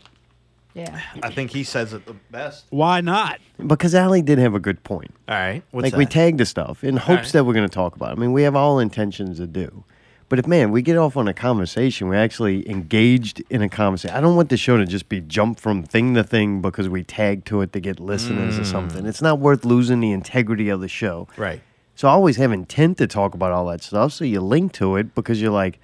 [SPEAKER 2] Yeah.
[SPEAKER 1] I think he says it the best.
[SPEAKER 22] Why not?
[SPEAKER 3] Because Ali did have a good point.
[SPEAKER 1] All right. What's
[SPEAKER 3] like
[SPEAKER 1] that?
[SPEAKER 3] we tagged the stuff in hopes that we're going to talk about. it. I mean, we have all intentions to do, but if man, we get off on a conversation, we're actually engaged in a conversation. I don't want the show to just be jump from thing to thing because we tag to it to get listeners or
[SPEAKER 1] Mm.
[SPEAKER 3] something. It's not worth losing the integrity of the show.
[SPEAKER 1] Right.
[SPEAKER 3] So I always have intent to talk about all that stuff. So you link to it because you're like,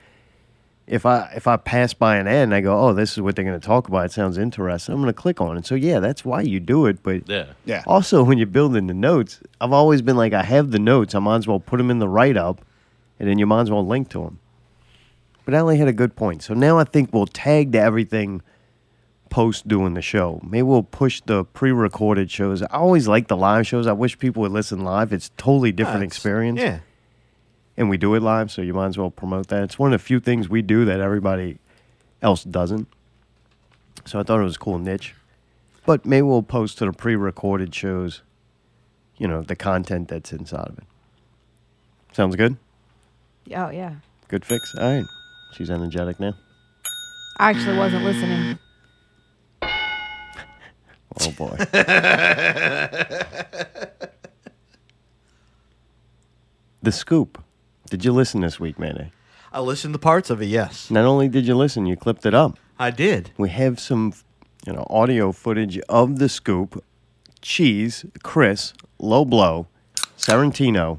[SPEAKER 3] if I if I pass by an ad and I go, oh, this is what they're going to talk about. It sounds interesting. I'm going to click on it. So yeah, that's why you do it. But
[SPEAKER 12] Yeah.
[SPEAKER 3] yeah. Also, when you're building the notes, I've always been like, I have the notes. I might as well put them in the write up, and then you might as well link to them. But Ali had a good point. So now I think we'll tag to everything post doing the show. Maybe we'll push the pre-recorded shows. I always like the live shows. I wish people would listen live. It's totally different experience.
[SPEAKER 1] Yeah.
[SPEAKER 3] And we do it live, so you might as well promote that. It's one of the few things we do that everybody else doesn't. So I thought it was a cool niche. But maybe we'll post to the pre-recorded shows, you know, the content that's inside of it. Sounds good?
[SPEAKER 2] Oh yeah.
[SPEAKER 3] Good fix. All right. She's energetic now.
[SPEAKER 2] I actually wasn't listening.
[SPEAKER 3] Oh boy. (laughs)
[SPEAKER 1] (laughs)
[SPEAKER 3] the scoop. Did you listen this week, Mayday?
[SPEAKER 1] I listened to parts of it, yes.
[SPEAKER 3] Not only did you listen, you clipped it up.
[SPEAKER 1] I did.
[SPEAKER 3] We have some, you know, audio footage of the scoop, cheese, Chris, low blow, Sarantino.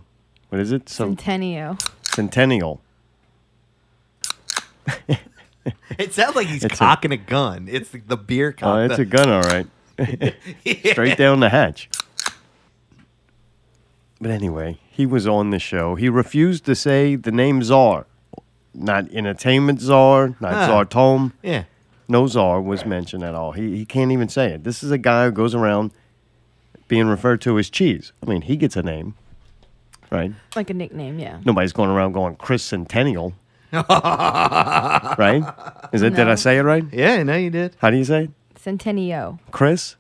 [SPEAKER 3] What is it? Some
[SPEAKER 2] Centennial.
[SPEAKER 3] centennial.
[SPEAKER 1] It sounds like he's
[SPEAKER 3] It's a-
[SPEAKER 1] cocking a, gun. It's the, the beer cock.
[SPEAKER 3] Oh, it's
[SPEAKER 1] the-
[SPEAKER 3] a gun, all right. (laughs) Straight down the hatch. But anyway, he was on the show. He refused to say the name Czar. Not entertainment czar, not
[SPEAKER 1] Huh.
[SPEAKER 3] Czar Tome.
[SPEAKER 1] Yeah.
[SPEAKER 3] No czar was mentioned at all. He, he can't even say it. This is a guy who goes around being referred to as cheese. I mean, he gets a name, right?
[SPEAKER 2] Like a nickname, yeah.
[SPEAKER 3] Nobody's going around going Chris
[SPEAKER 1] (laughs)
[SPEAKER 3] Centennial, right? Is it? Did I
[SPEAKER 2] No.
[SPEAKER 3] say it right?
[SPEAKER 1] Yeah, no, you did.
[SPEAKER 3] How do you say it?
[SPEAKER 2] Centennial
[SPEAKER 3] Chris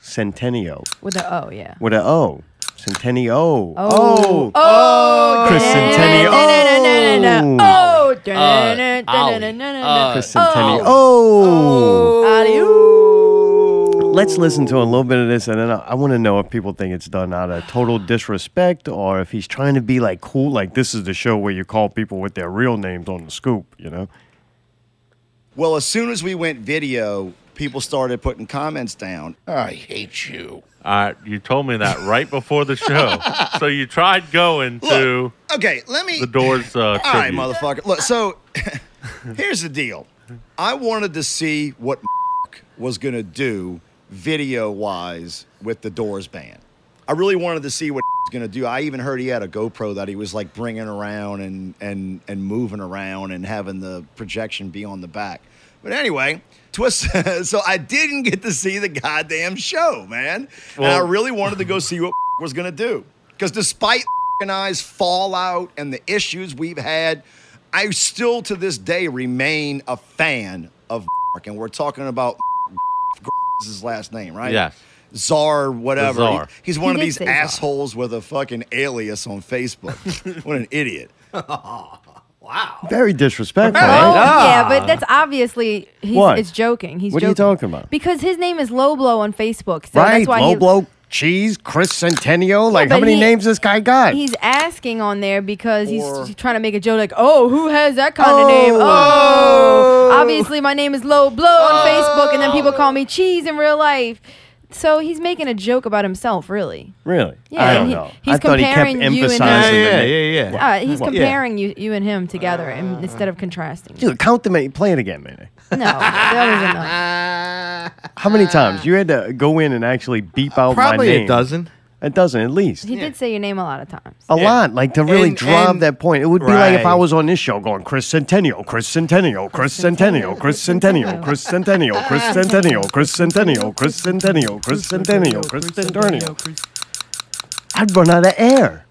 [SPEAKER 3] Centennial
[SPEAKER 2] with a O, yeah.
[SPEAKER 3] with a O. Centennial.
[SPEAKER 2] Oh.
[SPEAKER 3] Oh.
[SPEAKER 2] Oh.
[SPEAKER 3] Chris Centennial.
[SPEAKER 2] Oh. Oh.
[SPEAKER 3] Uh,
[SPEAKER 2] Oh.
[SPEAKER 3] Chris Centennial. Oh. Let's listen to a little bit of this, and then I, I want to know if people think it's done out of total disrespect or if he's trying to be like cool, like this is the show where you call people with their real names on the scoop, you know?
[SPEAKER 22] Well, as soon as we went video, people started putting comments down.
[SPEAKER 20] I hate
[SPEAKER 22] you.
[SPEAKER 20] (laughs) Uh, you told me that right before the
[SPEAKER 9] (laughs)
[SPEAKER 20] show. so you tried going to
[SPEAKER 22] Okay, let me.
[SPEAKER 20] the doors. Uh,
[SPEAKER 22] All right,
[SPEAKER 20] tribute.
[SPEAKER 22] motherfucker. Look, so (laughs) here's the deal. I wanted to see what (laughs) was going to do video wise with the Doors band. I really wanted to see what (laughs) was going to do. I even heard he had a GoPro that he was like bringing around and, and, and moving around and having the projection be on the back. But anyway, twist. (laughs) so I didn't get to see the goddamn show, man. and I
[SPEAKER 20] Well-
[SPEAKER 22] really wanted to go see what (laughs) was going to do. Because despite (laughs) and I's fallout and the issues we've had, I still to this day remain a fan of. (laughs) And we're talking about (laughs) is his last name, right?
[SPEAKER 20] Yes.
[SPEAKER 22] Czar, whatever.
[SPEAKER 20] The Czar.
[SPEAKER 22] He- he's
[SPEAKER 20] He
[SPEAKER 22] one of
[SPEAKER 20] did
[SPEAKER 22] these
[SPEAKER 20] say Czar.
[SPEAKER 22] assholes with a fucking alias on
[SPEAKER 1] (laughs)
[SPEAKER 22] Facebook. what an idiot.
[SPEAKER 3] Very disrespectful.
[SPEAKER 2] Oh,
[SPEAKER 3] right?
[SPEAKER 2] yeah, but that's obviously he's
[SPEAKER 3] What?
[SPEAKER 2] it's joking. He's
[SPEAKER 3] What are
[SPEAKER 2] joking.
[SPEAKER 3] you talking about?
[SPEAKER 2] Because his name is Low Blow on Facebook. So
[SPEAKER 3] right?
[SPEAKER 2] that's why
[SPEAKER 3] Low
[SPEAKER 2] he,
[SPEAKER 3] blow, cheese, Chris Centennial. Like, how
[SPEAKER 2] but
[SPEAKER 3] many
[SPEAKER 2] he-
[SPEAKER 3] names this guy got?
[SPEAKER 2] he's asking on there because
[SPEAKER 3] Or-
[SPEAKER 2] he's trying to make a joke like, "Oh, who has that kind of name?" Oh, obviously my name is Low Blow on Facebook and then
[SPEAKER 3] Oh.
[SPEAKER 2] people call me cheese in real life. So he's making a joke about himself, really.
[SPEAKER 3] Really?
[SPEAKER 2] Yeah,
[SPEAKER 3] I
[SPEAKER 2] and
[SPEAKER 3] don't
[SPEAKER 2] he-
[SPEAKER 3] know.
[SPEAKER 2] he's
[SPEAKER 3] I thought he kept
[SPEAKER 2] comparing you and
[SPEAKER 3] emphasizing
[SPEAKER 2] him.
[SPEAKER 3] the
[SPEAKER 2] Yeah,
[SPEAKER 3] name.
[SPEAKER 1] yeah,
[SPEAKER 2] Uh, he's comparing you, you and him together and, instead of contrasting.
[SPEAKER 3] Dude, count the many. Play it again, man.
[SPEAKER 2] No, that was enough.
[SPEAKER 3] How many times you had to go in and actually beep out
[SPEAKER 1] probably
[SPEAKER 3] my
[SPEAKER 1] a
[SPEAKER 3] name?
[SPEAKER 1] dozen.
[SPEAKER 3] A dozen, at least.
[SPEAKER 2] He did say your name a lot of times.
[SPEAKER 3] A lot, like to really
[SPEAKER 2] And-
[SPEAKER 3] drive
[SPEAKER 2] and-
[SPEAKER 3] that point. It would be like if I
[SPEAKER 1] Right.
[SPEAKER 3] was on this show going Chris Centennial, Chris Centennial, Chris Centennial, Chris Centennial, Chris Centennial, Chris Centennial, Chris Centennial, Chris Centennial, Chris Centennial, Chris Centennial. I'd run out of
[SPEAKER 2] (laughs)
[SPEAKER 3] air.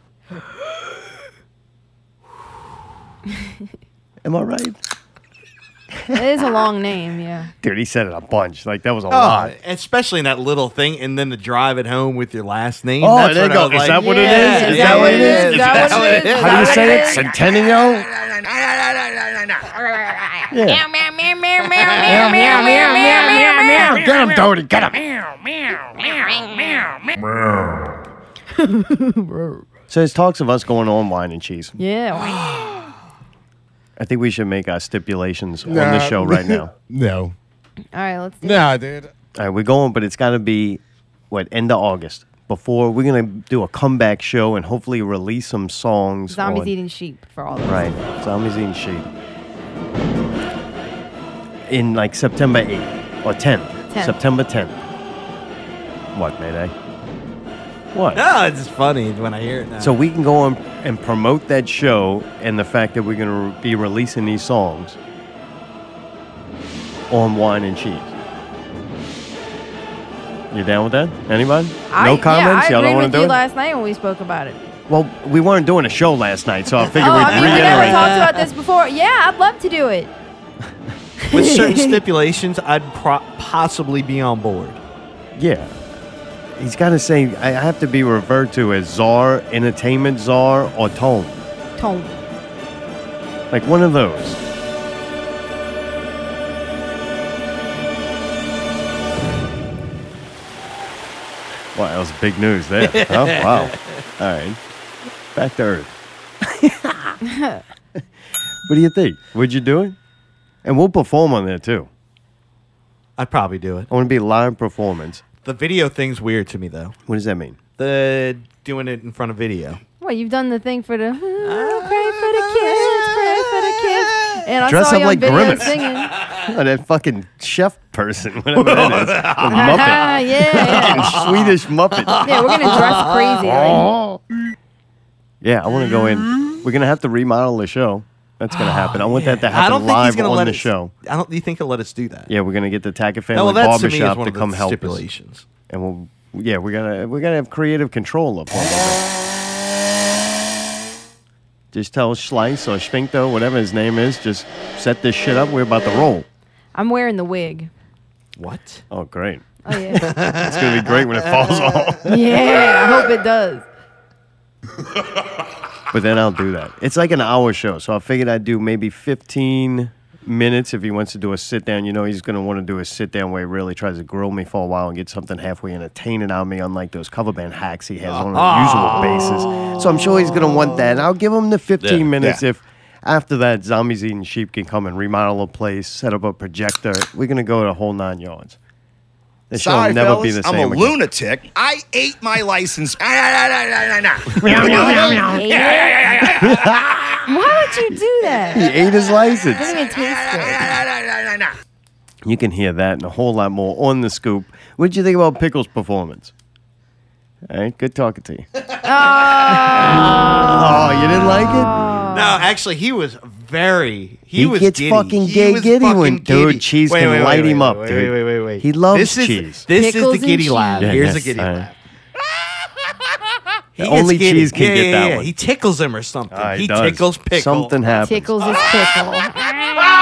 [SPEAKER 3] Am I right?
[SPEAKER 2] it is a long name, yeah.
[SPEAKER 3] Dude, he said it a bunch. Like that was a
[SPEAKER 1] Oh,
[SPEAKER 3] lot.
[SPEAKER 1] especially in that little thing, and then to drive it home with your last name.
[SPEAKER 3] Oh,
[SPEAKER 1] that's
[SPEAKER 3] there you
[SPEAKER 1] what I
[SPEAKER 3] go.
[SPEAKER 1] was
[SPEAKER 3] Is
[SPEAKER 1] like,
[SPEAKER 3] that what it
[SPEAKER 1] yeah,
[SPEAKER 3] is? Is that what it is? Is that what it is? How do you say it? Centennial? Yeah.
[SPEAKER 21] meow, meow, meow, meow,
[SPEAKER 3] Meow, meow, meow, meow, meow, meow. Get him, Doty. Get him. (laughs) So there's talks of us going on wine and cheese.
[SPEAKER 2] Yeah.
[SPEAKER 3] I think we should make our stipulations on the show right (laughs) now.
[SPEAKER 23] no.
[SPEAKER 2] All right, let's do
[SPEAKER 23] Nah,
[SPEAKER 2] it.
[SPEAKER 23] dude.
[SPEAKER 3] All right, we're going, but it's got to be what end of August. Before we're gonna do a comeback show and hopefully release some songs.
[SPEAKER 2] Zombies
[SPEAKER 3] on-
[SPEAKER 2] eating sheep for all this.
[SPEAKER 3] Right, zombies eating sheep. In like September eighth or tenth.
[SPEAKER 2] 10th.
[SPEAKER 3] September tenth. What, Mayday? What?
[SPEAKER 1] No, it's just funny when I hear it now.
[SPEAKER 3] So we can go on and promote that show and the fact that we're going to be releasing these songs on wine and cheese. You down with that? Anybody?
[SPEAKER 2] I,
[SPEAKER 3] no comments? Y'all
[SPEAKER 2] Yeah, I agreed
[SPEAKER 3] don't want
[SPEAKER 2] with
[SPEAKER 3] to do
[SPEAKER 2] you
[SPEAKER 3] it?
[SPEAKER 2] last night when we spoke about it.
[SPEAKER 3] well, we weren't doing a show last night,
[SPEAKER 2] (laughs)
[SPEAKER 3] so I figured
[SPEAKER 2] oh,
[SPEAKER 3] we'd
[SPEAKER 2] I mean, we never
[SPEAKER 3] reiterate.
[SPEAKER 2] talked
[SPEAKER 3] (laughs)
[SPEAKER 2] about this before. Yeah, I'd love to do it.
[SPEAKER 1] With certain stipulations, I'd pro- possibly be on board.
[SPEAKER 3] Yeah. He's got to say, I I have to be (laughs) referred to as czar, entertainment czar, or tone.
[SPEAKER 2] Tone.
[SPEAKER 3] Like one of those. Wow, that was big news there.
[SPEAKER 1] (laughs)
[SPEAKER 3] oh, wow. All right. Back to Earth. What do you think? Would you do it? And we'll perform on there too.
[SPEAKER 1] I'd probably do it.
[SPEAKER 3] I want to be a live performance.
[SPEAKER 1] The video thing's weird to me though.
[SPEAKER 3] What does that mean?
[SPEAKER 1] The doing it in front of video.
[SPEAKER 2] Well, you've done the thing for the "Hmm, pray for the kids, pray for the kids, and I
[SPEAKER 3] Dress
[SPEAKER 2] saw
[SPEAKER 3] up
[SPEAKER 2] you
[SPEAKER 3] like
[SPEAKER 2] on video
[SPEAKER 3] Grimace.
[SPEAKER 2] singing.
[SPEAKER 3] (laughs) Oh, that fucking chef person, (laughs) whatever that is.
[SPEAKER 1] (laughs)
[SPEAKER 3] The
[SPEAKER 2] Ah,
[SPEAKER 3] Muppet.
[SPEAKER 2] yeah, yeah.
[SPEAKER 3] Fucking Swedish Muppet.
[SPEAKER 2] Yeah, we're gonna dress crazy.
[SPEAKER 3] Oh.
[SPEAKER 2] like-
[SPEAKER 3] Yeah, I want to go in. We're gonna have to remodel the show. That's gonna happen. I want that to happen
[SPEAKER 1] (gasps) I don't think he's
[SPEAKER 3] live
[SPEAKER 1] gonna
[SPEAKER 3] on
[SPEAKER 1] let
[SPEAKER 3] the
[SPEAKER 1] us-
[SPEAKER 3] show.
[SPEAKER 1] I don't. You think he'll let us do that?
[SPEAKER 3] Yeah, we're gonna get the Tackett
[SPEAKER 1] No,
[SPEAKER 3] Family
[SPEAKER 1] well, that to me is
[SPEAKER 3] Barbershop
[SPEAKER 1] one
[SPEAKER 3] to
[SPEAKER 1] of the
[SPEAKER 3] come help
[SPEAKER 1] stipulations.
[SPEAKER 3] us. And we'll, yeah, we're gonna we're gonna have creative control of all of it. Just tell Schleiss or Schminkto, whatever his name is, just set this shit up. We're about to roll.
[SPEAKER 2] I'm wearing the wig.
[SPEAKER 1] What?
[SPEAKER 3] Oh, great.
[SPEAKER 2] Oh yeah.
[SPEAKER 3] It's gonna be great when it
[SPEAKER 2] (laughs)
[SPEAKER 3] falls off.
[SPEAKER 2] yeah, I hope it does.
[SPEAKER 3] But then I'll do that. It's like an hour show, so I figured I'd do maybe 15 minutes if he wants to do a sit down. You know, he's going to want to do a sit down where he really tries to grill me for a while and get something halfway entertaining out of me, unlike those cover band hacks he has on a usual basis. So I'm sure he's going to want that. And I'll give him the 15
[SPEAKER 22] Yeah.
[SPEAKER 3] minutes
[SPEAKER 22] Yeah.
[SPEAKER 3] if. After that, zombies eating sheep can come and remodel a place, set up a projector. We're gonna go the whole nine yards. The show
[SPEAKER 22] Sorry,
[SPEAKER 3] will never
[SPEAKER 22] fellas,
[SPEAKER 3] be the same.
[SPEAKER 22] I'm a
[SPEAKER 3] again.
[SPEAKER 22] lunatic. I ate my license. (laughs) Ah, nah, nah, nah, nah, nah.
[SPEAKER 9] (laughs)
[SPEAKER 2] Why would you do that?
[SPEAKER 3] (laughs) He ate his license.
[SPEAKER 2] Doesn't even taste good.
[SPEAKER 3] You can hear that and a whole lot more on the scoop. What did you think about Pickle's performance? All right, good talking to you. (laughs)
[SPEAKER 9] Uh,
[SPEAKER 3] Oh, you didn't like it?
[SPEAKER 1] No, actually, he was very. He,
[SPEAKER 3] He
[SPEAKER 1] was
[SPEAKER 3] gets
[SPEAKER 1] giddy.
[SPEAKER 3] fucking
[SPEAKER 1] He
[SPEAKER 3] gay
[SPEAKER 1] was
[SPEAKER 3] giddy
[SPEAKER 1] fucking
[SPEAKER 3] when- dude,
[SPEAKER 1] giddy.
[SPEAKER 3] cheese can light him up,
[SPEAKER 1] wait,
[SPEAKER 3] dude.
[SPEAKER 1] Wait, wait, wait, wait.
[SPEAKER 3] He loves
[SPEAKER 1] this
[SPEAKER 3] cheese.
[SPEAKER 1] Is, this
[SPEAKER 3] Pickles
[SPEAKER 1] is
[SPEAKER 3] and
[SPEAKER 1] the giddy laugh.
[SPEAKER 3] cheese.
[SPEAKER 1] Here's
[SPEAKER 3] Yeah,
[SPEAKER 1] the
[SPEAKER 3] yes,
[SPEAKER 1] giddy
[SPEAKER 3] I-
[SPEAKER 1] laugh.
[SPEAKER 3] The
[SPEAKER 1] gets
[SPEAKER 3] only
[SPEAKER 1] giddy.
[SPEAKER 3] cheese can
[SPEAKER 1] Yeah,
[SPEAKER 3] get
[SPEAKER 1] yeah,
[SPEAKER 3] that
[SPEAKER 1] yeah.
[SPEAKER 3] one.
[SPEAKER 1] He tickles him or something.
[SPEAKER 3] Ah, he
[SPEAKER 1] he
[SPEAKER 3] does.
[SPEAKER 1] tickles pickle.
[SPEAKER 3] Something happens.
[SPEAKER 2] Tickles his pickle.
[SPEAKER 3] (laughs)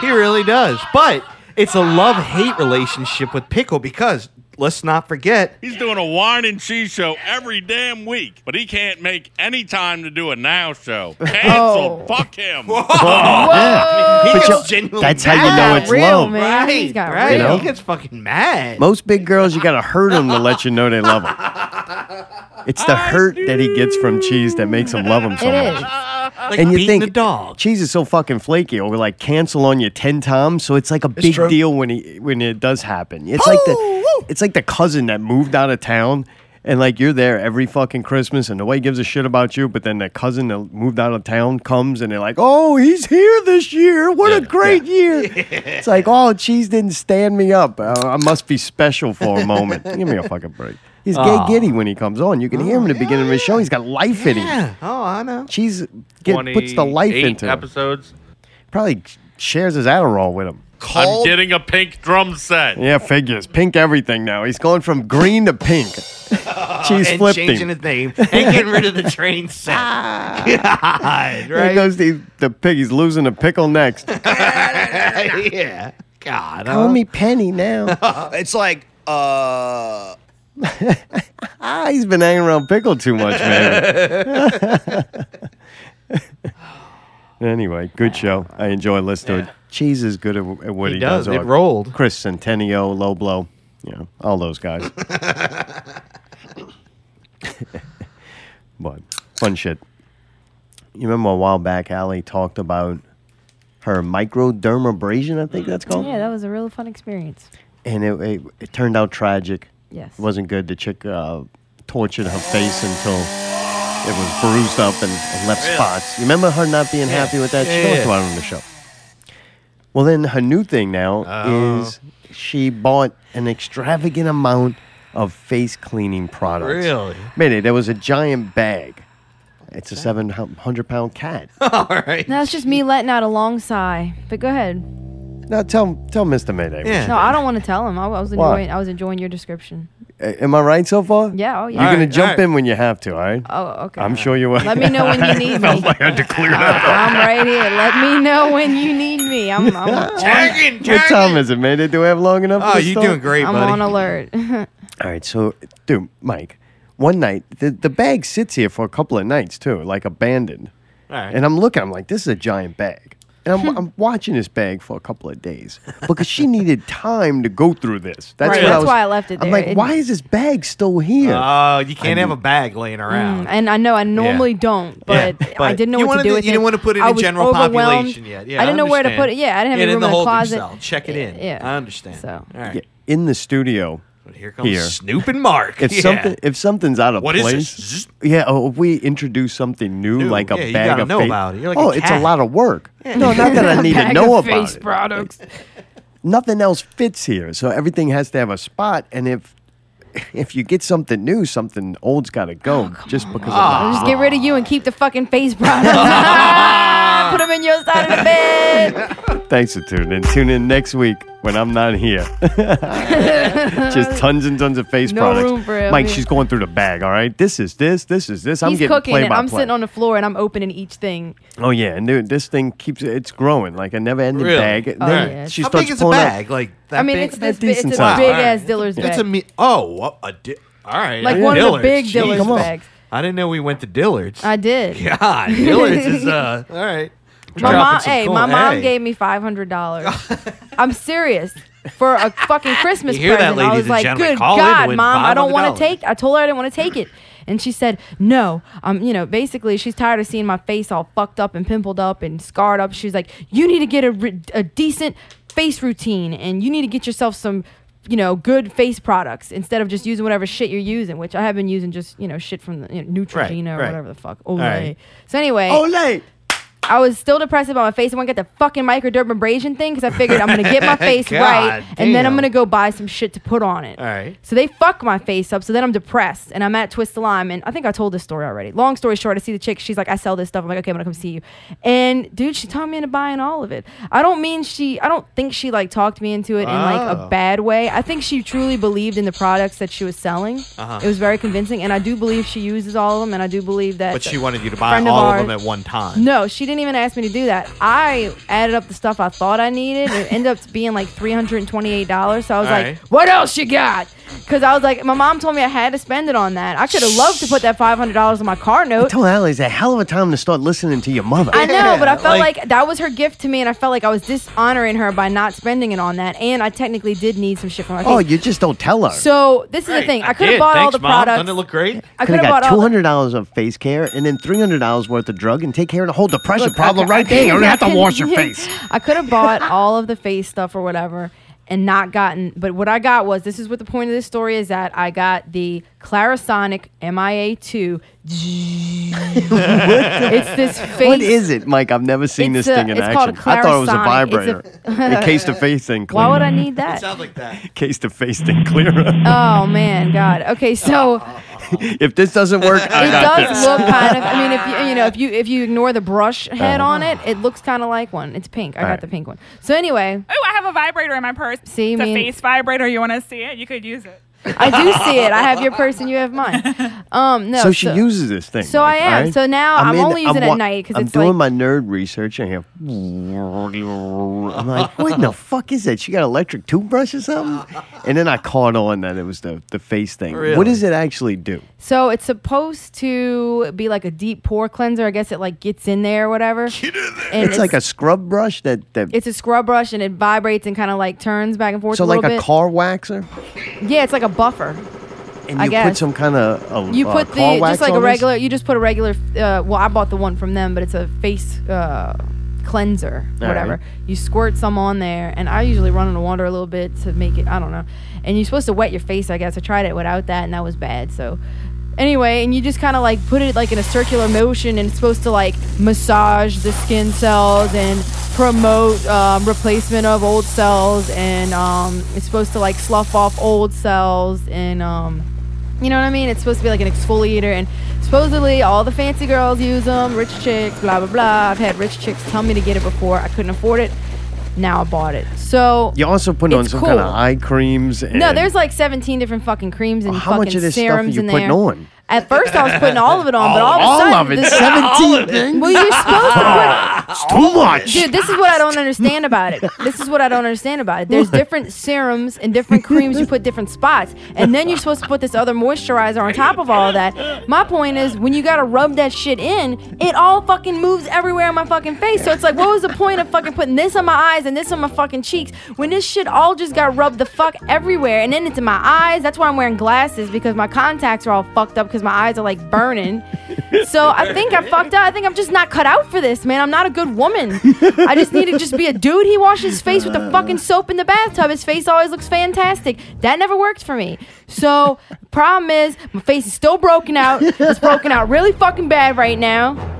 [SPEAKER 1] He really does. But it's a love hate relationship with pickle because let's not forget
[SPEAKER 20] He's doing a wine and cheese show every damn week, but he can't make any time to do a now
[SPEAKER 2] (laughs)
[SPEAKER 20] show.
[SPEAKER 2] Oh.
[SPEAKER 20] Cancel. Fuck him. (laughs)
[SPEAKER 3] Yeah.
[SPEAKER 1] He
[SPEAKER 3] But
[SPEAKER 1] gets
[SPEAKER 3] you-
[SPEAKER 1] genuinely
[SPEAKER 3] that's how you know
[SPEAKER 1] mad.
[SPEAKER 3] it's love.
[SPEAKER 2] man. He's
[SPEAKER 1] Right,
[SPEAKER 2] got
[SPEAKER 1] right.
[SPEAKER 3] real.
[SPEAKER 1] He gets fucking mad.
[SPEAKER 3] Most big girls, you gotta hurt them to let you know they
[SPEAKER 1] (laughs)
[SPEAKER 3] love them. It's the hurt that he gets from cheese that makes him love him so much.
[SPEAKER 2] It is.
[SPEAKER 1] Like
[SPEAKER 3] and you
[SPEAKER 1] beating
[SPEAKER 3] think
[SPEAKER 1] the dog.
[SPEAKER 3] cheese is so fucking flaky or like cancel on you 10 times so it's like a big
[SPEAKER 1] true.
[SPEAKER 3] deal when he when it does happen it's like the it's like the cousin that moved out of town and like you're there every fucking christmas and nobody gives a shit about you but then the cousin that moved out of town comes and they're like oh he's here this year what a great
[SPEAKER 1] (laughs)
[SPEAKER 3] year it's like oh cheese didn't stand me up Uh, i must be special for a moment (laughs) give me a fucking break He's gay
[SPEAKER 1] Aw.
[SPEAKER 3] giddy when he comes on. You can hear him in the beginning of his show. He's got life in him.
[SPEAKER 1] Ah. Yeah. Oh, I know.
[SPEAKER 3] Cheese get, puts the life
[SPEAKER 20] 28
[SPEAKER 3] into him.
[SPEAKER 20] episodes.
[SPEAKER 3] Probably shares his Adderall with him.
[SPEAKER 20] I'm getting a pink drum set.
[SPEAKER 3] Yeah, figures. Pink everything now. He's going from green to
[SPEAKER 1] (laughs)
[SPEAKER 3] pink. Cheese
[SPEAKER 1] Uh, and
[SPEAKER 3] flipped
[SPEAKER 1] changing
[SPEAKER 3] him. Ah. (laughs)
[SPEAKER 1] his name and getting rid of the train set. God,
[SPEAKER 3] There
[SPEAKER 1] (laughs) right?
[SPEAKER 3] goes the, the pig. He's losing a pickle next.
[SPEAKER 1] yeah. God.
[SPEAKER 3] Call
[SPEAKER 1] huh? (laughs)
[SPEAKER 3] me Penny now.
[SPEAKER 22] it's like, uh,
[SPEAKER 3] ah, he's been hanging around pickle too much, man.
[SPEAKER 1] (laughs)
[SPEAKER 3] anyway, good show. I enjoy listening to it. Cheese is good at, wh- at what
[SPEAKER 1] He
[SPEAKER 3] he,
[SPEAKER 1] does. It
[SPEAKER 3] Oh,
[SPEAKER 1] rolled.
[SPEAKER 3] Chris Centennial, Low Blow, you know, all those guys. but fun shit. You remember a while back, Allie talked about her microdermabrasion, I think that's called?
[SPEAKER 2] Yeah, that was a really fun experience.
[SPEAKER 3] and it, it, it turned out tragic.
[SPEAKER 2] Yes.
[SPEAKER 3] It wasn't good. The chick uh, tortured her face until it was bruised up and, and left
[SPEAKER 22] Really?
[SPEAKER 3] spots. You remember her not being
[SPEAKER 22] Yeah.
[SPEAKER 3] happy with that?
[SPEAKER 22] Yeah,
[SPEAKER 3] she talked
[SPEAKER 22] yeah.
[SPEAKER 3] about it on the show. Well, then her new thing now is she bought an extravagant amount of face cleaning products.
[SPEAKER 1] (laughs) Really?
[SPEAKER 3] Minute, there was a giant bag. It's a 700 pound cat.
[SPEAKER 1] All right.
[SPEAKER 2] No, it's just me letting out a long sigh. But go ahead.
[SPEAKER 3] Now tell tell Mr. Mayday. what you
[SPEAKER 2] No, I don't want to tell him. I I was
[SPEAKER 3] Why?
[SPEAKER 2] enjoying. I was enjoying your description.
[SPEAKER 3] A- Am I right so far?
[SPEAKER 2] Yeah, oh, yeah.
[SPEAKER 3] You're
[SPEAKER 2] All
[SPEAKER 3] gonna
[SPEAKER 2] right,
[SPEAKER 3] jump
[SPEAKER 2] all right.
[SPEAKER 3] in when you have to, all right?
[SPEAKER 2] Oh, okay.
[SPEAKER 3] I'm sure you will.
[SPEAKER 2] Let me know when you
[SPEAKER 3] (laughs)
[SPEAKER 2] need
[SPEAKER 3] felt
[SPEAKER 2] me.
[SPEAKER 3] like I had to clear that up.
[SPEAKER 2] I'm right here. Let me know when you need me. I'm. I'm
[SPEAKER 3] What time is it, man? Do we have long
[SPEAKER 1] Oh,
[SPEAKER 3] enough? for this story?
[SPEAKER 2] I'm on alert. (laughs)
[SPEAKER 3] All right, so dude, Mike, one night the the bag sits here for a couple of nights too, like abandoned.
[SPEAKER 1] right.
[SPEAKER 3] And I'm looking, I'm like, this is a giant bag. And I'm,
[SPEAKER 2] Hmm.
[SPEAKER 3] I'm watching this bag for a couple of days because she needed time to go through this. That's,
[SPEAKER 2] Right.
[SPEAKER 3] what
[SPEAKER 2] That's
[SPEAKER 3] was-
[SPEAKER 2] why I left it
[SPEAKER 3] I'm
[SPEAKER 2] there.
[SPEAKER 3] like,
[SPEAKER 2] It-
[SPEAKER 3] why is this bag still here?
[SPEAKER 1] Oh, you can't
[SPEAKER 3] I
[SPEAKER 1] have a
[SPEAKER 3] mean-
[SPEAKER 1] bag laying around.
[SPEAKER 2] Mm, and I know I normally don't,
[SPEAKER 1] Yeah,
[SPEAKER 2] but, I didn't know
[SPEAKER 1] you
[SPEAKER 2] what
[SPEAKER 1] wanted
[SPEAKER 2] to do with
[SPEAKER 1] You
[SPEAKER 2] it.
[SPEAKER 1] didn't want to put it
[SPEAKER 2] I
[SPEAKER 1] in
[SPEAKER 2] was
[SPEAKER 1] general
[SPEAKER 2] overwhelmed.
[SPEAKER 1] population yet. Yeah,
[SPEAKER 2] I didn't know where to put it.
[SPEAKER 1] understand.
[SPEAKER 2] Yeah, I didn't have
[SPEAKER 1] Yeah,
[SPEAKER 2] any
[SPEAKER 1] in
[SPEAKER 2] room
[SPEAKER 1] the
[SPEAKER 2] in the
[SPEAKER 1] holding
[SPEAKER 2] closet.
[SPEAKER 1] cell. Check it in.
[SPEAKER 2] Yeah.
[SPEAKER 1] I understand.
[SPEAKER 2] So,
[SPEAKER 1] All right.
[SPEAKER 3] Yeah, in the studio.
[SPEAKER 1] Here comes
[SPEAKER 3] here.
[SPEAKER 1] Snoop and Mark.
[SPEAKER 3] If
[SPEAKER 1] (laughs) Yeah.
[SPEAKER 3] something if something's out of
[SPEAKER 1] What is
[SPEAKER 3] place,
[SPEAKER 1] this? Zzz.
[SPEAKER 3] yeah. Oh, if we introduce something new,
[SPEAKER 1] New,
[SPEAKER 3] like a
[SPEAKER 1] yeah, you
[SPEAKER 3] bag
[SPEAKER 1] gotta
[SPEAKER 3] of
[SPEAKER 1] know
[SPEAKER 3] fa-
[SPEAKER 1] about it. You're like a
[SPEAKER 3] oh, it's a
[SPEAKER 1] cat.
[SPEAKER 3] lot of work. No, not
[SPEAKER 1] (laughs)
[SPEAKER 3] that I need to
[SPEAKER 2] Bag
[SPEAKER 3] know
[SPEAKER 2] of
[SPEAKER 3] about
[SPEAKER 2] face
[SPEAKER 3] it.
[SPEAKER 2] products.
[SPEAKER 3] Nothing else fits here, so everything has to have a spot. And if (laughs) if you get something new, something old's got to go just because.
[SPEAKER 2] Oh, I'll
[SPEAKER 3] Of
[SPEAKER 2] just get rid of you and keep the fucking face products. Put them in your side of the bed.
[SPEAKER 3] Thanks for tuning in. Tune in next week when I'm not here. (laughs)
[SPEAKER 2] (laughs)
[SPEAKER 3] just tons and tons of face
[SPEAKER 2] No
[SPEAKER 3] products.
[SPEAKER 2] room for him,
[SPEAKER 3] Mike,
[SPEAKER 2] yeah.
[SPEAKER 3] she's going through the bag. All right, this is this. This is this. I'm
[SPEAKER 2] He's
[SPEAKER 3] getting
[SPEAKER 2] cooking
[SPEAKER 3] play
[SPEAKER 2] it.
[SPEAKER 3] by
[SPEAKER 2] I'm
[SPEAKER 3] play.
[SPEAKER 2] sitting on the floor and I'm opening each thing.
[SPEAKER 3] Oh yeah, and dude, this thing keeps it's growing like a never-ending
[SPEAKER 1] Really?
[SPEAKER 3] bag. And
[SPEAKER 1] Oh,
[SPEAKER 3] then
[SPEAKER 1] yeah.
[SPEAKER 3] She
[SPEAKER 1] How
[SPEAKER 3] starts
[SPEAKER 1] big is a
[SPEAKER 3] pulling out-
[SPEAKER 1] bag? Like that
[SPEAKER 2] I mean,
[SPEAKER 1] big?
[SPEAKER 2] it's this big, it's
[SPEAKER 3] decent
[SPEAKER 2] a
[SPEAKER 3] size.
[SPEAKER 2] big
[SPEAKER 1] All right.
[SPEAKER 2] ass Dillard's
[SPEAKER 1] It's
[SPEAKER 2] bag.
[SPEAKER 1] a me- oh, a, a di- all right.
[SPEAKER 2] Like
[SPEAKER 1] a
[SPEAKER 2] one of the
[SPEAKER 1] Dillard's.
[SPEAKER 2] big
[SPEAKER 1] Jeez.
[SPEAKER 2] Dillard's Come on. bags.
[SPEAKER 1] I didn't know we went to Dillard's.
[SPEAKER 2] I did.
[SPEAKER 1] (laughs) God, Dillard's is
[SPEAKER 2] (laughs)
[SPEAKER 1] uh. All right.
[SPEAKER 2] My
[SPEAKER 1] Dropping
[SPEAKER 2] mom,
[SPEAKER 1] some
[SPEAKER 2] hey,
[SPEAKER 1] coin.
[SPEAKER 2] my mom
[SPEAKER 1] Hey.
[SPEAKER 2] gave me five hundred dollars.
[SPEAKER 1] (laughs)
[SPEAKER 2] I'm serious for a fucking Christmas
[SPEAKER 1] You hear that,
[SPEAKER 2] present. I
[SPEAKER 1] ladies
[SPEAKER 2] was
[SPEAKER 1] and
[SPEAKER 2] like,
[SPEAKER 1] gentlemen.
[SPEAKER 2] good
[SPEAKER 1] Call in,
[SPEAKER 2] God,
[SPEAKER 1] win
[SPEAKER 2] mom, I don't want
[SPEAKER 1] $500.
[SPEAKER 2] to take. I told her I didn't want to take it, and she said, no. Um, you know, basically, she's tired of seeing my face all fucked up and pimpled up and scarred up. She's like, you need to get a, re- a decent face routine, and you need to get yourself some. You know, good face products instead of just using whatever shit you're using, which I have been using just you know shit from the you know,
[SPEAKER 15] Right,
[SPEAKER 2] Neutrogena or
[SPEAKER 15] right.
[SPEAKER 2] whatever the fuck.
[SPEAKER 15] All
[SPEAKER 2] Olay.
[SPEAKER 15] right.
[SPEAKER 2] So anyway,
[SPEAKER 3] Olay.
[SPEAKER 2] I was still depressed about my face. I want to get the fucking microdermabrasion thing because I figured I'm gonna
[SPEAKER 15] (laughs)
[SPEAKER 2] get my face
[SPEAKER 15] God
[SPEAKER 2] right, and then I'm
[SPEAKER 15] damn.
[SPEAKER 2] gonna go buy some shit to put on it.
[SPEAKER 15] All right.
[SPEAKER 2] So they fuck my face up. So then I'm depressed, and I'm at Twist the Lime, and I think I told this story already. Long story short, I see the chick. She's like, I sell this stuff. I'm like, okay, I'm gonna come see you. And dude, she talked me into buying all of it. I don't mean she. I don't think she like talked me into it in like
[SPEAKER 15] Oh.
[SPEAKER 2] a bad way. I think she truly believed in the products that she was selling.
[SPEAKER 1] Uh-huh.
[SPEAKER 2] It was very convincing, and I do believe she uses all of them, and I do believe that.
[SPEAKER 1] But
[SPEAKER 2] the
[SPEAKER 1] she wanted you to buy
[SPEAKER 2] friend of
[SPEAKER 1] all of,
[SPEAKER 2] ours-
[SPEAKER 1] them at one time.
[SPEAKER 2] no, she didn't even ask me to do that. I added up the stuff I thought I needed. and It ended up being like three hundred and twenty-eight dollars. So I was
[SPEAKER 15] All
[SPEAKER 2] like,
[SPEAKER 15] right.
[SPEAKER 2] "What else you got?" Because I was like, my mom told me I had to spend it on that. I could have loved to put that five hundred dollars on my car
[SPEAKER 3] I
[SPEAKER 2] note.
[SPEAKER 3] told Allie it's a hell of a time to start listening to your mother.
[SPEAKER 2] I know, but I felt like, that was her gift to me, and I felt like I was dishonoring her by not spending it on that. And I technically did need some shit for my
[SPEAKER 3] oh,
[SPEAKER 2] face.
[SPEAKER 3] you just don't tell her.
[SPEAKER 2] So this is the thing. I could have
[SPEAKER 1] did.
[SPEAKER 2] bought all
[SPEAKER 1] Thanks,
[SPEAKER 2] the
[SPEAKER 1] Mom.
[SPEAKER 2] products.
[SPEAKER 1] Doesn't it look
[SPEAKER 2] (laughs)
[SPEAKER 1] great?
[SPEAKER 2] I
[SPEAKER 3] could
[SPEAKER 2] could
[SPEAKER 3] have
[SPEAKER 2] have
[SPEAKER 3] got
[SPEAKER 2] bought all
[SPEAKER 3] two
[SPEAKER 2] the
[SPEAKER 3] hundred dollars of face care and then three hundred dollars worth of drug and take care of the whole depression
[SPEAKER 2] Look,
[SPEAKER 3] problem
[SPEAKER 2] okay,
[SPEAKER 3] right
[SPEAKER 2] I
[SPEAKER 3] there. You don't have to
[SPEAKER 2] (laughs) could've-
[SPEAKER 3] wash your
[SPEAKER 1] (laughs)
[SPEAKER 3] face.
[SPEAKER 2] I could have bought all of the face stuff or whatever and not gotten, but what I got was this is what the point of this story is that I got the Clarisonic MIA2. it's this face.
[SPEAKER 3] What is it, Mike? I've never seen
[SPEAKER 2] It's
[SPEAKER 3] this
[SPEAKER 2] a-
[SPEAKER 3] thing in
[SPEAKER 2] it's
[SPEAKER 3] action.
[SPEAKER 2] called
[SPEAKER 3] I thought it was a
[SPEAKER 2] Clarisonic.
[SPEAKER 3] vibrator.
[SPEAKER 2] It's a- (laughs)
[SPEAKER 3] In case the face thing clearer.
[SPEAKER 2] Why would I need that?
[SPEAKER 3] Case the face thing clearer.
[SPEAKER 2] Oh man, God.
[SPEAKER 3] (laughs)
[SPEAKER 2] Okay, so
[SPEAKER 3] if this doesn't work, I
[SPEAKER 2] it
[SPEAKER 3] got
[SPEAKER 2] does
[SPEAKER 3] this.
[SPEAKER 2] look kind of. I mean, if you you know if you if you ignore the brush head
[SPEAKER 3] Uh-huh.
[SPEAKER 2] on it, it looks kind of like one. It's pink. I got
[SPEAKER 3] Alright.
[SPEAKER 2] the pink one. So anyway,
[SPEAKER 23] Oh, I have a vibrator in my purse.
[SPEAKER 2] See,
[SPEAKER 23] it's
[SPEAKER 2] me
[SPEAKER 23] a
[SPEAKER 2] and-
[SPEAKER 23] face vibrator. You want to see it? You could use it.
[SPEAKER 2] I do see it.
[SPEAKER 1] (laughs)
[SPEAKER 2] I have your purse and you
[SPEAKER 3] (laughs)
[SPEAKER 2] have mine. Um, no.
[SPEAKER 3] so she uses this thing.
[SPEAKER 2] so
[SPEAKER 3] Mike,
[SPEAKER 2] I am.
[SPEAKER 3] alright?
[SPEAKER 2] So now I'm
[SPEAKER 3] in-
[SPEAKER 2] only using it at
[SPEAKER 3] wa-
[SPEAKER 2] night 'cause
[SPEAKER 3] I'm
[SPEAKER 2] it's
[SPEAKER 3] doing my nerd research and here. I'm
[SPEAKER 2] (laughs)
[SPEAKER 3] like, what in the fuck is that? She got an electric toothbrush or something? And then I caught on that it was the, the face thing. What
[SPEAKER 2] Really?
[SPEAKER 3] does it actually do?
[SPEAKER 2] So it's supposed to be like a deep pore cleanser. I guess it like gets in there or whatever. Get in there. And
[SPEAKER 3] it's, like a scrub brush that, that
[SPEAKER 2] It's a scrub brush and it vibrates and kind of like turns back and forth.
[SPEAKER 3] so
[SPEAKER 2] a
[SPEAKER 3] like
[SPEAKER 2] little
[SPEAKER 3] a
[SPEAKER 2] bit.
[SPEAKER 3] car waxer,
[SPEAKER 2] Yeah, it's like a buffer.
[SPEAKER 3] and
[SPEAKER 2] I
[SPEAKER 3] you put
[SPEAKER 2] guess.
[SPEAKER 3] some kind of
[SPEAKER 2] You
[SPEAKER 3] uh,
[SPEAKER 2] put
[SPEAKER 3] car
[SPEAKER 2] the
[SPEAKER 3] wax
[SPEAKER 2] just like a
[SPEAKER 3] on this?
[SPEAKER 2] regular. You just put a regular. Uh, well, I bought the one from them, but it's a face uh, cleanser,
[SPEAKER 15] All
[SPEAKER 2] whatever.
[SPEAKER 15] right.
[SPEAKER 2] You squirt some on there, and I usually run in the water a little bit to make it. I don't know. And you're supposed to wet your face. I guess I tried it without that, and that was bad. So. Anyway, and you just kind of like put it like in a circular motion, and it's supposed to like massage the skin cells and promote um, replacement of old cells, and um, it's supposed to like slough off old cells and um, you know what I mean? It's supposed to be like an exfoliator, and supposedly all the fancy girls use them, rich chicks, blah, blah, blah. I've had rich chicks tell me to get it before. I couldn't afford it. Now I bought it. So,
[SPEAKER 3] You also put on
[SPEAKER 2] It's
[SPEAKER 3] some kind of
[SPEAKER 2] cool.
[SPEAKER 3] eye creams. And
[SPEAKER 2] no, there's like 17 different fucking creams and
[SPEAKER 3] how
[SPEAKER 2] fucking
[SPEAKER 3] much of this stuff are
[SPEAKER 2] serums
[SPEAKER 3] you
[SPEAKER 2] in
[SPEAKER 3] putting
[SPEAKER 2] there.
[SPEAKER 3] on?
[SPEAKER 2] At first, I was putting all of it on, but all,
[SPEAKER 18] All-
[SPEAKER 2] of a
[SPEAKER 18] (laughs) all of
[SPEAKER 2] sudden,
[SPEAKER 18] it?
[SPEAKER 2] this-
[SPEAKER 18] 17 All of it? (laughs)
[SPEAKER 2] Well, you're supposed to put
[SPEAKER 18] It's too much.
[SPEAKER 2] Dude, this is what I don't understand about it. This is what I don't understand about it. There's different serums and different creams you put different spots, and then you're supposed to put this other moisturizer on top of all that. My point is, when you gotta rub that shit in, it all fucking moves everywhere in my fucking face. So it's like, what was the point of fucking putting this on my eyes and this on my fucking cheeks when this shit all just got rubbed the fuck everywhere? And then it's in my eyes. That's why I'm wearing glasses because my contacts are all fucked up because my eyes are like burning. So I think I fucked up. I think I'm just not cut out for this, man. I'm not a good woman. I just need to just be a dude. He washes his face with the fucking soap in the bathtub. His face always looks fantastic. That never worked for me. So problem is, my face is still broken out. It's broken out really fucking bad right now.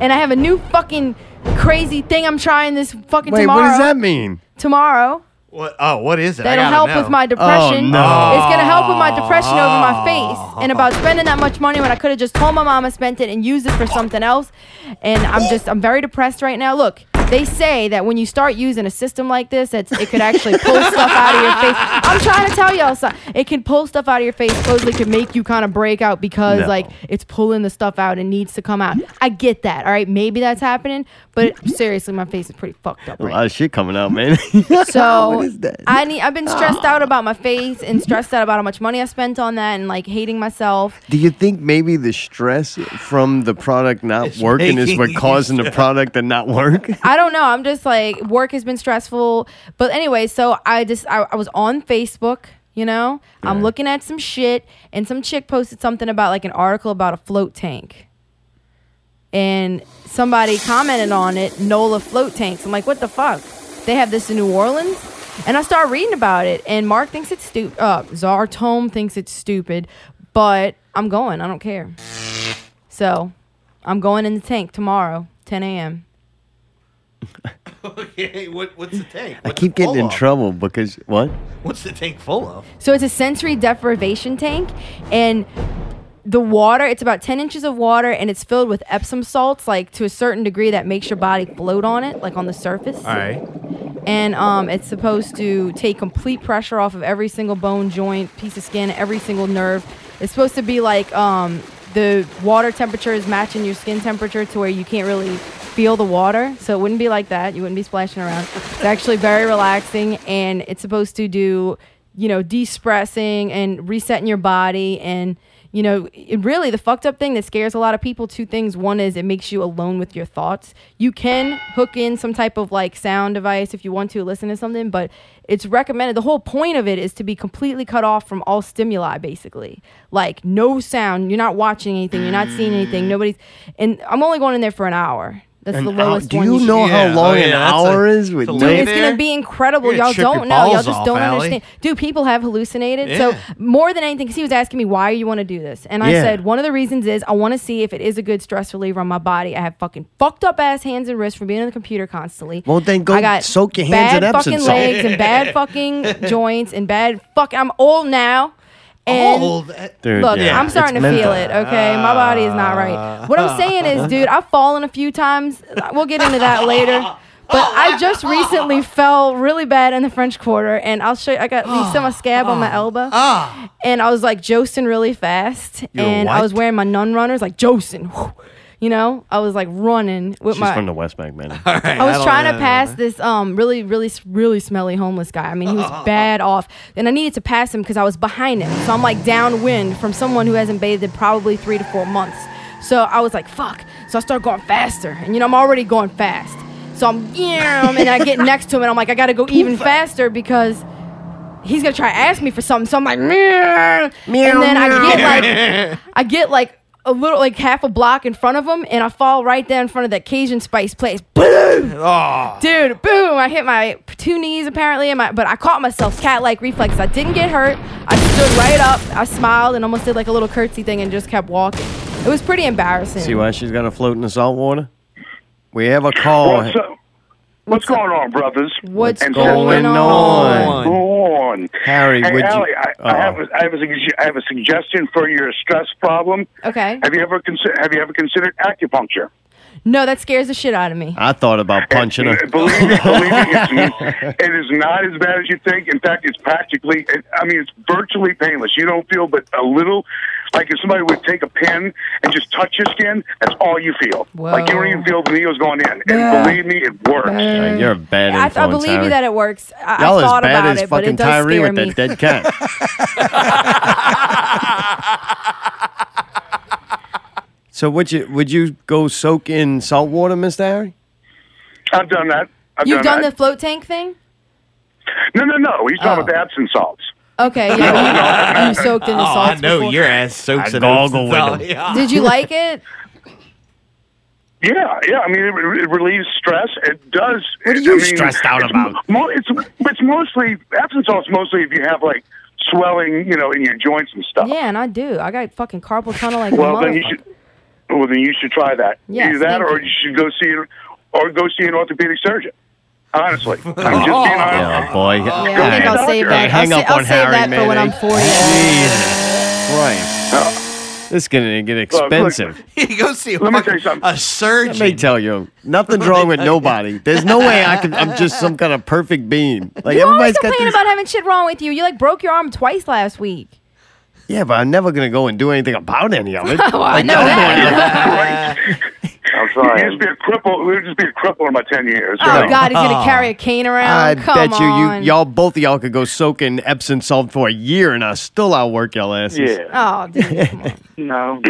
[SPEAKER 2] And I have a new fucking crazy thing I'm trying this fucking
[SPEAKER 3] Wait,
[SPEAKER 2] tomorrow.
[SPEAKER 3] what does that mean?
[SPEAKER 2] Tomorrow.
[SPEAKER 1] What? Oh, what is it? I
[SPEAKER 2] That'll
[SPEAKER 1] gotta
[SPEAKER 2] help
[SPEAKER 1] know.
[SPEAKER 2] with my depression.
[SPEAKER 1] Oh, no.
[SPEAKER 2] It's gonna help with my depression over my face and about spending that much money when I could have just told my mom I spent it and used it for something else. And I'm just I'm very depressed right now. Look, they say that when you start using a system like this, it's, it could
[SPEAKER 1] (laughs)
[SPEAKER 2] actually pull stuff out of your face. I'm trying to tell y'all something. It can pull stuff out of your face. Supposedly, can make you kind of break out because
[SPEAKER 15] No.
[SPEAKER 2] like it's pulling the stuff out and needs to come out. I get that. All right, maybe that's happening, but seriously, my face is pretty fucked up
[SPEAKER 3] A lot of shit coming out,
[SPEAKER 2] (laughs)
[SPEAKER 3] man. (laughs)
[SPEAKER 2] so
[SPEAKER 3] What is that?
[SPEAKER 2] I need, I've been stressed out about my face and stressed out about how much money I spent on that and like hating myself.
[SPEAKER 3] Do you think maybe the stress from the product not working is
[SPEAKER 2] making
[SPEAKER 3] what
[SPEAKER 2] you
[SPEAKER 3] causing the
[SPEAKER 2] stressed.
[SPEAKER 3] product to not
[SPEAKER 2] (laughs)
[SPEAKER 3] work?
[SPEAKER 2] I don't know. I'm just like work has been stressful, but anyway, so I just I, I was on Facebook. You know, I'm looking at some shit, and some chick posted something about like an article about a float tank. And somebody commented on it, NOLA float tanks. I'm like, what the fuck? They have this in New Orleans? And I start reading about it, and Mark thinks it's stupid. Uh, Zartome thinks it's stupid, but I'm going. I don't care. So I'm going in the tank tomorrow, 10 a.m.
[SPEAKER 1] okay, what, what's the tank?
[SPEAKER 3] I keep getting in
[SPEAKER 1] Hold on.
[SPEAKER 3] trouble because what?
[SPEAKER 1] What's the tank full of?
[SPEAKER 2] So it's a sensory deprivation tank, and the water, it's about 10 inches of water, and it's filled with Epsom salts, like to a certain degree that makes your body float on it, like on the surface.
[SPEAKER 1] All right.
[SPEAKER 2] And um, it's supposed to take complete pressure off of every single bone, joint, piece of skin, every single nerve. It's supposed to be like um, the water temperature is matching your skin temperature to where you can't really feel the water. So it wouldn't be like that. You wouldn't be splashing around. It's actually very relaxing, and it's supposed to do, you know, de-stressing and resetting your body and. You know, it really the fucked up thing that scares a lot of people two things. One is it makes you alone with your thoughts. You can hook in some type of like sound device if you want to listen to something, but it's recommended. The whole point of it is to be completely cut off from all stimuli, basically. Like no sound. You're not watching anything. You're not seeing anything. Nobody's. And I'm only going in there for an hour. That's
[SPEAKER 3] Mm. An
[SPEAKER 2] the
[SPEAKER 3] hour-
[SPEAKER 2] lowest
[SPEAKER 3] Do
[SPEAKER 2] one.
[SPEAKER 3] you
[SPEAKER 2] can
[SPEAKER 3] know
[SPEAKER 2] do.
[SPEAKER 3] how long an hour is with
[SPEAKER 2] Dude,
[SPEAKER 3] lay
[SPEAKER 2] it's
[SPEAKER 3] there?
[SPEAKER 2] gonna be incredible.
[SPEAKER 3] You're gonna
[SPEAKER 2] Y'all
[SPEAKER 3] trip your
[SPEAKER 2] don't know. Y'all
[SPEAKER 3] balls
[SPEAKER 2] just
[SPEAKER 3] off,
[SPEAKER 2] don't
[SPEAKER 3] Allie.
[SPEAKER 2] understand. Dude, people have hallucinated.
[SPEAKER 3] Yeah.
[SPEAKER 2] So more than anything, because he was asking me why you want to do this, and I
[SPEAKER 3] Yeah.
[SPEAKER 2] said one of the reasons is I want to see if it is a good stress reliever on my body. I have fucking fucked up ass hands and wrists from being on the computer constantly.
[SPEAKER 3] Well, then go
[SPEAKER 2] I got
[SPEAKER 3] soak your hands
[SPEAKER 2] bad
[SPEAKER 3] in Epsom
[SPEAKER 2] fucking
[SPEAKER 3] salt.
[SPEAKER 2] legs
[SPEAKER 3] (laughs)
[SPEAKER 2] and (laughs) bad fucking joints and bad fuck. I'm old now. And
[SPEAKER 1] Old?
[SPEAKER 3] Dude,
[SPEAKER 2] look,
[SPEAKER 3] yeah,
[SPEAKER 2] I'm starting to
[SPEAKER 3] it's mental.
[SPEAKER 2] feel it. Okay, my body is not right. What I'm saying is, dude, I've fallen a few times. We'll get into that later. But I just recently fell really bad in the French Quarter, and I'll show you. I got you saw my scab on my elbow, and I was like josting really fast,
[SPEAKER 3] You were
[SPEAKER 2] and I
[SPEAKER 3] what?
[SPEAKER 2] was wearing my nun runners, like josting. You know, I was like running with
[SPEAKER 3] She's
[SPEAKER 2] my.
[SPEAKER 3] from the West Bank,
[SPEAKER 2] (laughs)
[SPEAKER 3] man.
[SPEAKER 2] I was trying to pass this um really really really smelly homeless guy. I mean, he (laughs) was bad off, and I needed to pass him because I was behind him. So I'm like downwind from someone who hasn't bathed in probably three to four months. So I was like, fuck. So I start going faster, and you know I'm already going fast. So I'm yeah, and I get next to him, and I'm like, I (laughs) gotta go even faster because he's gonna try to ask me for something. So I'm like, meow, and then I get like
[SPEAKER 1] (laughs)
[SPEAKER 2] (laughs) I get like a little, like half a block in front of him, and I fall right there in front of that Cajun spice place. Boom,
[SPEAKER 1] Oh.
[SPEAKER 2] dude, boom! I hit my two knees apparently, and my, but I caught myself, cat-like reflex. I didn't get hurt. I stood right up. I smiled and almost did like a little curtsy thing and just kept walking. It was pretty embarrassing.
[SPEAKER 3] See why she's got to float in the salt water? We have a call.
[SPEAKER 24] What's, up? What's, going on, brothers?
[SPEAKER 2] What's
[SPEAKER 24] and
[SPEAKER 3] going
[SPEAKER 24] sisters?
[SPEAKER 3] on?
[SPEAKER 24] Go on.
[SPEAKER 3] Harry,
[SPEAKER 24] Hey,
[SPEAKER 3] would you-
[SPEAKER 24] Allie, I, I,
[SPEAKER 3] Oh.
[SPEAKER 24] have a, I, have a, sugge- I have a suggestion for your stress problem.
[SPEAKER 2] Okay.
[SPEAKER 24] Have you ever considered Have you ever considered acupuncture?
[SPEAKER 2] No, that scares the shit out of me.
[SPEAKER 3] I thought about punching her.
[SPEAKER 24] Believe me, believe me, it's, it is not as bad as you think. In fact, it's practically, it, I mean, it's virtually painless. You don't feel but a little, like if somebody would take a pin and just touch your skin, that's all you feel. Like you don't even feel the needle's going in. And
[SPEAKER 2] Yeah.
[SPEAKER 24] believe me, it works.
[SPEAKER 3] Hey, You're a bad
[SPEAKER 2] I,
[SPEAKER 3] influence.
[SPEAKER 2] I believe
[SPEAKER 3] Harry.
[SPEAKER 2] you that it works. I,
[SPEAKER 3] Y'all as
[SPEAKER 2] I thought
[SPEAKER 3] bad
[SPEAKER 2] about
[SPEAKER 3] as
[SPEAKER 2] it, but
[SPEAKER 3] fucking
[SPEAKER 2] it does
[SPEAKER 3] Tyree
[SPEAKER 2] scare
[SPEAKER 3] with
[SPEAKER 2] me.
[SPEAKER 3] that dead
[SPEAKER 2] (laughs)
[SPEAKER 3] cat. so would you would you go soak in salt water, Miss Harry?
[SPEAKER 24] I've done that. (laughs) I've
[SPEAKER 2] You've done,
[SPEAKER 24] done,
[SPEAKER 2] the float tank thing?
[SPEAKER 24] that. No, no, no. Oh, He's talking
[SPEAKER 3] Oh.
[SPEAKER 24] about the Epsom salts. (laughs)
[SPEAKER 2] Okay, yeah, you, you soaked in the
[SPEAKER 1] Oh, I
[SPEAKER 2] salts.
[SPEAKER 1] know
[SPEAKER 2] before.
[SPEAKER 1] your ass soaks
[SPEAKER 24] I
[SPEAKER 1] it
[SPEAKER 24] goggle with
[SPEAKER 1] up.
[SPEAKER 24] them.
[SPEAKER 2] Did you like it?
[SPEAKER 24] Yeah, yeah. I mean, it, it relieves stress. It does. What are
[SPEAKER 18] you stressed out
[SPEAKER 1] (laughs)
[SPEAKER 18] about?
[SPEAKER 24] Mo- it's it's mostly Epsom salts. Mostly if you have like swelling, you know, in your joints and stuff.
[SPEAKER 2] Yeah, and I do. I got fucking carpal tunnel like
[SPEAKER 24] well,
[SPEAKER 2] a
[SPEAKER 24] then you
[SPEAKER 2] motherfucker.
[SPEAKER 24] should. Well, then you should try that.
[SPEAKER 2] Yes,
[SPEAKER 24] Either that,
[SPEAKER 2] thank
[SPEAKER 24] or
[SPEAKER 2] you.
[SPEAKER 24] you should go see, an- or go see an orthopedic surgeon. (laughs) Honestly, I'm just being
[SPEAKER 3] (laughs)
[SPEAKER 24] honest.
[SPEAKER 3] Oh boy. Yeah,
[SPEAKER 24] I think I'll save that.
[SPEAKER 3] Hang
[SPEAKER 24] I'll
[SPEAKER 3] up
[SPEAKER 24] sa- I'll
[SPEAKER 3] on
[SPEAKER 24] save
[SPEAKER 3] Harry,
[SPEAKER 24] that for
[SPEAKER 3] man.
[SPEAKER 24] when I'm
[SPEAKER 3] eh?
[SPEAKER 2] 40.
[SPEAKER 3] Jesus Christ. This is gonna get expensive.
[SPEAKER 1] (laughs) you go see a, fucking- a surgeon.
[SPEAKER 3] Let me tell you, nothing's wrong with nobody. There's no way I can. I'm just some kind of
[SPEAKER 24] (laughs)
[SPEAKER 3] perfect being. Like
[SPEAKER 2] you always
[SPEAKER 3] everybody's got
[SPEAKER 2] complain
[SPEAKER 3] these.
[SPEAKER 2] about having shit wrong with you. You like broke your arm twice last week.
[SPEAKER 3] yeah, but I'm never gonna go and do anything about any of
[SPEAKER 24] (laughs)
[SPEAKER 3] it.
[SPEAKER 24] Oh,
[SPEAKER 2] Well, I
[SPEAKER 3] Like,
[SPEAKER 2] know
[SPEAKER 3] I'm
[SPEAKER 24] I'm sorry. You'll just be a cripple. We'll just be a cripple in about ten years.
[SPEAKER 2] Oh
[SPEAKER 3] Yeah.
[SPEAKER 2] God, he's
[SPEAKER 3] Oh.
[SPEAKER 2] gonna carry a cane
[SPEAKER 3] I
[SPEAKER 2] around. Come
[SPEAKER 3] bet you,
[SPEAKER 2] on.
[SPEAKER 24] (laughs)
[SPEAKER 3] you y'all both of y'all could go soak in Epsom salt for a year and I still outwork y'all asses.
[SPEAKER 2] Oh, dude, come on.
[SPEAKER 3] (laughs)
[SPEAKER 24] No.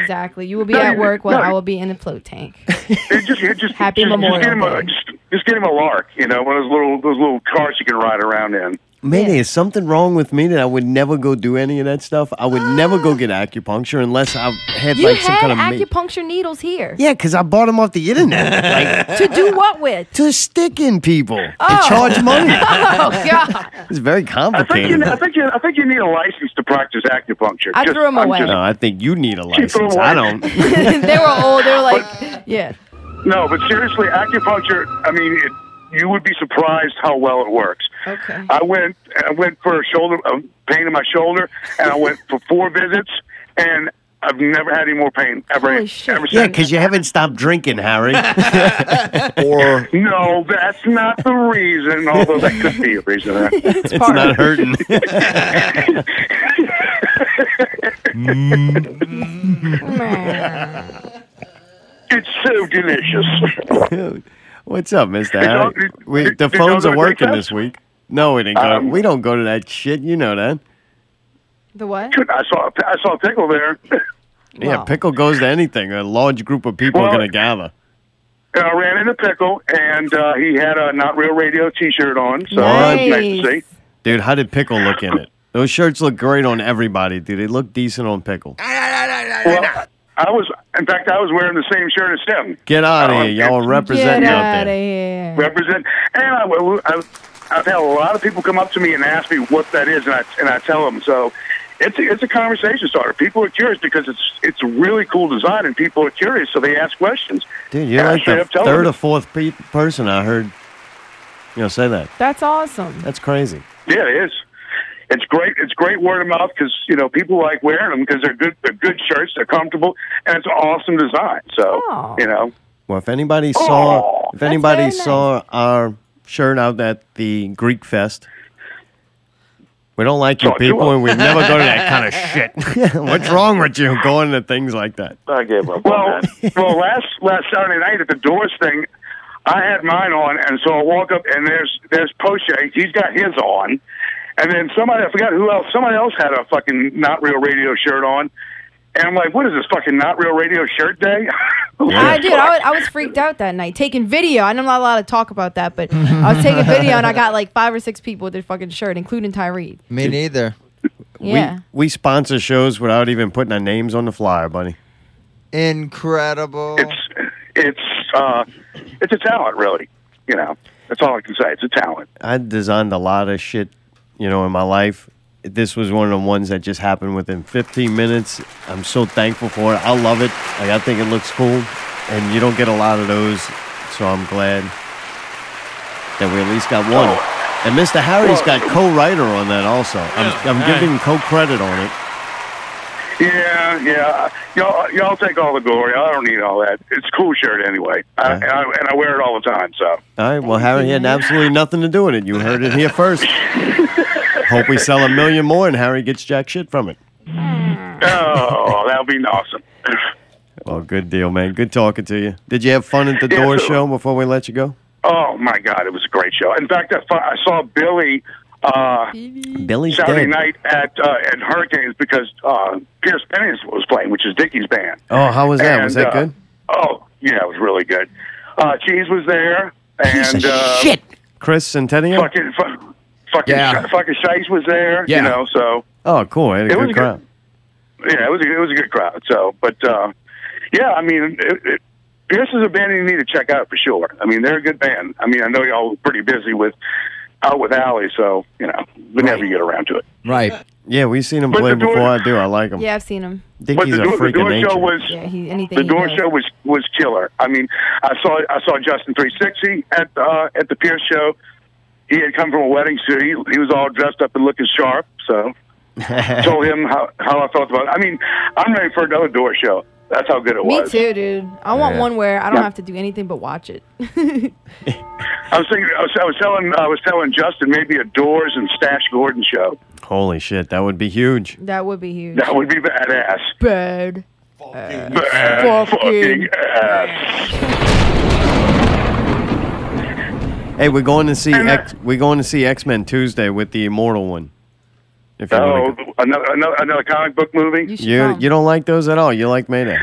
[SPEAKER 2] exactly. You will be at work while I will be in the float tank.
[SPEAKER 24] just, just,
[SPEAKER 2] Happy
[SPEAKER 24] just,
[SPEAKER 2] Memorial
[SPEAKER 24] just get him
[SPEAKER 2] Day.
[SPEAKER 24] a just, just get him a lark. You know, one of those little those little cars you can ride around in.
[SPEAKER 3] Man, there's something wrong with me that I would never go do any of that stuff. I would never go
[SPEAKER 2] (gasps)
[SPEAKER 3] get acupuncture unless I had
[SPEAKER 2] You
[SPEAKER 3] like some
[SPEAKER 2] had
[SPEAKER 3] kind of ma-
[SPEAKER 2] acupuncture needles here.
[SPEAKER 3] Yeah, because I bought them off the internet.
[SPEAKER 2] (laughs) To
[SPEAKER 3] (laughs)
[SPEAKER 2] do what with?
[SPEAKER 3] to stick in people.
[SPEAKER 2] Oh.
[SPEAKER 3] To charge money.
[SPEAKER 2] (laughs)
[SPEAKER 3] (laughs)
[SPEAKER 2] Oh, God.
[SPEAKER 3] It's very
[SPEAKER 24] I think
[SPEAKER 3] complicated.
[SPEAKER 24] you, I think you, I think you need a license to practice acupuncture.
[SPEAKER 2] I
[SPEAKER 24] Just-
[SPEAKER 2] threw 'em
[SPEAKER 24] I'm
[SPEAKER 2] away.
[SPEAKER 24] just-
[SPEAKER 3] no, I think you need a
[SPEAKER 24] Keep them
[SPEAKER 3] license.
[SPEAKER 24] away.
[SPEAKER 3] I don't.
[SPEAKER 24] (laughs)
[SPEAKER 2] they were old. They were like, yeah.
[SPEAKER 24] no, but seriously, acupuncture. I mean, it, you would be surprised how well it works.
[SPEAKER 2] Okay.
[SPEAKER 24] I went, I went for a shoulder a pain in my shoulder, and I went for four visits, and I've never had any more pain ever. ever
[SPEAKER 3] Yeah,
[SPEAKER 24] since.
[SPEAKER 3] because you haven't stopped drinking, Harry.
[SPEAKER 24] (laughs) or no, that's not the reason. Although that could be a reason.
[SPEAKER 2] (laughs)
[SPEAKER 3] it's not
[SPEAKER 1] (laughs)
[SPEAKER 3] hurting.
[SPEAKER 24] it's so delicious.
[SPEAKER 3] Dude, what's up, Mister?
[SPEAKER 24] Did y'all-
[SPEAKER 3] Harry?
[SPEAKER 24] did-
[SPEAKER 3] We,
[SPEAKER 24] did-
[SPEAKER 3] the
[SPEAKER 24] did y'all
[SPEAKER 3] phones
[SPEAKER 24] go
[SPEAKER 3] are
[SPEAKER 24] to
[SPEAKER 3] working
[SPEAKER 24] Great
[SPEAKER 3] this week. No, we didn't go.
[SPEAKER 24] Um,
[SPEAKER 3] we don't go to that shit. You know that.
[SPEAKER 2] The what?
[SPEAKER 24] I saw, I saw a pickle there.
[SPEAKER 3] Yeah, pickle goes to anything. A large group of people are
[SPEAKER 24] Well-
[SPEAKER 3] gonna gather.
[SPEAKER 24] And I ran into Pickle, and uh, he had a Not Real Radio T-shirt on, so it was nice to see.
[SPEAKER 3] Dude, how did pickle look in it? Those shirts look great on everybody, dude. They look decent on pickle.
[SPEAKER 24] Well, I was, in fact, I was wearing the same shirt as him. Uh,
[SPEAKER 3] Get out of here, y'all are representing
[SPEAKER 24] Um, Get
[SPEAKER 3] out
[SPEAKER 2] outta
[SPEAKER 3] there.
[SPEAKER 2] here.
[SPEAKER 24] Represent, and I, I, I've had a lot of people come up to me and ask me what that is, and I and I tell them. So it's a, it's a conversation starter. People are curious because it's it's a really cool design, and people are curious, so they ask questions.
[SPEAKER 3] Dude, you're
[SPEAKER 24] And I
[SPEAKER 3] like
[SPEAKER 24] straight
[SPEAKER 3] the
[SPEAKER 24] up tell
[SPEAKER 3] third
[SPEAKER 24] them.
[SPEAKER 3] or fourth pe- person I heard. You know, say that.
[SPEAKER 2] That's awesome.
[SPEAKER 3] That's crazy.
[SPEAKER 24] Yeah, it is. It's great. It's great word of mouth because you know people like wearing them because they're good. They're good shirts. They're comfortable, and it's an awesome design. So you
[SPEAKER 2] (laughs)
[SPEAKER 24] know,
[SPEAKER 3] Well, if anybody saw, if anybody saw our shirt out at the Greek Fest, we don't like you
[SPEAKER 24] Saw you
[SPEAKER 3] people,
[SPEAKER 24] up.
[SPEAKER 3] and we never go to
[SPEAKER 24] (laughs)
[SPEAKER 3] that kind of shit. (laughs) What's wrong with you going to things like that?
[SPEAKER 24] I gave up. Well, well, last last Saturday night at the Doors thing, I had mine on, and so I walk up and there's there's Poche. He's got his on, and then somebody I forgot who else. Somebody else had a fucking not real radio shirt on, and I'm like, what is this fucking not real radio shirt day? (laughs)
[SPEAKER 2] I did. I was, I was freaked out that night taking video. I know I'm not allowed to talk about that, but I was taking video and I got like five or six people with their fucking shirt, including Tyree.
[SPEAKER 3] Me neither.
[SPEAKER 2] Yeah.
[SPEAKER 3] We, we sponsor shows without even putting our names on the flyer, buddy.
[SPEAKER 4] Incredible.
[SPEAKER 24] it's uh, it's a talent, really. You know, that's all I can say. It's a talent.
[SPEAKER 3] I designed a lot of shit, you know, in my life. This was one of the ones that just happened within 15 minutes. I'm so thankful for it. I love it. Like I think it looks cool, and you don't get a lot of those, so I'm glad that we at least got one. And Mr. Harry's got co-writer on that also. I'm, I'm
[SPEAKER 24] nice.
[SPEAKER 3] giving co-credit on it.
[SPEAKER 24] Yeah, yeah. Y'all, y'all take all the glory. I don't need all that. It's a cool shirt anyway, I, and, I, and I wear it all the time. So
[SPEAKER 3] All right. Well, Harry had absolutely nothing to do with it. You heard it here first. Hope we sell a million more and Harry gets jack shit from it.
[SPEAKER 24] oh, that would be awesome.
[SPEAKER 3] Well, Oh, good deal, man. Good talking to you. Did you have fun at the
[SPEAKER 24] Yeah,
[SPEAKER 3] door
[SPEAKER 24] so-
[SPEAKER 3] show before we let you go?
[SPEAKER 24] Oh my God, it was a great show. In fact, I, fi- I saw Billy. Uh,
[SPEAKER 3] Billy's
[SPEAKER 24] Saturday
[SPEAKER 3] dead.
[SPEAKER 24] night at uh, at Hurricanes because uh, Pierce Pennington was playing, which is Dickie's band.
[SPEAKER 3] Oh, how was that? was
[SPEAKER 24] And,
[SPEAKER 3] that
[SPEAKER 24] uh,
[SPEAKER 3] good?
[SPEAKER 24] Oh yeah, it was really good. Uh, Cheese was there, and uh,
[SPEAKER 3] shit. Chris Centennial?
[SPEAKER 24] fucking fu- fucking
[SPEAKER 3] Yeah.
[SPEAKER 24] Sh- fucking Shice was there.
[SPEAKER 3] Yeah.
[SPEAKER 24] You know, so
[SPEAKER 3] Oh, cool. Had a
[SPEAKER 24] It was good.
[SPEAKER 3] good crowd.
[SPEAKER 24] yeah, it was a, it was a good crowd. So, but uh, yeah, I mean, it, it, Pierce is a band you need to check out for sure. I mean, they're a good band. I mean, I know y'all were pretty busy with out with Allie, so you know, whenever you get around to it.
[SPEAKER 3] Right. Yeah, we've seen him
[SPEAKER 24] But
[SPEAKER 3] play
[SPEAKER 24] the door-
[SPEAKER 3] before. I do. I like him.
[SPEAKER 2] Yeah, I've seen him.
[SPEAKER 3] Think
[SPEAKER 24] But
[SPEAKER 3] he's
[SPEAKER 24] the
[SPEAKER 3] a
[SPEAKER 24] door,
[SPEAKER 3] freak
[SPEAKER 24] the
[SPEAKER 3] of
[SPEAKER 24] door
[SPEAKER 3] nature.
[SPEAKER 24] show was
[SPEAKER 2] Yeah, he anything.
[SPEAKER 24] the
[SPEAKER 2] he
[SPEAKER 24] door
[SPEAKER 2] does.
[SPEAKER 24] show was was killer. I mean, I saw I saw Justin 360 at uh, at the Pierce show. He had come from a wedding, so he, he was all dressed up and looking sharp.
[SPEAKER 2] (laughs)
[SPEAKER 24] So told him how how I felt about it. I mean, I'm ready for another door show. That's how good it
[SPEAKER 2] Me
[SPEAKER 24] was.
[SPEAKER 2] too, dude. I want
[SPEAKER 24] Yeah.
[SPEAKER 2] one where I don't
[SPEAKER 24] Yeah.
[SPEAKER 2] have to do anything but watch it.
[SPEAKER 24] I
[SPEAKER 2] (laughs)
[SPEAKER 24] was thinking, I was, I was telling I was telling Justin maybe a Doors and Stash Gordon show.
[SPEAKER 3] Holy shit, that would be huge.
[SPEAKER 2] that would be huge.
[SPEAKER 24] That
[SPEAKER 2] (laughs)
[SPEAKER 24] would be badass.
[SPEAKER 2] Bad.
[SPEAKER 24] Bad fucking ass.
[SPEAKER 3] Hey, we're going to see
[SPEAKER 24] uh,
[SPEAKER 3] X, we're going to see X Men Tuesday with the Immortal one. If you
[SPEAKER 24] Oh,
[SPEAKER 3] want
[SPEAKER 24] another, another another comic book movie.
[SPEAKER 3] to, you you don't like those at all. You like Mayday.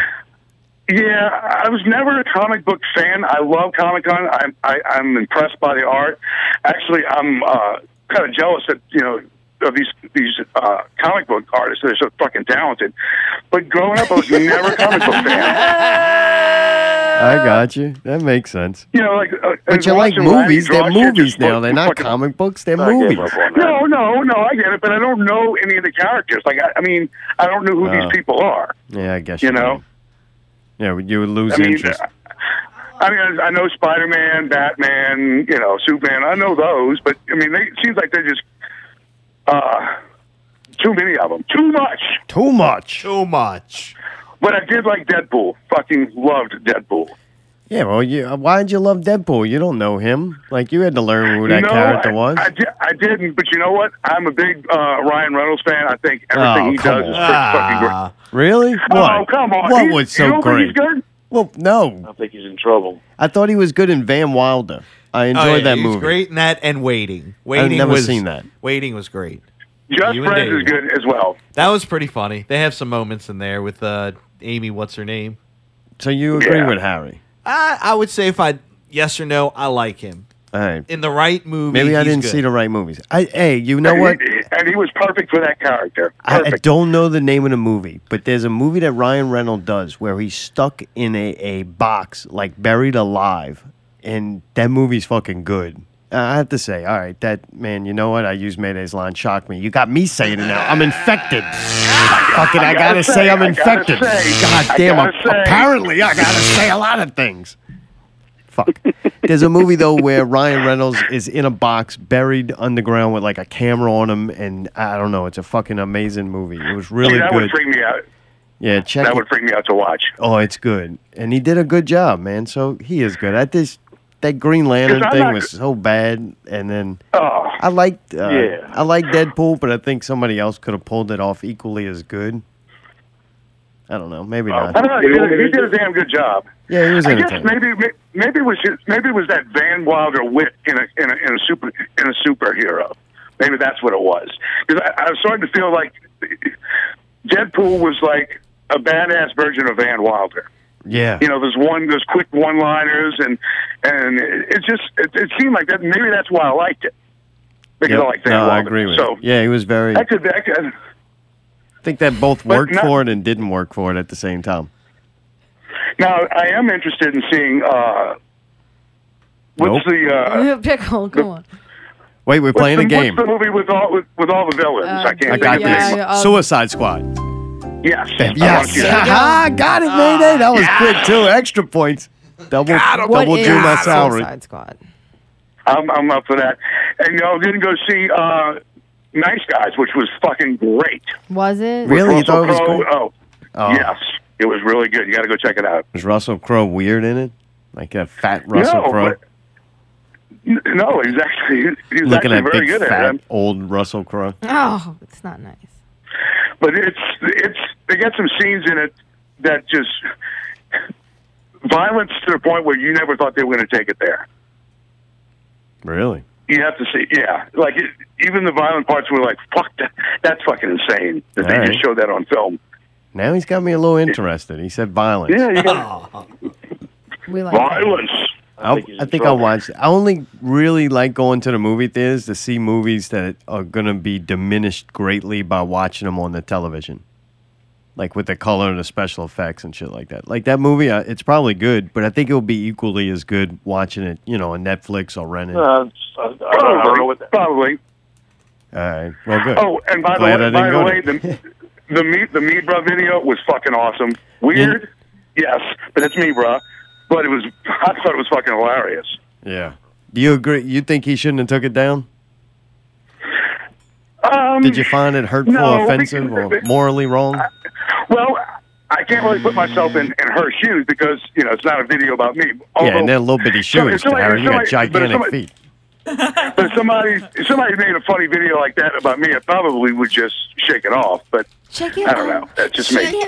[SPEAKER 24] Yeah, I was never a comic book fan. I love Comic Con. I'm I, I'm impressed by the art. Actually, I'm uh, kind of jealous that you know of these these uh, comic book artists. They're so fucking talented. But growing up, I (laughs) was never a comic book fan.
[SPEAKER 3] I got you. That makes sense.
[SPEAKER 24] You know, like uh,
[SPEAKER 3] But you like
[SPEAKER 24] watching
[SPEAKER 3] movies.
[SPEAKER 24] Rodney
[SPEAKER 3] They're
[SPEAKER 24] draw shit
[SPEAKER 3] movies
[SPEAKER 24] just
[SPEAKER 3] now.
[SPEAKER 24] fucking-
[SPEAKER 3] They're not
[SPEAKER 24] fucking-
[SPEAKER 3] comic books. They're
[SPEAKER 24] I gave
[SPEAKER 3] movies.
[SPEAKER 24] up on that. No, no, no. I get it, but I don't know any of the characters. Like, I, I mean, I don't know who
[SPEAKER 3] Oh.
[SPEAKER 24] these people are.
[SPEAKER 3] Yeah, I guess
[SPEAKER 24] You know,
[SPEAKER 3] Yeah, well, you would lose
[SPEAKER 24] I mean, uh,
[SPEAKER 3] interest.
[SPEAKER 24] I mean, I know Spider Man, Batman, you know, Superman. I know those, but I mean, they, it seems like they're just uh, too many of them. Too much.
[SPEAKER 3] Too much.
[SPEAKER 1] Too much.
[SPEAKER 24] But I did like Deadpool. Fucking loved Deadpool.
[SPEAKER 3] yeah, well, you, why'd you love Deadpool? You don't know him. Like you had to learn who that
[SPEAKER 24] no,
[SPEAKER 3] character
[SPEAKER 24] I,
[SPEAKER 3] was.
[SPEAKER 24] I, di- I didn't, but you know what? I'm a big uh, Ryan Reynolds fan. I think everything
[SPEAKER 3] Oh,
[SPEAKER 24] he
[SPEAKER 3] come
[SPEAKER 24] does is
[SPEAKER 3] on. Ah.
[SPEAKER 24] pretty fucking great.
[SPEAKER 3] Really? What?
[SPEAKER 24] Oh, come on.
[SPEAKER 3] What
[SPEAKER 24] He's-
[SPEAKER 3] was
[SPEAKER 24] you
[SPEAKER 3] so
[SPEAKER 24] don't think he's
[SPEAKER 3] great?
[SPEAKER 24] good?
[SPEAKER 3] Well, no.
[SPEAKER 24] I think he's in trouble.
[SPEAKER 3] I thought he was good in Van Wilder. I enjoyed
[SPEAKER 1] Oh, yeah,
[SPEAKER 3] that
[SPEAKER 1] he was
[SPEAKER 3] movie.
[SPEAKER 1] great in that and Waiting. Waiting
[SPEAKER 3] never
[SPEAKER 1] was,
[SPEAKER 3] seen that.
[SPEAKER 1] Waiting was great.
[SPEAKER 24] Just
[SPEAKER 1] You and
[SPEAKER 24] Friends is
[SPEAKER 1] Dave.
[SPEAKER 24] good as well.
[SPEAKER 1] That was pretty funny. They have some moments in there with uh, Amy, what's her name?
[SPEAKER 3] So you agree with Harry?
[SPEAKER 1] I, I would say if I, yes or no, I like him.
[SPEAKER 3] All right.
[SPEAKER 1] In the right movie,
[SPEAKER 3] Maybe I
[SPEAKER 1] he's
[SPEAKER 3] didn't
[SPEAKER 1] good.
[SPEAKER 3] see the right movies. I, hey, you know
[SPEAKER 24] and
[SPEAKER 3] what?
[SPEAKER 24] He, and he was perfect for that character.
[SPEAKER 3] I, I don't know the name of the movie, but there's a movie that Ryan Reynolds does where he's stuck in a, a box, like buried alive, and that movie's fucking good. Uh, I have to say, all right, that man, you know what? I used Mayday's line, shock me. You got me saying it now. I'm infected. Fucking, I,
[SPEAKER 18] I
[SPEAKER 3] gotta,
[SPEAKER 18] gotta
[SPEAKER 3] say,
[SPEAKER 18] say,
[SPEAKER 3] I'm
[SPEAKER 18] I gotta
[SPEAKER 3] infected.
[SPEAKER 18] say,
[SPEAKER 3] God
[SPEAKER 18] I
[SPEAKER 3] damn,
[SPEAKER 18] gotta
[SPEAKER 3] I'm-
[SPEAKER 18] say.
[SPEAKER 3] apparently, I gotta say a lot of things. Fuck. (laughs) There's a movie though where Ryan Reynolds is in a box buried underground with like a camera on him, and I don't know. It's a fucking amazing movie. It was really
[SPEAKER 24] See, that
[SPEAKER 3] good.
[SPEAKER 24] would freak me out.
[SPEAKER 3] yeah, check
[SPEAKER 24] that
[SPEAKER 3] it.
[SPEAKER 24] would freak me out to watch.
[SPEAKER 3] oh, it's good, and he did a good job, man. So he is good. At this, that Green Lantern
[SPEAKER 24] 'Cause I'm
[SPEAKER 3] thing
[SPEAKER 24] not-
[SPEAKER 3] was so bad, and then
[SPEAKER 24] Oh,
[SPEAKER 3] I liked, uh,
[SPEAKER 24] yeah.
[SPEAKER 3] I liked Deadpool, but I think somebody else could have pulled it off equally as good. I don't know, maybe
[SPEAKER 24] Oh, I
[SPEAKER 3] not.
[SPEAKER 24] don't know. He did, he did a damn good job.
[SPEAKER 3] Yeah, he was
[SPEAKER 24] I guess
[SPEAKER 3] entertaining.
[SPEAKER 24] maybe may- maybe it was his, maybe it was that Van Wilder wit in a in a, in a super in a superhero. Maybe that's what it was. Because I, I was starting to feel like Deadpool was like a badass version of Van Wilder.
[SPEAKER 3] Yeah.
[SPEAKER 24] You know, there's one, there's quick one-liners, and and it, it just it, it seemed like that. Maybe that's why I liked it because
[SPEAKER 3] Yep.
[SPEAKER 24] I like Van
[SPEAKER 3] no,
[SPEAKER 24] Wilder.
[SPEAKER 3] I agree with.
[SPEAKER 24] so
[SPEAKER 3] you. Yeah, he was very.
[SPEAKER 24] that could that could,
[SPEAKER 3] think that both
[SPEAKER 24] But
[SPEAKER 3] worked
[SPEAKER 24] not-
[SPEAKER 3] for it and didn't work for it at the same time.
[SPEAKER 24] Now, I am interested in seeing uh, what's the uh,
[SPEAKER 2] (laughs) Pickle, come on.
[SPEAKER 3] Wait, we're playing a
[SPEAKER 24] what's the,
[SPEAKER 3] game.
[SPEAKER 24] What's the movie with all with, with all the villains? I can't.
[SPEAKER 3] I got
[SPEAKER 24] think of
[SPEAKER 3] this.
[SPEAKER 24] the name.
[SPEAKER 3] Suicide Squad.
[SPEAKER 24] Yes. I want
[SPEAKER 3] Yes.
[SPEAKER 24] you to-
[SPEAKER 3] I got it, Mayday. That was quick, too. Extra points. Double, double do my salary.
[SPEAKER 2] Squad.
[SPEAKER 24] I'm, I'm up for that. And y'all didn't go see uh, Nice Guys, which was fucking great.
[SPEAKER 2] Was it?
[SPEAKER 3] Really? You
[SPEAKER 24] Russell
[SPEAKER 3] thought it was
[SPEAKER 24] Crowe-
[SPEAKER 3] great?
[SPEAKER 24] Oh,
[SPEAKER 3] Oh.
[SPEAKER 24] yes. It was really good. You got to go check it out.
[SPEAKER 3] Was Russell Crowe weird in it? Like a fat Russell
[SPEAKER 24] No,
[SPEAKER 3] Crowe?
[SPEAKER 24] but- N- No, he's actually he's
[SPEAKER 3] Looking
[SPEAKER 24] actually
[SPEAKER 3] at
[SPEAKER 24] very
[SPEAKER 3] big,
[SPEAKER 24] good
[SPEAKER 3] fat,
[SPEAKER 24] at it.
[SPEAKER 3] old Russell Crowe.
[SPEAKER 2] Oh, it's not nice.
[SPEAKER 24] But it's it's they got some scenes in it that just violence to the point where you never thought they were going to take it there.
[SPEAKER 3] Really?
[SPEAKER 24] You have to see, yeah. Like it, even the violent parts were like, "Fuck, that, that's fucking insane." That they
[SPEAKER 3] All
[SPEAKER 24] just
[SPEAKER 3] right.
[SPEAKER 24] showed that on film.
[SPEAKER 3] Now he's got me a little interested. He said violence.
[SPEAKER 24] Yeah, you
[SPEAKER 3] (laughs)
[SPEAKER 24] got
[SPEAKER 3] Oh.
[SPEAKER 2] we like
[SPEAKER 24] violence.
[SPEAKER 3] I'll, I think I'll watch. I only really like going to the movie theaters to see movies that are going to be diminished greatly by watching them on the television, like with the color and the special effects and shit like that. Like that movie, uh, it's probably good, but I think it'll be equally as good watching it, you know, on Netflix or renting. All
[SPEAKER 24] Uh, probably, probably.
[SPEAKER 3] right, Uh, well, good.
[SPEAKER 24] Oh, and by
[SPEAKER 3] Glad
[SPEAKER 24] the
[SPEAKER 3] I
[SPEAKER 24] way,
[SPEAKER 3] didn't
[SPEAKER 24] by the
[SPEAKER 3] go
[SPEAKER 24] way,
[SPEAKER 3] there.
[SPEAKER 24] the the me the me bruh video was fucking awesome. Weird, yes, but it's me bruh. But it was I thought it was fucking hilarious.
[SPEAKER 3] yeah. Do you agree? You think he shouldn't have took it down?
[SPEAKER 24] Um,
[SPEAKER 3] Did you find it hurtful,
[SPEAKER 24] no,
[SPEAKER 3] offensive, or
[SPEAKER 24] because-
[SPEAKER 3] morally wrong?
[SPEAKER 24] Well, I can't really put myself in, in her shoes because you know it's not a video about me.
[SPEAKER 3] yeah, and they're little bitty shoes,
[SPEAKER 24] somebody-
[SPEAKER 3] Darren. You got
[SPEAKER 24] somebody- but
[SPEAKER 3] gigantic
[SPEAKER 24] somebody-
[SPEAKER 3] feet.
[SPEAKER 24] But if somebody if somebody made a funny video like that about me, I probably would just shake it off. But I don't know. That's just me.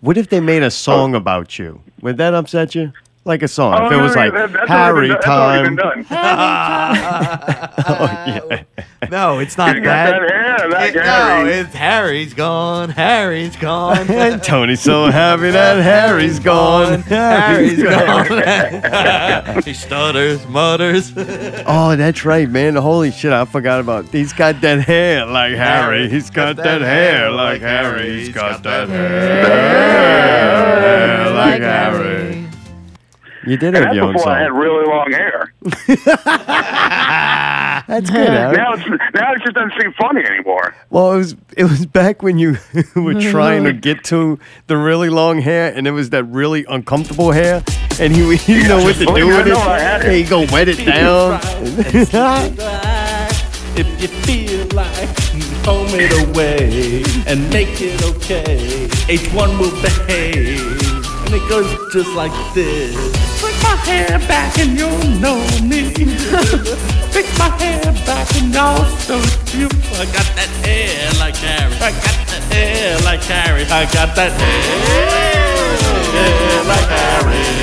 [SPEAKER 3] What if they made a song about you? Would that upset you? Like a song.
[SPEAKER 24] Oh,
[SPEAKER 3] if it
[SPEAKER 24] no,
[SPEAKER 3] was
[SPEAKER 24] no,
[SPEAKER 3] like
[SPEAKER 24] that- that's already
[SPEAKER 3] Harry
[SPEAKER 1] been- that's
[SPEAKER 3] time.
[SPEAKER 1] already been
[SPEAKER 24] done.
[SPEAKER 1] No, it's not
[SPEAKER 3] You got
[SPEAKER 1] that.
[SPEAKER 3] that hair, that
[SPEAKER 1] It- no,
[SPEAKER 3] Harry.
[SPEAKER 1] it's Harry's gone.
[SPEAKER 3] (laughs)
[SPEAKER 1] Harry's gone.
[SPEAKER 3] Tony's so happy that Harry's (laughs) gone. (laughs)
[SPEAKER 1] Harry's gone. he stutters, mutters.
[SPEAKER 3] oh, that's right, man. Holy shit, I forgot about. He's got that hair like Harry. He's got, that, hair, like Harry. He's got, that hair, like Harry. You did
[SPEAKER 24] And
[SPEAKER 3] have
[SPEAKER 24] that's
[SPEAKER 3] your own
[SPEAKER 24] before I had
[SPEAKER 3] song.
[SPEAKER 24] really long hair.
[SPEAKER 3] (laughs) That's good, Harry.
[SPEAKER 24] Now it's now it just doesn't seem funny anymore.
[SPEAKER 3] Well, it was it was back when you (laughs) were trying to get to the really long hair, and it was that really uncomfortable hair, and he (laughs) would you know what to
[SPEAKER 18] Oh,
[SPEAKER 3] do
[SPEAKER 18] yeah, I
[SPEAKER 3] with
[SPEAKER 18] know, I had
[SPEAKER 3] it.
[SPEAKER 18] it.
[SPEAKER 3] And you go wet it down.
[SPEAKER 18] (laughs)
[SPEAKER 3] (laughs)
[SPEAKER 18] If you feel like home it away and make it okay, each one will behave. And it goes just like this. Put my hair back and you'll know me. (laughs) Pick my hair back and y'all so you. I got that hair like Harry. I got that hair like Harry. I got that hair like Harry.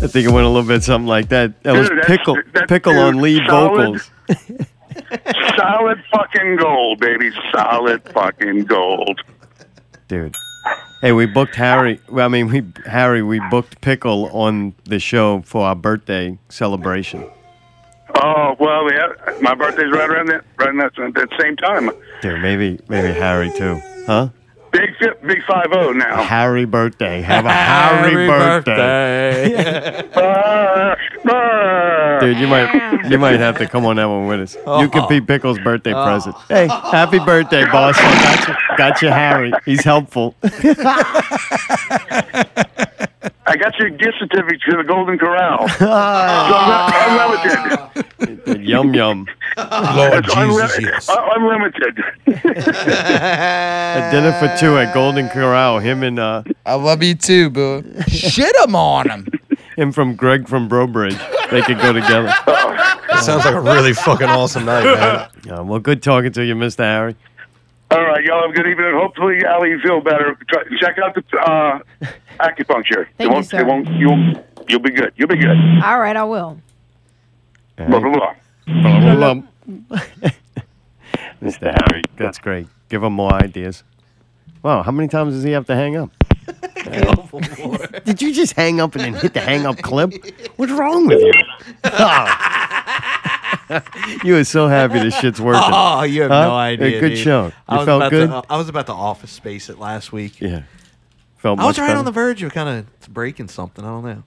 [SPEAKER 3] I think it went a little bit something like that. That was
[SPEAKER 24] Dude, that's-
[SPEAKER 3] pickle
[SPEAKER 24] that-
[SPEAKER 3] pickle
[SPEAKER 24] dude,
[SPEAKER 3] on lead
[SPEAKER 24] solid.
[SPEAKER 3] vocals.
[SPEAKER 24] Solid fucking gold, baby. Solid fucking gold.
[SPEAKER 3] dude. Hey, we booked Harry. well, I mean, we Harry. We booked Pickle on the show for our birthday celebration.
[SPEAKER 24] Oh well, yeah. My birthday's right around that right around that, that same time.
[SPEAKER 3] Dude, maybe maybe Harry too, huh?
[SPEAKER 24] Big fi- big five zero now.
[SPEAKER 3] Harry birthday. Have a Harry,
[SPEAKER 24] Oh. Harry
[SPEAKER 3] (laughs) Dude, you might you might have to come on that one with us. You could be Pickle's birthday
[SPEAKER 18] Oh.
[SPEAKER 3] present. Hey, happy birthday, boss. Gotcha, gotcha, Harry. He's helpful.
[SPEAKER 24] I got your gift certificate to the Golden
[SPEAKER 3] (laughs)
[SPEAKER 24] Corral. So unli- unlimited.
[SPEAKER 3] yum
[SPEAKER 4] (laughs)
[SPEAKER 3] yum.
[SPEAKER 24] Lord yes. uh, Unlimited.
[SPEAKER 3] A dinner for two at Golden Corral. Him and uh,
[SPEAKER 4] I love you too, boo. Shit him on him.
[SPEAKER 3] him from Greg from Brobridge. They could go together.
[SPEAKER 6] That sounds like a really fucking awesome night, man.
[SPEAKER 3] Yeah, Uh, well, good talking to you, Mr. Harry.
[SPEAKER 24] All right, y'all have a good evening. Hopefully, Ali, you feel better. Try, check out the
[SPEAKER 2] (laughs)
[SPEAKER 24] uh, acupuncture.
[SPEAKER 2] Thank you,
[SPEAKER 24] it won't,
[SPEAKER 2] sir.
[SPEAKER 24] It won't, you'll, you'll be good. You'll be good.
[SPEAKER 2] All right, I will.
[SPEAKER 24] Blah, blah, blah.
[SPEAKER 3] (laughs) Mr. Harry, that's great. Give him more ideas. Wow, how many times does he have to hang
[SPEAKER 1] (laughs)
[SPEAKER 3] up? Did you just hang up and then hit the hang up clip? What's wrong with you? Oh. you were so happy this shit's working.
[SPEAKER 1] (laughs) Oh, you have
[SPEAKER 3] Huh?
[SPEAKER 1] no idea.
[SPEAKER 3] A good
[SPEAKER 1] dude.
[SPEAKER 3] show. You
[SPEAKER 1] I was
[SPEAKER 3] felt
[SPEAKER 1] about
[SPEAKER 3] good?
[SPEAKER 1] To, uh, I was about to office space it last week.
[SPEAKER 3] yeah. Felt
[SPEAKER 1] I was
[SPEAKER 3] much
[SPEAKER 1] right
[SPEAKER 3] better?
[SPEAKER 1] on the verge of kind of breaking something. I don't know.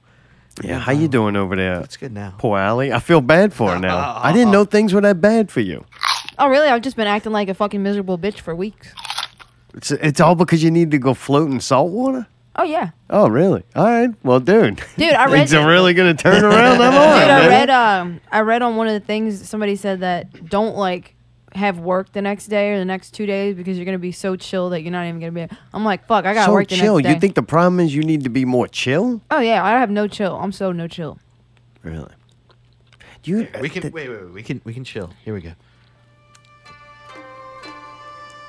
[SPEAKER 3] Yeah, how you doing over there? It's
[SPEAKER 1] uh, good now.
[SPEAKER 3] Poor Allie. I feel bad for her now. I
[SPEAKER 1] (laughs)
[SPEAKER 3] didn't know things were that bad for you.
[SPEAKER 2] Oh, really? I've just been acting like a fucking miserable bitch for weeks.
[SPEAKER 3] It's, it's all because you need to go float in salt water?
[SPEAKER 2] Oh yeah,
[SPEAKER 3] Oh, really? All right. Well, dude. (laughs)
[SPEAKER 2] Dude, I read
[SPEAKER 3] Things are really going to turn around. I'm on.
[SPEAKER 2] dude. I
[SPEAKER 3] man.
[SPEAKER 2] read um, I read on one of the things somebody said that don't like have work the next day or the next two days because you're gonna be so chill that you're not even gonna be. I'm like, fuck, I got
[SPEAKER 3] so
[SPEAKER 2] work the
[SPEAKER 3] chill.
[SPEAKER 2] next day.
[SPEAKER 3] You think the problem is you need to be more chill?
[SPEAKER 2] oh yeah, I have no chill. I'm so no chill.
[SPEAKER 3] Really? You
[SPEAKER 1] we can wait, wait, wait. We can we can chill. Here we go.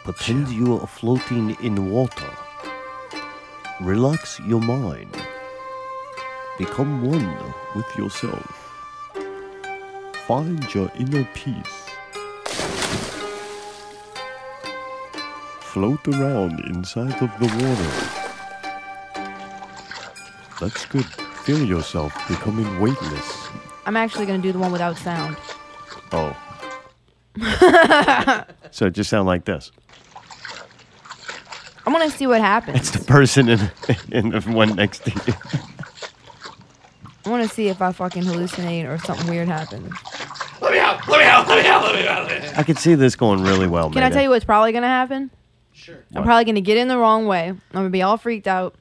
[SPEAKER 3] Pretend you are floating in water. Relax your mind. Become one with yourself. Find your inner peace. Float around inside of the water. That's good. Feel yourself becoming weightless.
[SPEAKER 2] I'm actually gonna do the one without
[SPEAKER 3] (laughs)
[SPEAKER 2] sound.
[SPEAKER 3] Oh. So it just sound like this.
[SPEAKER 2] I want to see what happens.
[SPEAKER 3] It's the person in, in the one next to you.
[SPEAKER 2] I want to see if I fucking hallucinate or something weird happens.
[SPEAKER 12] Let me out! Let me out! Let me out! Let me out! Let me out.
[SPEAKER 3] I could see this going really well,
[SPEAKER 2] Can I tell you what's probably gonna happen? Sure. I'm
[SPEAKER 3] What?
[SPEAKER 2] probably gonna get in the wrong way. I'm gonna be all freaked out.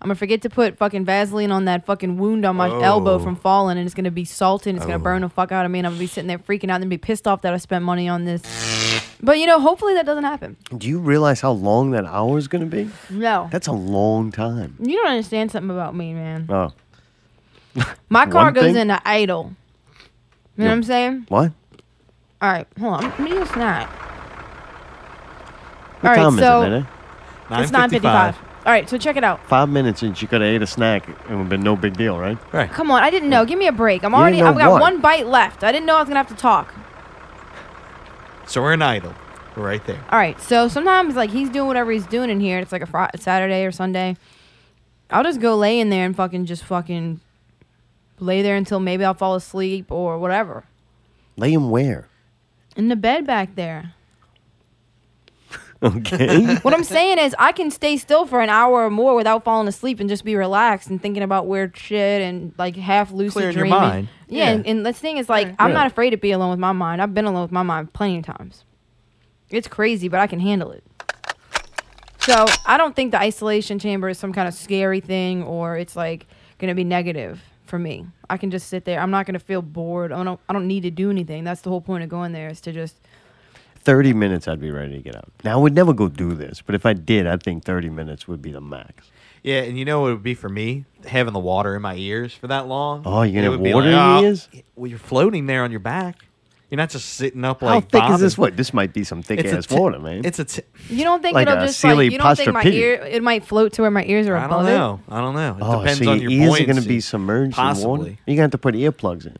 [SPEAKER 2] I'm gonna forget to put fucking Vaseline on that fucking wound on my
[SPEAKER 3] Oh.
[SPEAKER 2] elbow from falling, and it's gonna be salted. And it's
[SPEAKER 3] Oh.
[SPEAKER 2] gonna burn the fuck out of me, and I'm gonna be sitting there freaking out and be pissed off that I spent money on this. But you know, hopefully that doesn't happen.
[SPEAKER 3] Do you realize how long that hour is going to be?
[SPEAKER 2] No,
[SPEAKER 3] That's a long time.
[SPEAKER 2] you don't understand something about me, man.
[SPEAKER 3] Oh,
[SPEAKER 2] My car
[SPEAKER 3] One
[SPEAKER 2] goes
[SPEAKER 3] thing-
[SPEAKER 2] into idle. You know what I'm saying?
[SPEAKER 3] what?
[SPEAKER 2] All right, hold on. I'm gonna use that.
[SPEAKER 3] What
[SPEAKER 2] All right,
[SPEAKER 3] time
[SPEAKER 2] so-
[SPEAKER 3] is it, man?
[SPEAKER 2] It's 9:55. All right, so check it out.
[SPEAKER 3] Five minutes and she could have ate a snack and it would have been no big deal, right?
[SPEAKER 1] Right.
[SPEAKER 2] Come on, I didn't know. Give me a break. I'm
[SPEAKER 3] You
[SPEAKER 2] already.
[SPEAKER 3] know
[SPEAKER 2] I've got
[SPEAKER 3] what?
[SPEAKER 2] one bite left. I didn't know I was gonna have to talk.
[SPEAKER 1] So we're in idle. We're right there.
[SPEAKER 2] All right. So sometimes like he's doing whatever he's doing in here. It's like a Friday, Saturday or Sunday. I'll just go lay in there and fucking just fucking lay there until maybe I'll fall asleep or whatever
[SPEAKER 3] Lay him where? (laughs)
[SPEAKER 2] in the bed back there.
[SPEAKER 3] Okay.
[SPEAKER 2] what I'm saying is I can stay still for an hour or more without falling asleep and just be relaxed and thinking about weird shit and like half lucid
[SPEAKER 1] Clearing your
[SPEAKER 2] dreaming.
[SPEAKER 1] mind.
[SPEAKER 2] Yeah,
[SPEAKER 1] Yeah.
[SPEAKER 2] And, and the thing is like I'm
[SPEAKER 1] Yeah.
[SPEAKER 2] not afraid to be alone with my mind. I've been alone with my mind plenty of times. It's crazy, but I can handle it. So I don't think the isolation chamber is some kind of scary thing or it's like gonna be negative for me. I can just sit there. I'm not gonna feel bored. I don't I don't need to do anything. That's the whole point of going there is to just
[SPEAKER 3] 30 minutes, I'd be ready to get out. Now, I would never go do this, but if I did, I think 30 minutes would be the max.
[SPEAKER 1] Yeah, and you know what it would be for me? Having the water in my ears for that long.
[SPEAKER 3] Oh, you're
[SPEAKER 1] It
[SPEAKER 3] gonna
[SPEAKER 1] would be
[SPEAKER 3] have water in your
[SPEAKER 1] "Oh,
[SPEAKER 3] ears?"
[SPEAKER 1] Well, you're floating there on your back. You're not just sitting up like
[SPEAKER 3] How thick is
[SPEAKER 1] bobbing.
[SPEAKER 3] this? What? This might be some thick
[SPEAKER 1] It's a
[SPEAKER 3] ass
[SPEAKER 1] ti-
[SPEAKER 3] water, man.
[SPEAKER 1] It's a. T-
[SPEAKER 2] You don't think
[SPEAKER 3] Like
[SPEAKER 2] it'll
[SPEAKER 3] a
[SPEAKER 2] just like
[SPEAKER 3] silly
[SPEAKER 2] you don't think my
[SPEAKER 3] posture pee.
[SPEAKER 2] ear it might float to where my ears are
[SPEAKER 1] I
[SPEAKER 2] above
[SPEAKER 1] don't
[SPEAKER 2] it.
[SPEAKER 1] know. I don't know. It
[SPEAKER 3] oh,
[SPEAKER 1] depends
[SPEAKER 3] so
[SPEAKER 1] on your
[SPEAKER 3] your ears are going to
[SPEAKER 1] buoyancy.
[SPEAKER 3] be submerged in water.
[SPEAKER 1] Possibly.
[SPEAKER 3] You're going to have to put earplugs in.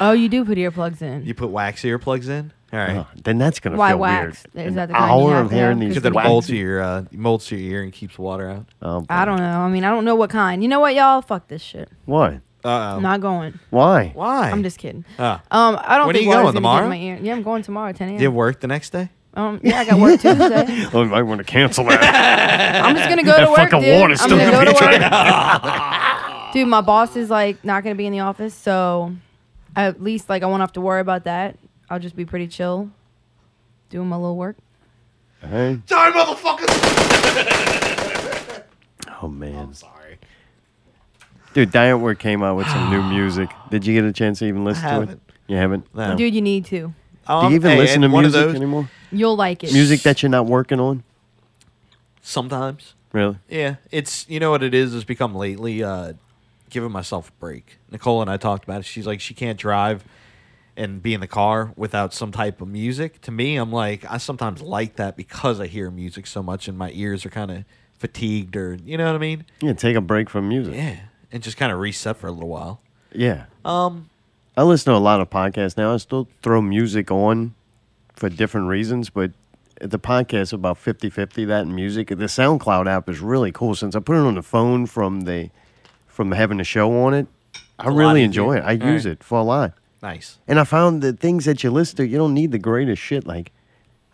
[SPEAKER 2] Oh, you do put earplugs in.
[SPEAKER 1] You put wax earplugs in. All right.
[SPEAKER 3] Uh, Then that's going to
[SPEAKER 2] Why
[SPEAKER 3] feel
[SPEAKER 2] wax?
[SPEAKER 3] weird.
[SPEAKER 2] Is
[SPEAKER 3] An
[SPEAKER 2] that the kind you
[SPEAKER 3] hour
[SPEAKER 2] have
[SPEAKER 3] of
[SPEAKER 2] to have?
[SPEAKER 3] hearing these
[SPEAKER 1] Because it
[SPEAKER 3] wax-
[SPEAKER 1] molds to your uh, molds to your ear and keeps water out.
[SPEAKER 3] Oh,
[SPEAKER 2] I don't know. I mean, I don't know what kind. You know what, y'all? Fuck this shit.
[SPEAKER 3] why?
[SPEAKER 1] Uh
[SPEAKER 2] I'm not going.
[SPEAKER 3] Why?
[SPEAKER 1] Why?
[SPEAKER 2] I'm just kidding.
[SPEAKER 1] Ah.
[SPEAKER 2] Um, I don't
[SPEAKER 1] When are
[SPEAKER 2] think
[SPEAKER 1] you going,
[SPEAKER 2] water's gonna
[SPEAKER 1] tomorrow?
[SPEAKER 2] Get in my ear. Yeah, I'm going tomorrow, 10 a.m.
[SPEAKER 1] Did it work the next day?
[SPEAKER 2] um, yeah, I got
[SPEAKER 1] (laughs)
[SPEAKER 2] work Tuesday.
[SPEAKER 3] (laughs) Oh, I want to cancel that.
[SPEAKER 2] (laughs) I'm just gonna go
[SPEAKER 3] that
[SPEAKER 2] to work,
[SPEAKER 3] fucking
[SPEAKER 2] dude.
[SPEAKER 3] water's
[SPEAKER 2] I'm
[SPEAKER 3] still
[SPEAKER 2] gonna
[SPEAKER 3] gonna
[SPEAKER 2] go
[SPEAKER 3] be
[SPEAKER 2] to work.
[SPEAKER 1] (laughs)
[SPEAKER 3] drinking. (laughs)
[SPEAKER 2] dude, my boss is like not gonna be in the office, so at least like I won't have to worry about that. I'll just be pretty chill, doing my little work.
[SPEAKER 3] Hey.
[SPEAKER 12] Sorry, motherfuckers.
[SPEAKER 3] Oh man. I'm sorry. Dude, Diet Work came out with
[SPEAKER 1] (sighs)
[SPEAKER 3] some new music. Did you get a chance to even listen to it?
[SPEAKER 1] haven't. Oh,
[SPEAKER 3] You haven't? No.
[SPEAKER 2] Dude, you need to.
[SPEAKER 3] Do you even
[SPEAKER 1] hey,
[SPEAKER 3] listen to
[SPEAKER 1] and one of
[SPEAKER 3] music
[SPEAKER 1] those-
[SPEAKER 3] anymore?
[SPEAKER 2] You'll like it.
[SPEAKER 3] Music that you're not working on?
[SPEAKER 1] Sometimes.
[SPEAKER 3] Really?
[SPEAKER 1] Yeah, it's you know what it is. It's become lately uh, giving myself a break. Nicole and I talked about it. She's like she can't drive and be in the car without some type of music. To me, I'm like I sometimes like that because I hear music so much and my ears are kind of fatigued or you know what I mean.
[SPEAKER 3] Yeah, take a break from music.
[SPEAKER 1] Yeah, and just kind of reset for a little while.
[SPEAKER 3] Yeah.
[SPEAKER 1] Um,
[SPEAKER 3] I listen to a lot of podcasts now. I still throw music on for different reasons, but the podcast is about 50 50 that and music. The SoundCloud app is really cool since I put it on the phone from the from having the show on it. I
[SPEAKER 1] a lot
[SPEAKER 3] really
[SPEAKER 1] easier.
[SPEAKER 3] enjoy it. I
[SPEAKER 1] All
[SPEAKER 3] use
[SPEAKER 1] right.
[SPEAKER 3] it for a lot.
[SPEAKER 1] nice.
[SPEAKER 3] And I found that things that you listen to, you don't need the greatest shit. Like,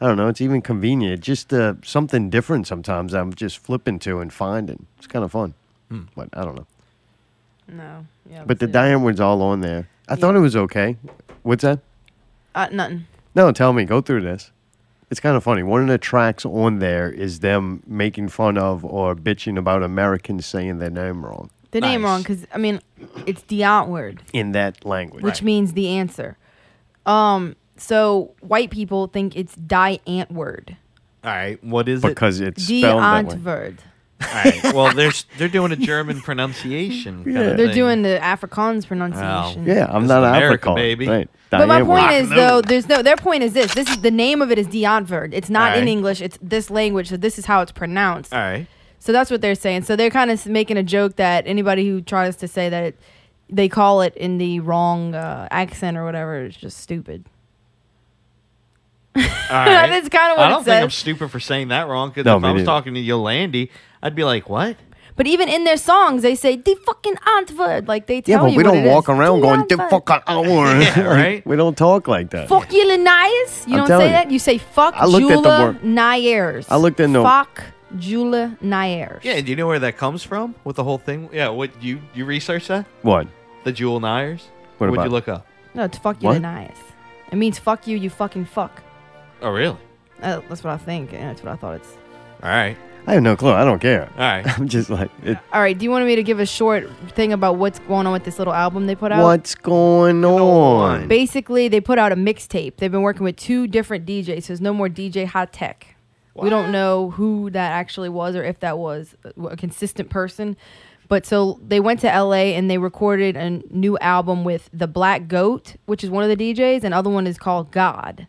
[SPEAKER 3] I don't know, it's even convenient. Just uh, something different sometimes I'm just flipping to and finding. It's kind of fun.
[SPEAKER 1] Hmm.
[SPEAKER 3] But I don't know.
[SPEAKER 2] No. Yeah.
[SPEAKER 3] But the Diane Wood's all on there. I thought it was okay. What's that?
[SPEAKER 2] Uh, nothing.
[SPEAKER 3] No, tell me. Go through this. It's kind of funny. One of the tracks on there is them making fun of or bitching about Americans saying their name wrong
[SPEAKER 2] The name wrong because I mean, it's the outward,
[SPEAKER 3] in that language.
[SPEAKER 2] which means the answer. Um, So white people think it's die ant word.
[SPEAKER 1] All right, what is
[SPEAKER 3] Because
[SPEAKER 1] it?
[SPEAKER 3] it's
[SPEAKER 2] Die ant word.
[SPEAKER 1] All right, well, there's they're doing a German
[SPEAKER 3] (laughs)
[SPEAKER 1] pronunciation. Kind of
[SPEAKER 2] They're
[SPEAKER 1] thing.
[SPEAKER 2] doing the Afrikaans pronunciation.
[SPEAKER 3] Yeah, I'm
[SPEAKER 1] This
[SPEAKER 3] not
[SPEAKER 1] is
[SPEAKER 3] an
[SPEAKER 1] America,
[SPEAKER 3] African.
[SPEAKER 1] baby.
[SPEAKER 3] Right.
[SPEAKER 2] But my
[SPEAKER 3] Diane
[SPEAKER 2] point
[SPEAKER 3] Warren.
[SPEAKER 2] is though, there's no their point is this. This is the name of it is Dionverd. It's not in
[SPEAKER 1] Alright.
[SPEAKER 2] English, it's this language, so this is how it's pronounced.
[SPEAKER 1] All
[SPEAKER 2] (laughs)
[SPEAKER 1] right.
[SPEAKER 2] So that's what they're saying. So they're kind of making a joke that anybody who tries to say that it, they call it in the wrong uh, accent or whatever is just stupid.
[SPEAKER 1] All right.
[SPEAKER 2] That's kinda what
[SPEAKER 1] I
[SPEAKER 2] it
[SPEAKER 1] don't think I'm
[SPEAKER 2] says.
[SPEAKER 1] stupid for saying that wrong because
[SPEAKER 3] No,
[SPEAKER 1] if
[SPEAKER 3] me
[SPEAKER 1] I was
[SPEAKER 3] neither.
[SPEAKER 1] talking to Yolandi, I'd be like, "What?
[SPEAKER 2] But even in their songs, they say the fucking Antwoord. Like they
[SPEAKER 3] Yeah,
[SPEAKER 2] tell
[SPEAKER 3] but
[SPEAKER 2] you
[SPEAKER 3] we
[SPEAKER 2] what
[SPEAKER 3] don't
[SPEAKER 2] it
[SPEAKER 3] walk
[SPEAKER 2] is.
[SPEAKER 3] around going,
[SPEAKER 2] Die
[SPEAKER 3] "The fuck out
[SPEAKER 2] (laughs)
[SPEAKER 3] hour. (laughs)
[SPEAKER 1] Yeah, right?
[SPEAKER 3] we don't talk like that.
[SPEAKER 2] Fuck you, Linnaeus. You
[SPEAKER 3] I'm
[SPEAKER 2] don't
[SPEAKER 3] telling
[SPEAKER 2] say
[SPEAKER 3] you.
[SPEAKER 2] that. You say fuck
[SPEAKER 3] I looked at the
[SPEAKER 2] Jula
[SPEAKER 3] word-
[SPEAKER 2] Nyers.
[SPEAKER 3] I looked in the-
[SPEAKER 2] fuck Jula Nyers.
[SPEAKER 1] Yeah. Do you know where that comes from? With the whole thing? Yeah. What you you researched that?
[SPEAKER 3] What?
[SPEAKER 1] The Jewel Nyers?
[SPEAKER 3] What
[SPEAKER 1] would
[SPEAKER 3] about
[SPEAKER 1] you
[SPEAKER 3] it?
[SPEAKER 1] look up?
[SPEAKER 2] No, it's fuck you,
[SPEAKER 1] What?
[SPEAKER 2] Linnaeus. It means fuck you, you fucking fuck.
[SPEAKER 1] Oh, really?
[SPEAKER 2] Uh, that's what I think. and that's what I thought it's.
[SPEAKER 1] All right.
[SPEAKER 3] I have no clue. I don't care.
[SPEAKER 1] All
[SPEAKER 3] (laughs)
[SPEAKER 1] right.
[SPEAKER 3] I'm just like, it,
[SPEAKER 2] All right. Do you want me to give a short thing about what's going on with this little album they put out?
[SPEAKER 3] what's going on?
[SPEAKER 2] Basically, they put out a mixtape. They've been working with two different DJs, so there's no more DJ Hot Tech. We don't know who that actually was or if that was a a consistent person. But so they went to LA and they recorded a new album with The Black Goat, which is one of the DJs, and other one is called God.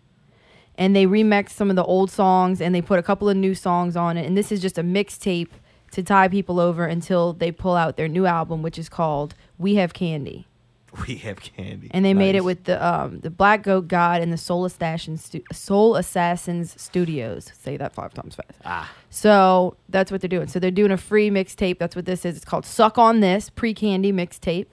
[SPEAKER 2] And they remixed some of the old songs and they put a couple of new songs on it. And this is just a mixtape to tie people over until they pull out their new album, which is called We Have Candy
[SPEAKER 1] (laughs) We have candy.
[SPEAKER 2] and they made it
[SPEAKER 1] Nice.
[SPEAKER 2] with the um, the Black Goat God and the Soul Assassin stu- Soul Assassins Studios. Say that five times fast.
[SPEAKER 1] Ah.
[SPEAKER 2] So that's what they're doing. So they're doing a free mixtape. That's what this is. It's called Suck on This Pre Candy Mixtape,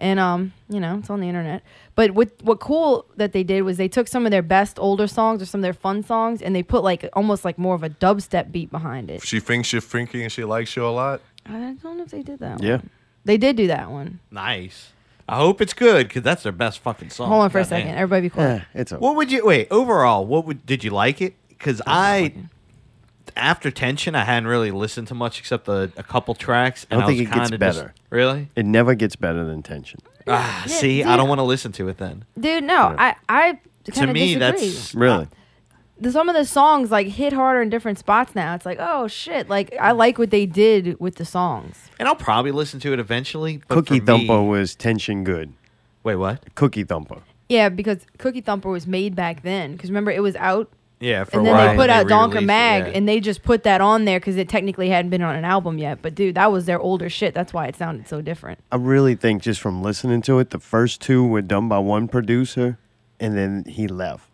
[SPEAKER 2] and um, you know, it's on the internet. But what what cool that they did was they took some of their best older songs or some of their fun songs, and they put like almost like more of a dubstep beat behind it.
[SPEAKER 16] (laughs) She thinks you're freaky and she likes you a
[SPEAKER 3] (laughs)
[SPEAKER 16] lot.
[SPEAKER 2] I don't know if they did that. One. They did do that one.
[SPEAKER 1] Nice. I hope it's good because that's their best fucking song.
[SPEAKER 2] Hold on for a
[SPEAKER 1] Goddamn.
[SPEAKER 2] second. Everybody be quiet.
[SPEAKER 3] it's
[SPEAKER 1] What would you wait? Overall, what would did you like it? Because I, after tension, I hadn't really listened to much except a, a couple tracks.
[SPEAKER 3] I don't
[SPEAKER 1] and
[SPEAKER 3] think
[SPEAKER 1] was
[SPEAKER 3] it gets
[SPEAKER 1] kinda just-
[SPEAKER 3] better.
[SPEAKER 1] really?
[SPEAKER 3] It never gets better than tension.
[SPEAKER 1] ah, see, I
[SPEAKER 2] dude.
[SPEAKER 1] don't want to listen to it then.
[SPEAKER 2] Dude, no, I I
[SPEAKER 1] To
[SPEAKER 2] kinda
[SPEAKER 1] me,
[SPEAKER 2] disagree.
[SPEAKER 1] that's
[SPEAKER 3] Really?
[SPEAKER 2] the- some of the songs like hit harder in different spots now. It's like, oh shit! Like I like what they did with the songs.
[SPEAKER 1] and I'll probably listen to it eventually. But
[SPEAKER 3] Cookie
[SPEAKER 1] for me-
[SPEAKER 3] Thumper was tension good.
[SPEAKER 1] Wait, what?
[SPEAKER 3] Cookie Thumper.
[SPEAKER 2] Yeah, because Cookie Thumper was made back then. Because remember, it was out,
[SPEAKER 1] yeah, for
[SPEAKER 2] and
[SPEAKER 1] a
[SPEAKER 2] then
[SPEAKER 1] while
[SPEAKER 2] they put out Donker
[SPEAKER 1] re-released it,
[SPEAKER 2] Mag,
[SPEAKER 1] yeah.
[SPEAKER 2] and they just put that on there because it technically hadn't been on an album yet. But dude, that was their older shit. That's why it sounded so different.
[SPEAKER 3] I really think just from listening to it, the first two were done by one producer, and then he left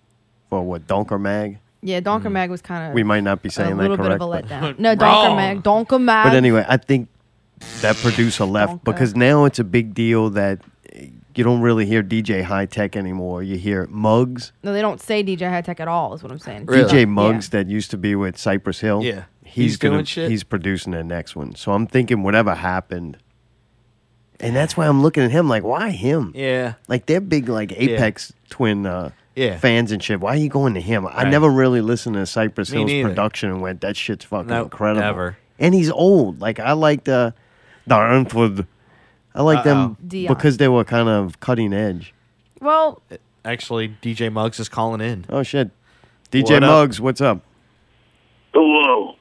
[SPEAKER 3] for what Donker Mag.
[SPEAKER 2] Yeah, Donker Mag was kind of
[SPEAKER 3] We might not be saying
[SPEAKER 2] Uh, a little
[SPEAKER 3] that
[SPEAKER 2] bit
[SPEAKER 3] correct,
[SPEAKER 2] of a
[SPEAKER 3] but-
[SPEAKER 2] letdown. No, Donker Mag, Donker Mag.
[SPEAKER 3] But anyway, I think that producer left because now it's a big deal that eh, you don't really hear DJ High Tech anymore. You hear Muggs,
[SPEAKER 2] no, they don't say DJ High Tech at all. Is what I'm saying.
[SPEAKER 3] DJ Muggs that used to be with Cypress Hill.
[SPEAKER 1] Yeah.
[SPEAKER 3] he's,
[SPEAKER 1] He's
[SPEAKER 3] gonna,
[SPEAKER 1] doing shit?
[SPEAKER 3] He's producing their next one, so I'm thinking whatever happened. And that's why I'm looking at him like, why him?
[SPEAKER 1] Yeah.
[SPEAKER 3] Like they're big like Apex Twin uh,
[SPEAKER 1] Yeah.
[SPEAKER 3] fans and shit. Why are you going to him? I
[SPEAKER 1] Right.
[SPEAKER 3] never really listened to Cypress
[SPEAKER 1] Me
[SPEAKER 3] Hill's
[SPEAKER 1] neither.
[SPEAKER 3] production and went, that shit's fucking
[SPEAKER 1] No,
[SPEAKER 3] incredible.
[SPEAKER 1] never.
[SPEAKER 3] And he's old. Like I liked uh, the Antwoord. I like them
[SPEAKER 2] Uh-oh. Dion.
[SPEAKER 3] because they were kind of cutting edge.
[SPEAKER 2] Well,
[SPEAKER 1] Actually, DJ Muggs is calling in.
[SPEAKER 3] Oh shit, DJ
[SPEAKER 1] What up?
[SPEAKER 3] Muggs, what's up?
[SPEAKER 7] Hello.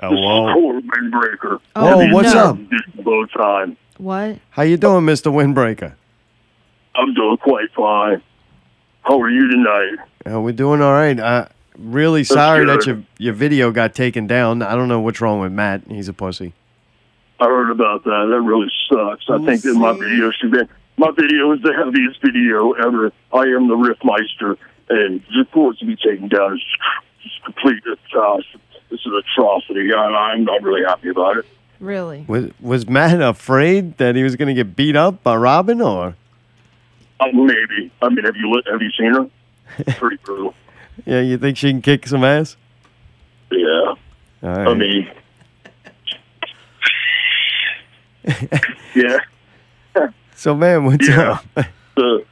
[SPEAKER 3] Hello.
[SPEAKER 7] Corbin Breaker.
[SPEAKER 3] Oh, Whoa, what's no. up?
[SPEAKER 7] Bow time.
[SPEAKER 2] What?
[SPEAKER 3] How you doing, Mister Windbreaker?
[SPEAKER 7] I'm doing quite fine. How are you tonight?
[SPEAKER 3] Uh, we're doing all right. Uh, really
[SPEAKER 7] That's
[SPEAKER 3] sorry that
[SPEAKER 7] good.
[SPEAKER 3] your your video got taken down. I don't know what's wrong with Matt. He's a pussy.
[SPEAKER 7] I heard about that. That really sucks. I think that my video should be. My video is the heaviest video ever. I am the Riffmeister, and the course to be taken down is just complete atrocity. It's an atrocity, and I'm not really happy about it.
[SPEAKER 2] Really?
[SPEAKER 3] Was was Matt afraid that he was going to get beat up by Robin, or
[SPEAKER 7] Uh, maybe. I mean, have you li- have you seen her?
[SPEAKER 3] (laughs)
[SPEAKER 7] Pretty brutal.
[SPEAKER 3] yeah, you think she can kick some ass?
[SPEAKER 7] Yeah.
[SPEAKER 3] All right.
[SPEAKER 7] I
[SPEAKER 3] (laughs)
[SPEAKER 7] mean, yeah.
[SPEAKER 3] so man, what's
[SPEAKER 7] Yeah.
[SPEAKER 3] up?
[SPEAKER 7] So,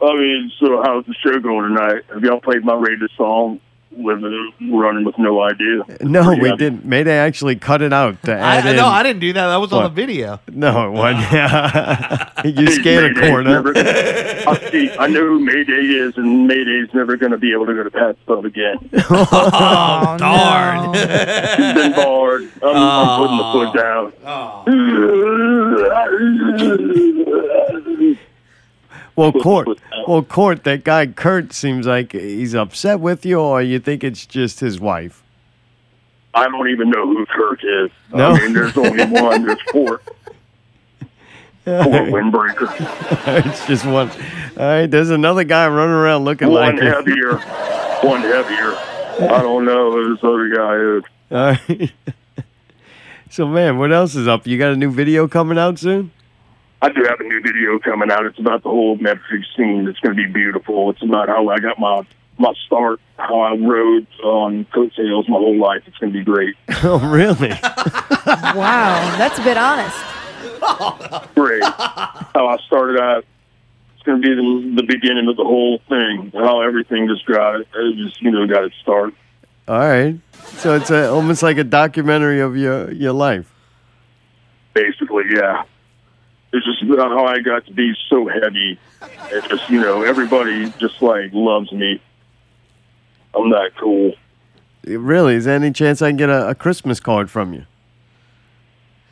[SPEAKER 7] I mean, so how's the show going tonight? Have y'all played my rated song? living, running with no idea.
[SPEAKER 3] No, we didn't. Mayday actually cut it out to add
[SPEAKER 1] I,
[SPEAKER 3] in.
[SPEAKER 1] no, I didn't do that. That was on the
[SPEAKER 3] What?
[SPEAKER 1] video.
[SPEAKER 3] No, it wasn't. (laughs) you scared a
[SPEAKER 7] Mayday's
[SPEAKER 3] corner.
[SPEAKER 7] never- (laughs) I, see, I know who Mayday is, and Mayday's never going to be able to go to Pat's Pub again.
[SPEAKER 1] oh,
[SPEAKER 7] (laughs)
[SPEAKER 1] darn.
[SPEAKER 7] She's been barred. I'm, I'm putting the foot down.
[SPEAKER 3] Well, Court, well, Court, that guy Kurt seems like he's upset with you, or you think it's just his wife.
[SPEAKER 7] I don't even know who Kirk is.
[SPEAKER 3] No.
[SPEAKER 7] I mean, there's only one. There's four. Four
[SPEAKER 3] (laughs)
[SPEAKER 7] windbreakers.
[SPEAKER 3] it's just one. All right, there's another guy running around looking
[SPEAKER 7] One
[SPEAKER 3] like you.
[SPEAKER 7] heavier. One heavier. I don't know who this other guy is.
[SPEAKER 3] (laughs) All right. so, man, what else is up? You got a new video coming out soon?
[SPEAKER 7] I do have a new video coming out. It's about the whole Memphis scene. It's going to be beautiful. It's about how I got my my start, how I rode on coattails my whole life. It's going to be great.
[SPEAKER 3] oh, really?
[SPEAKER 2] wow, that's a bit honest.
[SPEAKER 3] (laughs)
[SPEAKER 7] Great. how I started out. It's going to be the, the beginning of the whole thing. How everything just got it just you know got its start.
[SPEAKER 3] (laughs) All right. So it's a, almost like a documentary of your your life.
[SPEAKER 7] Basically, yeah. It's just about how I got to be so heavy. It's just you know everybody just like loves me. I'm that cool.
[SPEAKER 3] It really? Is there any chance I can get a, a Christmas card from you?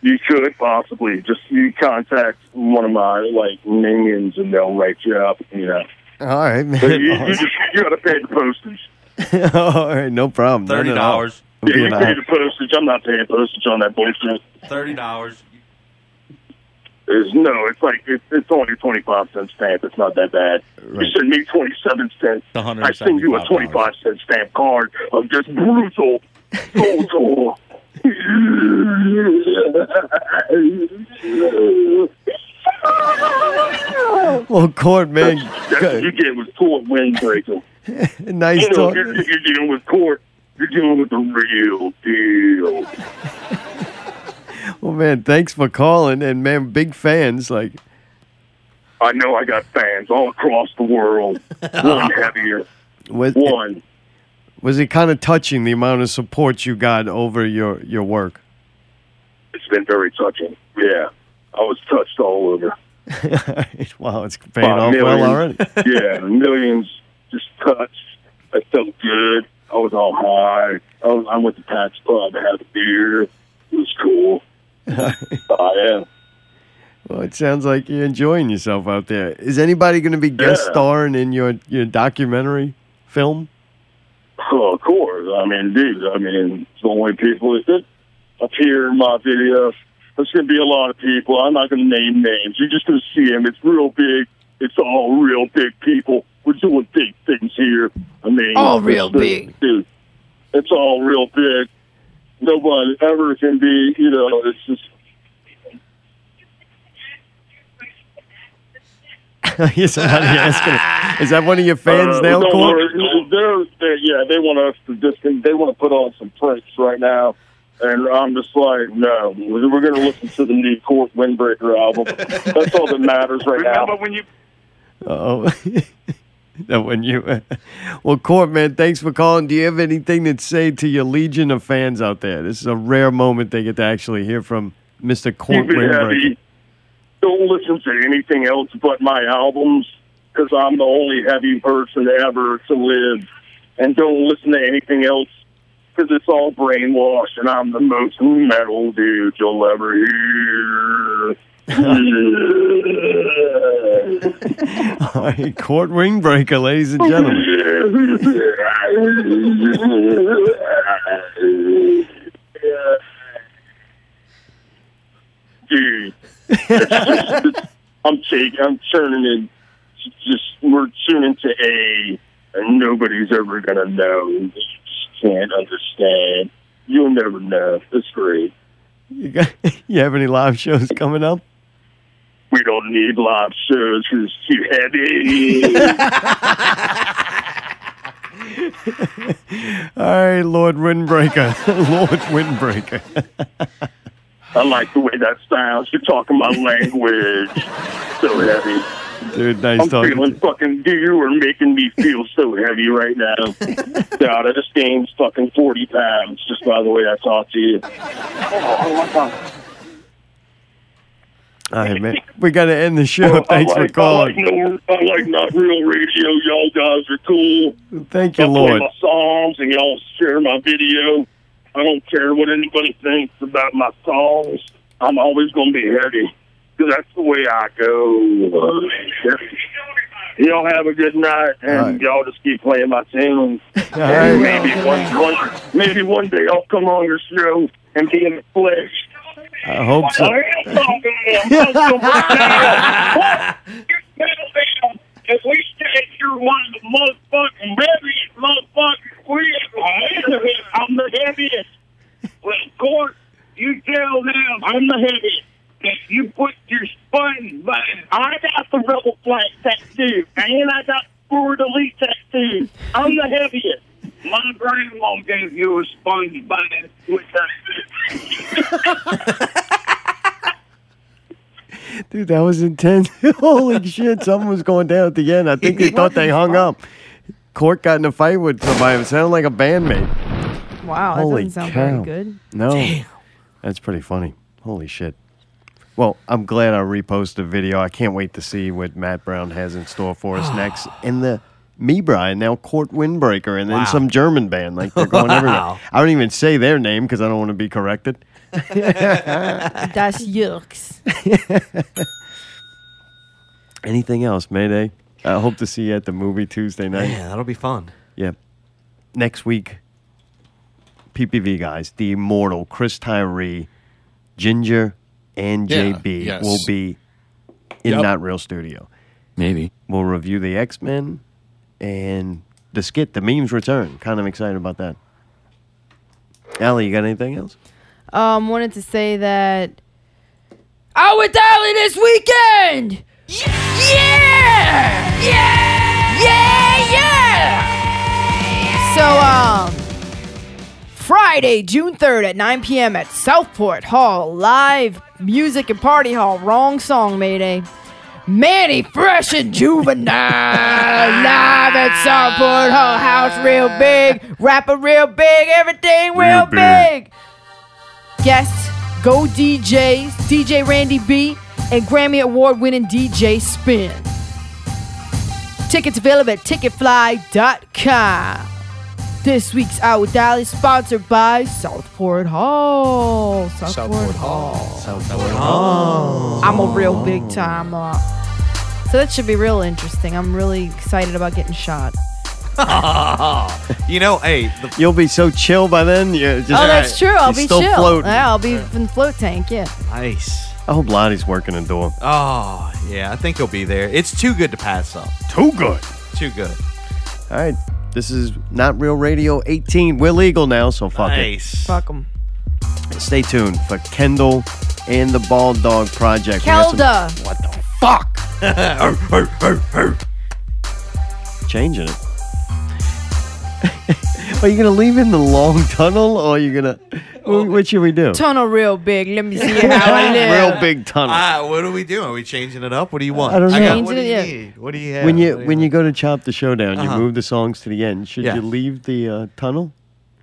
[SPEAKER 7] You could possibly just you contact one of my like minions and they'll write you up. You know,
[SPEAKER 3] All right, man.
[SPEAKER 7] but you, you
[SPEAKER 3] (laughs)
[SPEAKER 7] just you got to pay the postage.
[SPEAKER 3] All right, no problem. Not at all.
[SPEAKER 7] $30. Yeah, you pay the postage. I'm not paying postage on that bullshit.
[SPEAKER 20] Thirty dollars.
[SPEAKER 7] It's, no, it's like it's, it's only twenty five cent stamp. It's not that bad. You send me twenty seven cents. I send you a twenty five cent stamp card of just brutal,
[SPEAKER 3] (laughs)
[SPEAKER 7] brutal. (laughs)
[SPEAKER 3] Well, Court, man,
[SPEAKER 7] That's what you get with court windbreaker.
[SPEAKER 3] (laughs) nice
[SPEAKER 7] you know,
[SPEAKER 3] talk.
[SPEAKER 7] you're, you're dealing with court. You're dealing with the real deal.
[SPEAKER 3] Well, man, thanks for calling, and man, big fans. Like,
[SPEAKER 7] I know I got fans all across the
[SPEAKER 3] (laughs)
[SPEAKER 7] world. One heavier.
[SPEAKER 3] was
[SPEAKER 7] One.
[SPEAKER 3] was it kind of touching the amount of support you got over your your work? (laughs)
[SPEAKER 7] It's been very touching. Yeah. I was touched all over.
[SPEAKER 3] wow, it's paying
[SPEAKER 7] By
[SPEAKER 3] off well
[SPEAKER 7] millions. (laughs)
[SPEAKER 3] already.
[SPEAKER 7] yeah, millions just touched. I felt good. I was all high. I, was, I went to Pat's Pub to have a beer. It was
[SPEAKER 3] (laughs)
[SPEAKER 7] cool. I am.
[SPEAKER 3] Well, it sounds like you're enjoying yourself out there. Is anybody going to be guest
[SPEAKER 7] Yeah.
[SPEAKER 3] starring in your your documentary film? (laughs)
[SPEAKER 7] Oh, of course. I mean, dude, I mean, it's the only people that appear in my video. There's going to be a lot of people. I'm not going to name names. You're just going to see them. It's real big. It's all real big people. We're doing big things here. I mean,
[SPEAKER 2] All real
[SPEAKER 7] it's-
[SPEAKER 2] big.
[SPEAKER 7] Dude, it's all real big. No one ever can be, you know, it's just.
[SPEAKER 3] Is somebody asking? Is that one of your fans
[SPEAKER 7] Uh,
[SPEAKER 3] now,
[SPEAKER 7] don't
[SPEAKER 3] Court?
[SPEAKER 7] worry. They're, they're, yeah, they want us to just they want to put on some pranks right now, and I'm just like, no, we're going to listen to the new Court Windbreaker album. That's all that matters right now. Remember when you
[SPEAKER 3] Oh, (laughs) that when you. (laughs) Well, Court, man, thanks for calling. Do you have anything to say to your legion of fans out there? This is a rare moment they get to actually hear from Mr. Court
[SPEAKER 7] keep it
[SPEAKER 3] Windbreaker.
[SPEAKER 7] heavy? Don't listen to anything else but my albums, because I'm the only heavy person ever to live, and don't listen to anything else. Because it's all brainwashed, and I'm the most metal dude you'll ever
[SPEAKER 3] (laughs)
[SPEAKER 7] hear.
[SPEAKER 3] (laughs) All right, Court Windbreaker, ladies and gentlemen.
[SPEAKER 7] (laughs) Dude, it's just- I'm taking, I'm turning in, just we're tuning to A, and nobody's ever gonna know. You just can't understand. You'll never know. It's great.
[SPEAKER 3] You, got, you have any live shows coming up?
[SPEAKER 7] We don't need live shows 'cause it's too heavy.
[SPEAKER 3] All right, Lord Windbreaker. (laughs) Lord Windbreaker.
[SPEAKER 7] I like the way that sounds. You're talking my language. So heavy.
[SPEAKER 3] Dude, nice
[SPEAKER 7] I'm
[SPEAKER 3] talking.
[SPEAKER 7] feeling fucking. You you are making me feel so heavy right (laughs) now. God, I just gained fucking forty pounds just by the way I talked to you. Oh, my God.
[SPEAKER 3] All right, man. We got to end the show. Thanks
[SPEAKER 7] Oh, I
[SPEAKER 3] for
[SPEAKER 7] like,
[SPEAKER 3] calling.
[SPEAKER 7] I like, no, I like not real radio. Y'all guys are cool.
[SPEAKER 3] Thank you,
[SPEAKER 7] I play
[SPEAKER 3] Lord.
[SPEAKER 7] my songs and y'all share my video. I don't care what anybody thinks about my songs. I'm always going to be heavy. 'Cause that's the way I go. y'all have a good night, and y'all just keep playing my tunes. And Maybe one, one, maybe one day I'll come on your show and be in the flesh.
[SPEAKER 3] I hope so.
[SPEAKER 7] If we stay here one of the motherfucking heaviest motherfucking queens, I'm the heaviest. Well, of course, you tell them I'm the heaviest. If you put your spine by, I got the rebel flag tattoo, and I got forward elite tattoo. I'm the heaviest. My grandma gave you a sponge bite with that.
[SPEAKER 3] Dude, that was intense. (laughs) Holy shit. Something was going down at the end. I think they thought they hung up. Court got in a fight with somebody. It sounded like a bandmate.
[SPEAKER 2] Wow, that
[SPEAKER 3] Holy
[SPEAKER 2] doesn't sound
[SPEAKER 3] cow.
[SPEAKER 2] very (laughs) good.
[SPEAKER 3] No. That's pretty funny. Holy shit. Well, I'm glad I reposted the video. I can't wait to see what Matt Brown has in store for
[SPEAKER 22] (sighs)
[SPEAKER 3] us next. And the Mebra and now Court Windbreaker and then
[SPEAKER 22] Wow.
[SPEAKER 3] some German band. Like
[SPEAKER 22] (laughs)
[SPEAKER 3] they're going
[SPEAKER 22] Wow.
[SPEAKER 3] everywhere. I don't even say their name because I don't want to be corrected.
[SPEAKER 2] That's yucks.
[SPEAKER 3] (laughs) Anything else, Mayday? I hope to see you at the movie Tuesday night.
[SPEAKER 1] Yeah, that'll be fun.
[SPEAKER 3] Yeah. Next week, PPV guys, the immortal Chris Tyree, Ginger, and
[SPEAKER 14] Yeah,
[SPEAKER 3] JB
[SPEAKER 14] yes.
[SPEAKER 3] will be in
[SPEAKER 14] Yep.
[SPEAKER 3] Not Real Studio.
[SPEAKER 14] Maybe.
[SPEAKER 3] We'll review the X Men and the skit, the memes return. Kind of excited about that. Allie, you got anything else?
[SPEAKER 2] Um, wanted to say that. Out with Dolly this weekend. Yeah, yeah, yeah, yeah. So, um, Friday, June third at nine p.m. at Southport Hall, live music and party hall. Wrong song, Mayday. Manny Fresh and Juvenile live at Southport Hall. House real big, rapper real big, everything real,
[SPEAKER 14] Real big.
[SPEAKER 2] big guests, Go DJs, DJ Randy B, and Grammy Award winning DJ Spin. Tickets available at ticketfly.com. This week's Out with Dolly sponsored by Southport Hall. Southport, Hall.
[SPEAKER 3] Southport Hall.
[SPEAKER 2] I'm a real big time up. So that should be real interesting. I'm really excited about getting shot.
[SPEAKER 1] (laughs) you know, hey, the,
[SPEAKER 3] You'll be so chill by then. You're just,
[SPEAKER 2] oh, that's true. I'll
[SPEAKER 3] you're
[SPEAKER 2] be
[SPEAKER 3] still
[SPEAKER 2] chill.
[SPEAKER 3] Floating.
[SPEAKER 2] Yeah, I'll be in float tank. Yeah.
[SPEAKER 1] Nice.
[SPEAKER 3] I hope Lottie's working a door.
[SPEAKER 1] Oh, yeah, I think he'll be there. It's too good to pass up.
[SPEAKER 3] Too good.
[SPEAKER 1] Too good.
[SPEAKER 3] All right. This is Not Real Radio 18. We're legal now, so fuck
[SPEAKER 1] nice.
[SPEAKER 2] Fuck them.
[SPEAKER 3] it. Stay tuned for Kendall and the Bald Dog Project. We got some-
[SPEAKER 2] Kelda.
[SPEAKER 3] What the fuck? (laughs) Changing it. (laughs) are you going to leave in the long tunnel or are you going to.
[SPEAKER 1] Oh.
[SPEAKER 3] What should we do?
[SPEAKER 2] Tunnel real big. Let me see how
[SPEAKER 3] (laughs)
[SPEAKER 2] I live.
[SPEAKER 3] Real big tunnel.
[SPEAKER 1] Ah, what are we doing? Are we changing it up? What do you want?
[SPEAKER 3] I don't know.
[SPEAKER 1] got-
[SPEAKER 3] Changing
[SPEAKER 1] what do
[SPEAKER 2] it,
[SPEAKER 1] you
[SPEAKER 2] yeah.
[SPEAKER 1] need? What do you have?
[SPEAKER 3] when you
[SPEAKER 1] What do
[SPEAKER 16] (laughs)
[SPEAKER 3] when you go to chop the showdown,
[SPEAKER 1] Uh-huh.
[SPEAKER 3] you move the songs to the end. Should
[SPEAKER 1] Yeah.
[SPEAKER 3] you leave the uh, tunnel?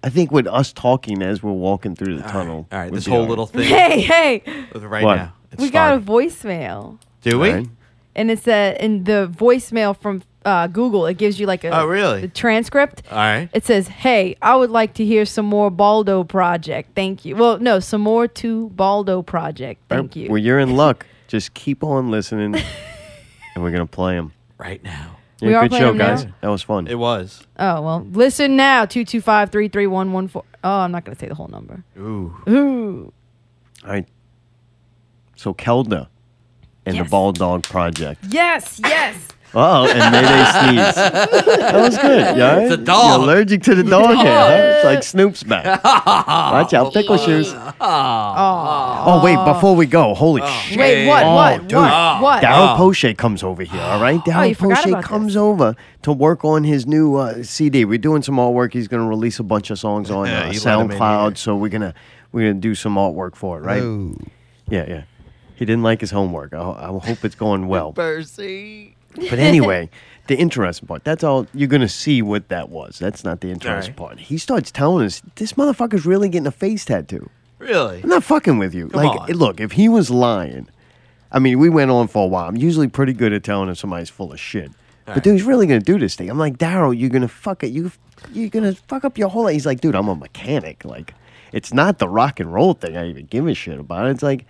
[SPEAKER 3] I think with us talking as we're walking through the tunnel.
[SPEAKER 1] All right,
[SPEAKER 3] would
[SPEAKER 1] this
[SPEAKER 3] be
[SPEAKER 1] whole
[SPEAKER 3] all
[SPEAKER 1] little
[SPEAKER 3] right.
[SPEAKER 1] thing.
[SPEAKER 2] (laughs) Hey, hey.
[SPEAKER 1] With right
[SPEAKER 3] What?
[SPEAKER 1] now. It's
[SPEAKER 2] we got a voicemail.
[SPEAKER 1] Do we?
[SPEAKER 2] and it's a and the voicemail from uh, Google. It gives you like a
[SPEAKER 1] Oh, really?
[SPEAKER 2] a transcript.
[SPEAKER 1] All right.
[SPEAKER 2] It says, "Hey, I would like to hear some more Baldo project. Thank you. Well, no, some more to Baldo project. Thank you.
[SPEAKER 3] Well, you're in luck. Just keep on
[SPEAKER 2] (laughs)
[SPEAKER 3] listening, and we're gonna play them
[SPEAKER 1] right now.
[SPEAKER 2] We are
[SPEAKER 3] good
[SPEAKER 2] playing
[SPEAKER 3] show,
[SPEAKER 2] 'em
[SPEAKER 3] guys.
[SPEAKER 2] now?
[SPEAKER 3] That was fun.
[SPEAKER 1] It was.
[SPEAKER 2] Oh well, listen now two two five three three one one four. Oh, I'm not gonna say the whole number.
[SPEAKER 1] Ooh.
[SPEAKER 2] Ooh,
[SPEAKER 3] All right. So Kelda and the Bald Dog Project.
[SPEAKER 2] yes, yes.
[SPEAKER 3] Oh, and
[SPEAKER 2] (laughs)
[SPEAKER 3] Mayday sneeze. That was good. Yeah,
[SPEAKER 2] It's a
[SPEAKER 1] dog.
[SPEAKER 3] You're allergic to the dog hair. Huh? It's
[SPEAKER 2] (laughs)
[SPEAKER 3] like Snoop's
[SPEAKER 1] (laughs)
[SPEAKER 3] back. Watch out, pickle shoes. Oh wait, before we go, holy shit!
[SPEAKER 2] Wait, what,
[SPEAKER 3] Oh,
[SPEAKER 2] what,
[SPEAKER 3] dude.
[SPEAKER 2] what, what?
[SPEAKER 3] Daryl
[SPEAKER 2] Oh.
[SPEAKER 3] Poche comes over here. All right,
[SPEAKER 2] Oh,
[SPEAKER 3] Daryl
[SPEAKER 2] you forgot
[SPEAKER 3] Poche
[SPEAKER 2] about
[SPEAKER 3] comes over to work on his new uh, CD. We're doing some artwork. He's going to release a bunch of songs on
[SPEAKER 14] Yeah,
[SPEAKER 3] uh,
[SPEAKER 14] you let him in
[SPEAKER 3] SoundCloud, so we're gonna we're gonna do some artwork for it, right? Yeah, yeah. He didn't like his homework. I, I hope it's going well.
[SPEAKER 17] Percy.
[SPEAKER 3] But (laughs) anyway, the interesting part, that's all you're going to see what that was. That's not the interesting
[SPEAKER 17] right.
[SPEAKER 3] part. He starts telling us, this motherfucker's really getting a face tattoo.
[SPEAKER 1] Really?
[SPEAKER 3] I'm not fucking with you.
[SPEAKER 1] Come
[SPEAKER 3] like,
[SPEAKER 1] on.
[SPEAKER 3] look, if he was lying, I mean, we went on for a while. I'm usually pretty good at telling if somebody's full of shit. but dude, he's really gonna do this thing. I'm like, Daryl, you're gonna fuck it. You, you're gonna fuck up your whole. life. He's like, dude, I'm a mechanic. Like, it's not the rock and roll thing. I even give a shit about. It's like,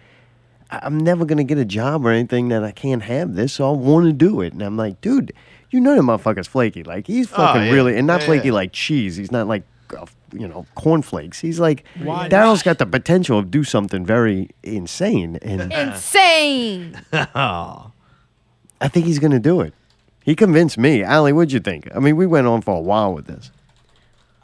[SPEAKER 3] I- I'm never gonna get a job or anything that I can't have this. So I want to do it. And I'm like, dude, you know that motherfucker's flaky. Like, he's
[SPEAKER 17] Oh,
[SPEAKER 3] fucking
[SPEAKER 17] yeah.
[SPEAKER 3] really, and not
[SPEAKER 17] Yeah,
[SPEAKER 3] flaky
[SPEAKER 17] yeah.
[SPEAKER 3] like cheese. He's not like, uh, you know, cornflakes. He's like,
[SPEAKER 2] Why
[SPEAKER 3] Daryl's got the potential of do something very insane. And
[SPEAKER 2] Insane.
[SPEAKER 3] I think he's going to do it. He convinced me. Allie, what'd you think? I mean, we went on for a while with this.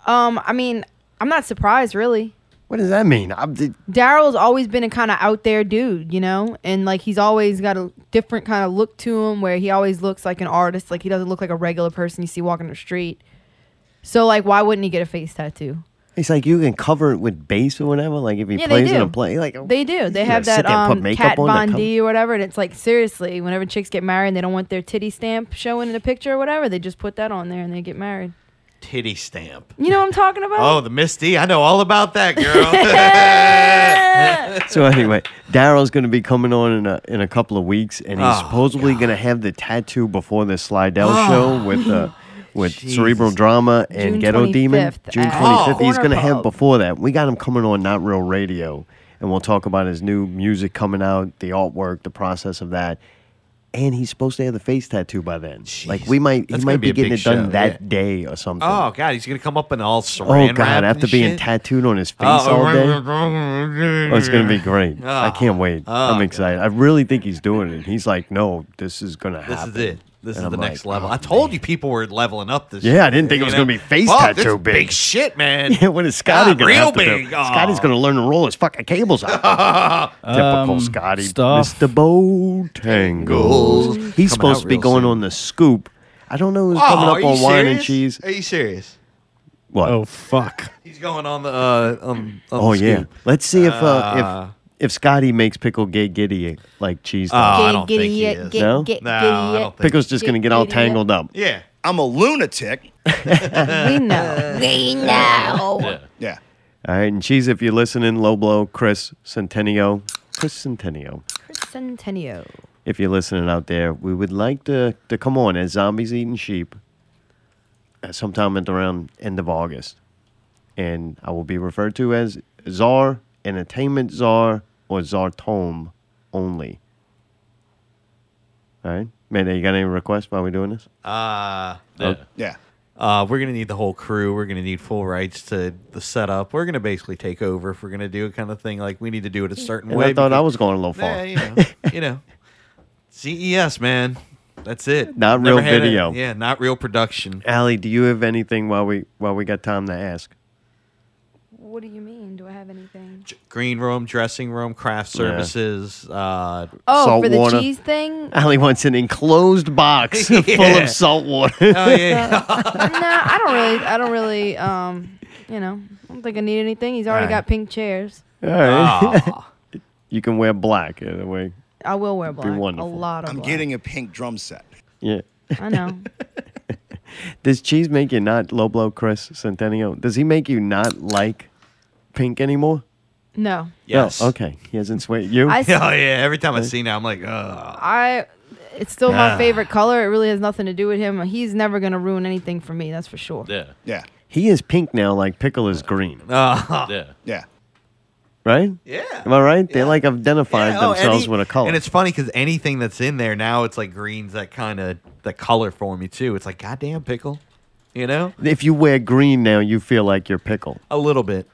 [SPEAKER 2] Um, I mean, I'm not surprised really.
[SPEAKER 3] What does that mean? I'm, did,
[SPEAKER 2] Daryl's always been a kind of out there dude, you know, and like he's always got a different kind of look to him, where he always looks like an artist. Like he doesn't look like a regular person you see walking the street. So like, why wouldn't he get a face tattoo?
[SPEAKER 3] it's like you can cover it with bass or whatever. Like if he
[SPEAKER 2] yeah,
[SPEAKER 3] plays
[SPEAKER 2] they do.
[SPEAKER 3] in a play, like oh,
[SPEAKER 2] they do. They
[SPEAKER 3] you
[SPEAKER 2] have
[SPEAKER 3] gotta sit
[SPEAKER 2] that
[SPEAKER 3] there and put
[SPEAKER 2] um,
[SPEAKER 3] makeup
[SPEAKER 2] Kat
[SPEAKER 3] on to
[SPEAKER 2] Von
[SPEAKER 3] cover-
[SPEAKER 2] D or whatever, and it's like seriously, whenever chicks get married, and they don't want their titty stamp showing in a picture or whatever. They just put that on there and they get married.
[SPEAKER 1] Titty stamp.
[SPEAKER 2] You know what I'm talking about?
[SPEAKER 1] Oh, the Misty. I know all about that, girl. (laughs)
[SPEAKER 2] (laughs)
[SPEAKER 3] Oh, so anyway, Daryl's going to be coming on in a in a couple of weeks, and he's
[SPEAKER 1] Oh,
[SPEAKER 3] supposedly going to have the tattoo before the Slidell
[SPEAKER 1] Oh.
[SPEAKER 3] show with uh, with Cerebral Drama and
[SPEAKER 1] June
[SPEAKER 3] Ghetto Demon.
[SPEAKER 1] 25th
[SPEAKER 3] June
[SPEAKER 1] at
[SPEAKER 3] twenty fifth. He's
[SPEAKER 1] Corner
[SPEAKER 3] going to have
[SPEAKER 1] Pub.
[SPEAKER 3] before that. We got him coming on Not Real Radio, and we'll talk about his new music coming out, the artwork, the process of that. And he's supposed to have the face tattoo by then. Like we might, he
[SPEAKER 1] That's gonna
[SPEAKER 3] might be,
[SPEAKER 1] be a
[SPEAKER 3] getting
[SPEAKER 1] big
[SPEAKER 3] it done
[SPEAKER 1] show,
[SPEAKER 3] that
[SPEAKER 1] yeah.
[SPEAKER 3] day or something.
[SPEAKER 1] oh God, he's gonna come up in all
[SPEAKER 3] Oh
[SPEAKER 1] saran
[SPEAKER 3] God!
[SPEAKER 1] wrapped
[SPEAKER 3] After
[SPEAKER 1] and
[SPEAKER 3] being
[SPEAKER 1] shit?
[SPEAKER 3] tattooed on his face
[SPEAKER 1] Oh,
[SPEAKER 3] all day,
[SPEAKER 1] oh,
[SPEAKER 3] oh, it's gonna be great. I can't wait.
[SPEAKER 1] Mm-hmm. Oh,
[SPEAKER 3] I'm excited. I really think he's doing it. He's like, no, this is gonna
[SPEAKER 1] This
[SPEAKER 3] happen.
[SPEAKER 1] is it. This
[SPEAKER 3] And
[SPEAKER 1] is
[SPEAKER 3] I'm
[SPEAKER 1] the
[SPEAKER 3] like, oh,
[SPEAKER 1] next level. I told you people were leveling up this.
[SPEAKER 3] Yeah, I didn't think it
[SPEAKER 1] you
[SPEAKER 3] was
[SPEAKER 1] know?
[SPEAKER 3] gonna be face
[SPEAKER 1] Fuck,
[SPEAKER 3] tattoo
[SPEAKER 1] this is
[SPEAKER 3] big.
[SPEAKER 1] Big shit, man.
[SPEAKER 3] (laughs) (laughs) Yeah, what is Scotty
[SPEAKER 1] God,
[SPEAKER 3] gonna
[SPEAKER 1] Ah, real
[SPEAKER 3] have to do?
[SPEAKER 1] big. Aw.
[SPEAKER 3] Scotty's gonna learn to roll his fucking cables out.
[SPEAKER 1] (laughs)
[SPEAKER 3] Typical
[SPEAKER 1] Um,
[SPEAKER 3] Scotty.
[SPEAKER 1] stuff.
[SPEAKER 3] Mr. Bowtangles. He's
[SPEAKER 1] Coming
[SPEAKER 3] supposed
[SPEAKER 1] out
[SPEAKER 3] to be
[SPEAKER 1] real
[SPEAKER 3] going
[SPEAKER 1] soon.
[SPEAKER 3] on the scoop. I don't know who's
[SPEAKER 1] Oh,
[SPEAKER 3] coming
[SPEAKER 1] are
[SPEAKER 3] up
[SPEAKER 1] you
[SPEAKER 3] on wine and
[SPEAKER 1] serious?
[SPEAKER 3] cheese.
[SPEAKER 1] Are you serious?
[SPEAKER 3] What? Oh
[SPEAKER 1] fuck. He's going on the. Uh, on, on
[SPEAKER 3] Oh
[SPEAKER 1] the
[SPEAKER 3] yeah.
[SPEAKER 1] scoop.
[SPEAKER 3] Let's see if uh,
[SPEAKER 1] Uh,
[SPEAKER 3] if if Scotty makes pickle gay giddy like cheese.
[SPEAKER 1] Oh, I
[SPEAKER 3] does.
[SPEAKER 1] don't Gay, think he giddy, is. gay,
[SPEAKER 3] No,
[SPEAKER 1] gay, No, I don't giddy, think-
[SPEAKER 3] Pickle's just gonna get all tangled up.
[SPEAKER 1] Yeah.
[SPEAKER 22] I'm a lunatic.
[SPEAKER 2] (laughs) we know. We know.
[SPEAKER 22] Yeah.
[SPEAKER 3] All right, and cheese, if you're listening, low blow, Chris Centenio, Chris Centenio.
[SPEAKER 2] Centennial.
[SPEAKER 3] If you're listening out there, we would like to to come on as zombies eating sheep, uh, sometime at around end of August, and I will be referred to as Czar, Entertainment Czar, or Czar Tome only. All right, man, you got any requests while we're doing this? Oh.
[SPEAKER 1] Uh,
[SPEAKER 3] Yeah.
[SPEAKER 22] Yeah.
[SPEAKER 1] Uh, we're gonna need the whole crew. We're gonna need full rights to the setup. We're gonna basically take over if we're gonna do a kind of thing. Like we need to do it a certain
[SPEAKER 3] And
[SPEAKER 1] way.
[SPEAKER 3] I thought I
[SPEAKER 1] because-
[SPEAKER 3] was going a little far.
[SPEAKER 1] Yeah, you know,
[SPEAKER 3] (laughs)
[SPEAKER 1] you know, CES man, that's it.
[SPEAKER 3] Not
[SPEAKER 1] Never
[SPEAKER 3] real
[SPEAKER 1] had a-
[SPEAKER 3] video.
[SPEAKER 1] yeah, not real production.
[SPEAKER 3] Allie, do you have anything while we while we got time to ask?
[SPEAKER 2] What do you mean? Do I have anything?
[SPEAKER 1] Green room, dressing room, craft
[SPEAKER 3] Yeah.
[SPEAKER 1] services. Uh,
[SPEAKER 2] Oh, for the cheese thing?
[SPEAKER 3] Allie wants an enclosed
[SPEAKER 1] (laughs)
[SPEAKER 3] box full
[SPEAKER 1] Yeah. Oh,
[SPEAKER 3] of salt water.
[SPEAKER 2] nah, I don't really. I don't really. Um, you know, I don't think I need anything. He's already
[SPEAKER 3] Alright.
[SPEAKER 2] got pink chairs.
[SPEAKER 3] (laughs) All right. (laughs) you can wear black either way.
[SPEAKER 2] I will wear
[SPEAKER 3] Be
[SPEAKER 2] black. A
[SPEAKER 3] wonderful.
[SPEAKER 2] lot of.
[SPEAKER 22] I'm
[SPEAKER 2] black.
[SPEAKER 22] getting a pink drum set.
[SPEAKER 3] Yeah.
[SPEAKER 2] I know.
[SPEAKER 3] Does cheese make you not low blow Chris Centennial? Does he make you not like pink anymore?
[SPEAKER 2] No,
[SPEAKER 1] Yes.
[SPEAKER 3] No, okay. He hasn't swayed you. (laughs)
[SPEAKER 2] I s-
[SPEAKER 1] oh yeah. Every time I see now, I'm like, oh.
[SPEAKER 2] I. It's still
[SPEAKER 3] Ah.
[SPEAKER 2] my favorite color. It really has nothing to do with him. He's never gonna ruin anything for me. That's for sure.
[SPEAKER 1] Yeah.
[SPEAKER 22] Yeah.
[SPEAKER 3] He is pink now, like pickle is green.
[SPEAKER 1] yeah.
[SPEAKER 22] Yeah.
[SPEAKER 3] Right?
[SPEAKER 1] Yeah. Oh,
[SPEAKER 3] Am I right? They like identified
[SPEAKER 2] oh,
[SPEAKER 3] themselves with a color.
[SPEAKER 1] And it's funny because anything that's in there now, it's like green's that kind of that color for me too. It's like goddamn pickle, you know,
[SPEAKER 3] if you wear green now, you feel like you're pickle.
[SPEAKER 1] a little bit.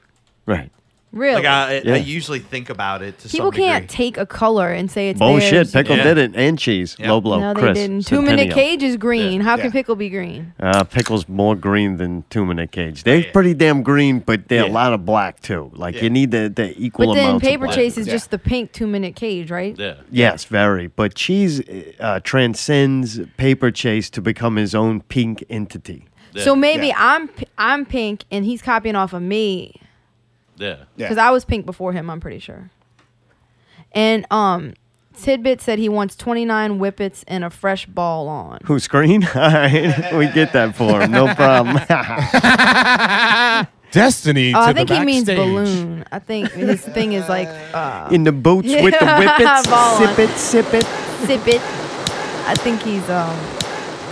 [SPEAKER 3] Right.
[SPEAKER 2] Really.
[SPEAKER 1] Like I, I-
[SPEAKER 3] Yeah.
[SPEAKER 1] I usually think about it. To
[SPEAKER 2] People
[SPEAKER 1] some
[SPEAKER 2] can't
[SPEAKER 1] Degree.
[SPEAKER 2] take a color and say it's
[SPEAKER 3] Bullshit.
[SPEAKER 2] Theirs.
[SPEAKER 3] Oh, Pickle
[SPEAKER 1] Yeah.
[SPEAKER 3] did it and cheese. Low blow
[SPEAKER 2] no, they
[SPEAKER 3] Chris.
[SPEAKER 2] didn't. Two minute
[SPEAKER 3] Centennial.
[SPEAKER 2] cage is green. How can
[SPEAKER 1] Yeah.
[SPEAKER 2] pickle be green?
[SPEAKER 3] Uh, pickle's more green than two minute cage. They're pretty damn green, but they're a
[SPEAKER 1] Yeah.
[SPEAKER 3] lot of black too. Like you need the, the equal
[SPEAKER 2] but then
[SPEAKER 3] amounts of
[SPEAKER 2] paper
[SPEAKER 3] black.
[SPEAKER 2] chase is just the pink two minute cage, right?
[SPEAKER 1] Yeah.
[SPEAKER 3] Yes, very. But cheese uh, transcends paper chase to become his own pink entity.
[SPEAKER 2] So maybe I'm p- I'm pink and he's copying off of me
[SPEAKER 12] Yeah.
[SPEAKER 2] because I was pink before him. I'm pretty sure. And um, Tidbit said he wants 29 whippets and a fresh ball on.
[SPEAKER 3] Who screen? (laughs) All right, we get that for him. No problem.
[SPEAKER 17] Destiny.
[SPEAKER 2] Oh, I think he means balloon. I think his thing is like uh,
[SPEAKER 3] In the (laughs) boots with the
[SPEAKER 2] (laughs)
[SPEAKER 3] whippets.
[SPEAKER 2] ball on.
[SPEAKER 3] Sip it, sip it,
[SPEAKER 2] sip it. I think he's um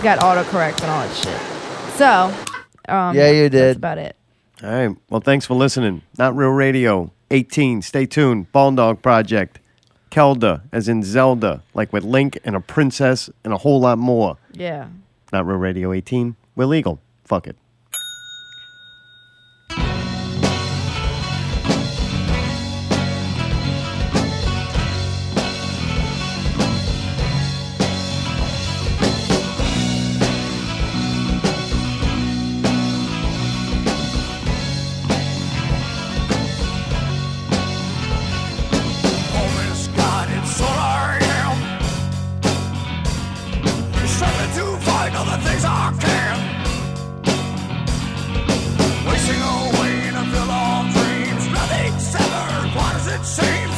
[SPEAKER 2] got autocorrect and all that shit. So, um,
[SPEAKER 3] Yeah, you
[SPEAKER 2] That's
[SPEAKER 3] did.
[SPEAKER 2] about it.
[SPEAKER 3] All right. Well, thanks for listening. Not Real Radio 18. Stay tuned. Ball Dog Project. Kelda, as in Zelda, like with Link and a princess and a whole lot more.
[SPEAKER 2] Yeah.
[SPEAKER 3] Not Real Radio 18. We're legal. Fuck it.
[SPEAKER 9] Honest God, it's all I am. Striving to find other things I can. Wasting away in a field of dreams. Nothing's ever quite as it seems.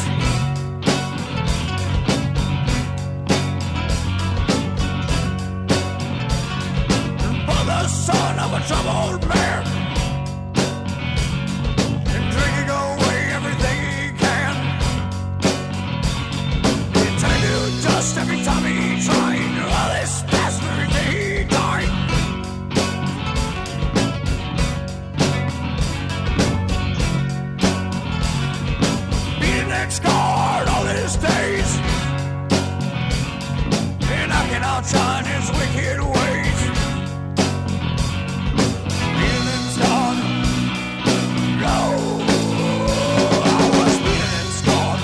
[SPEAKER 9] I'm the son of a troubled man. And drinking away everything he can. Turned to dust every time he tried. All this past everything he died. Being next guard all his days. And I can outshine his wicked ways. Being next guard. No. I was being next guard.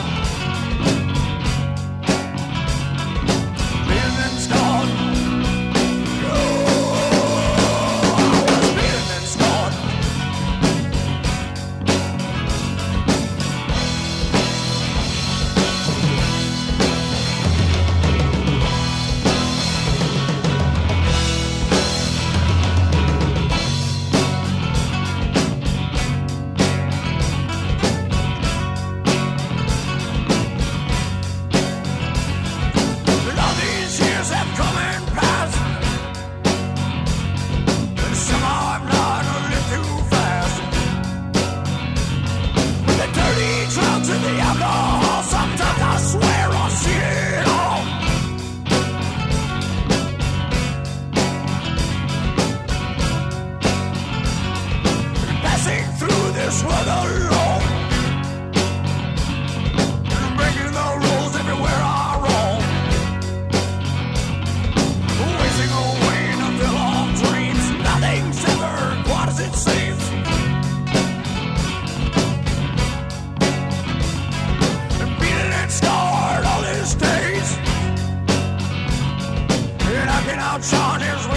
[SPEAKER 9] But all these years have come and passed. And somehow I'm not a little too fast. With the dirty drugs and the alcohol, sometimes I swear I'll see it all. Passing through this world alone. And breaking the rules everywhere I roam. Wasting away in a field of dreams. Nothing's ever quite as it seems. Beaten and scarred all his days. And I can outshine his Oh,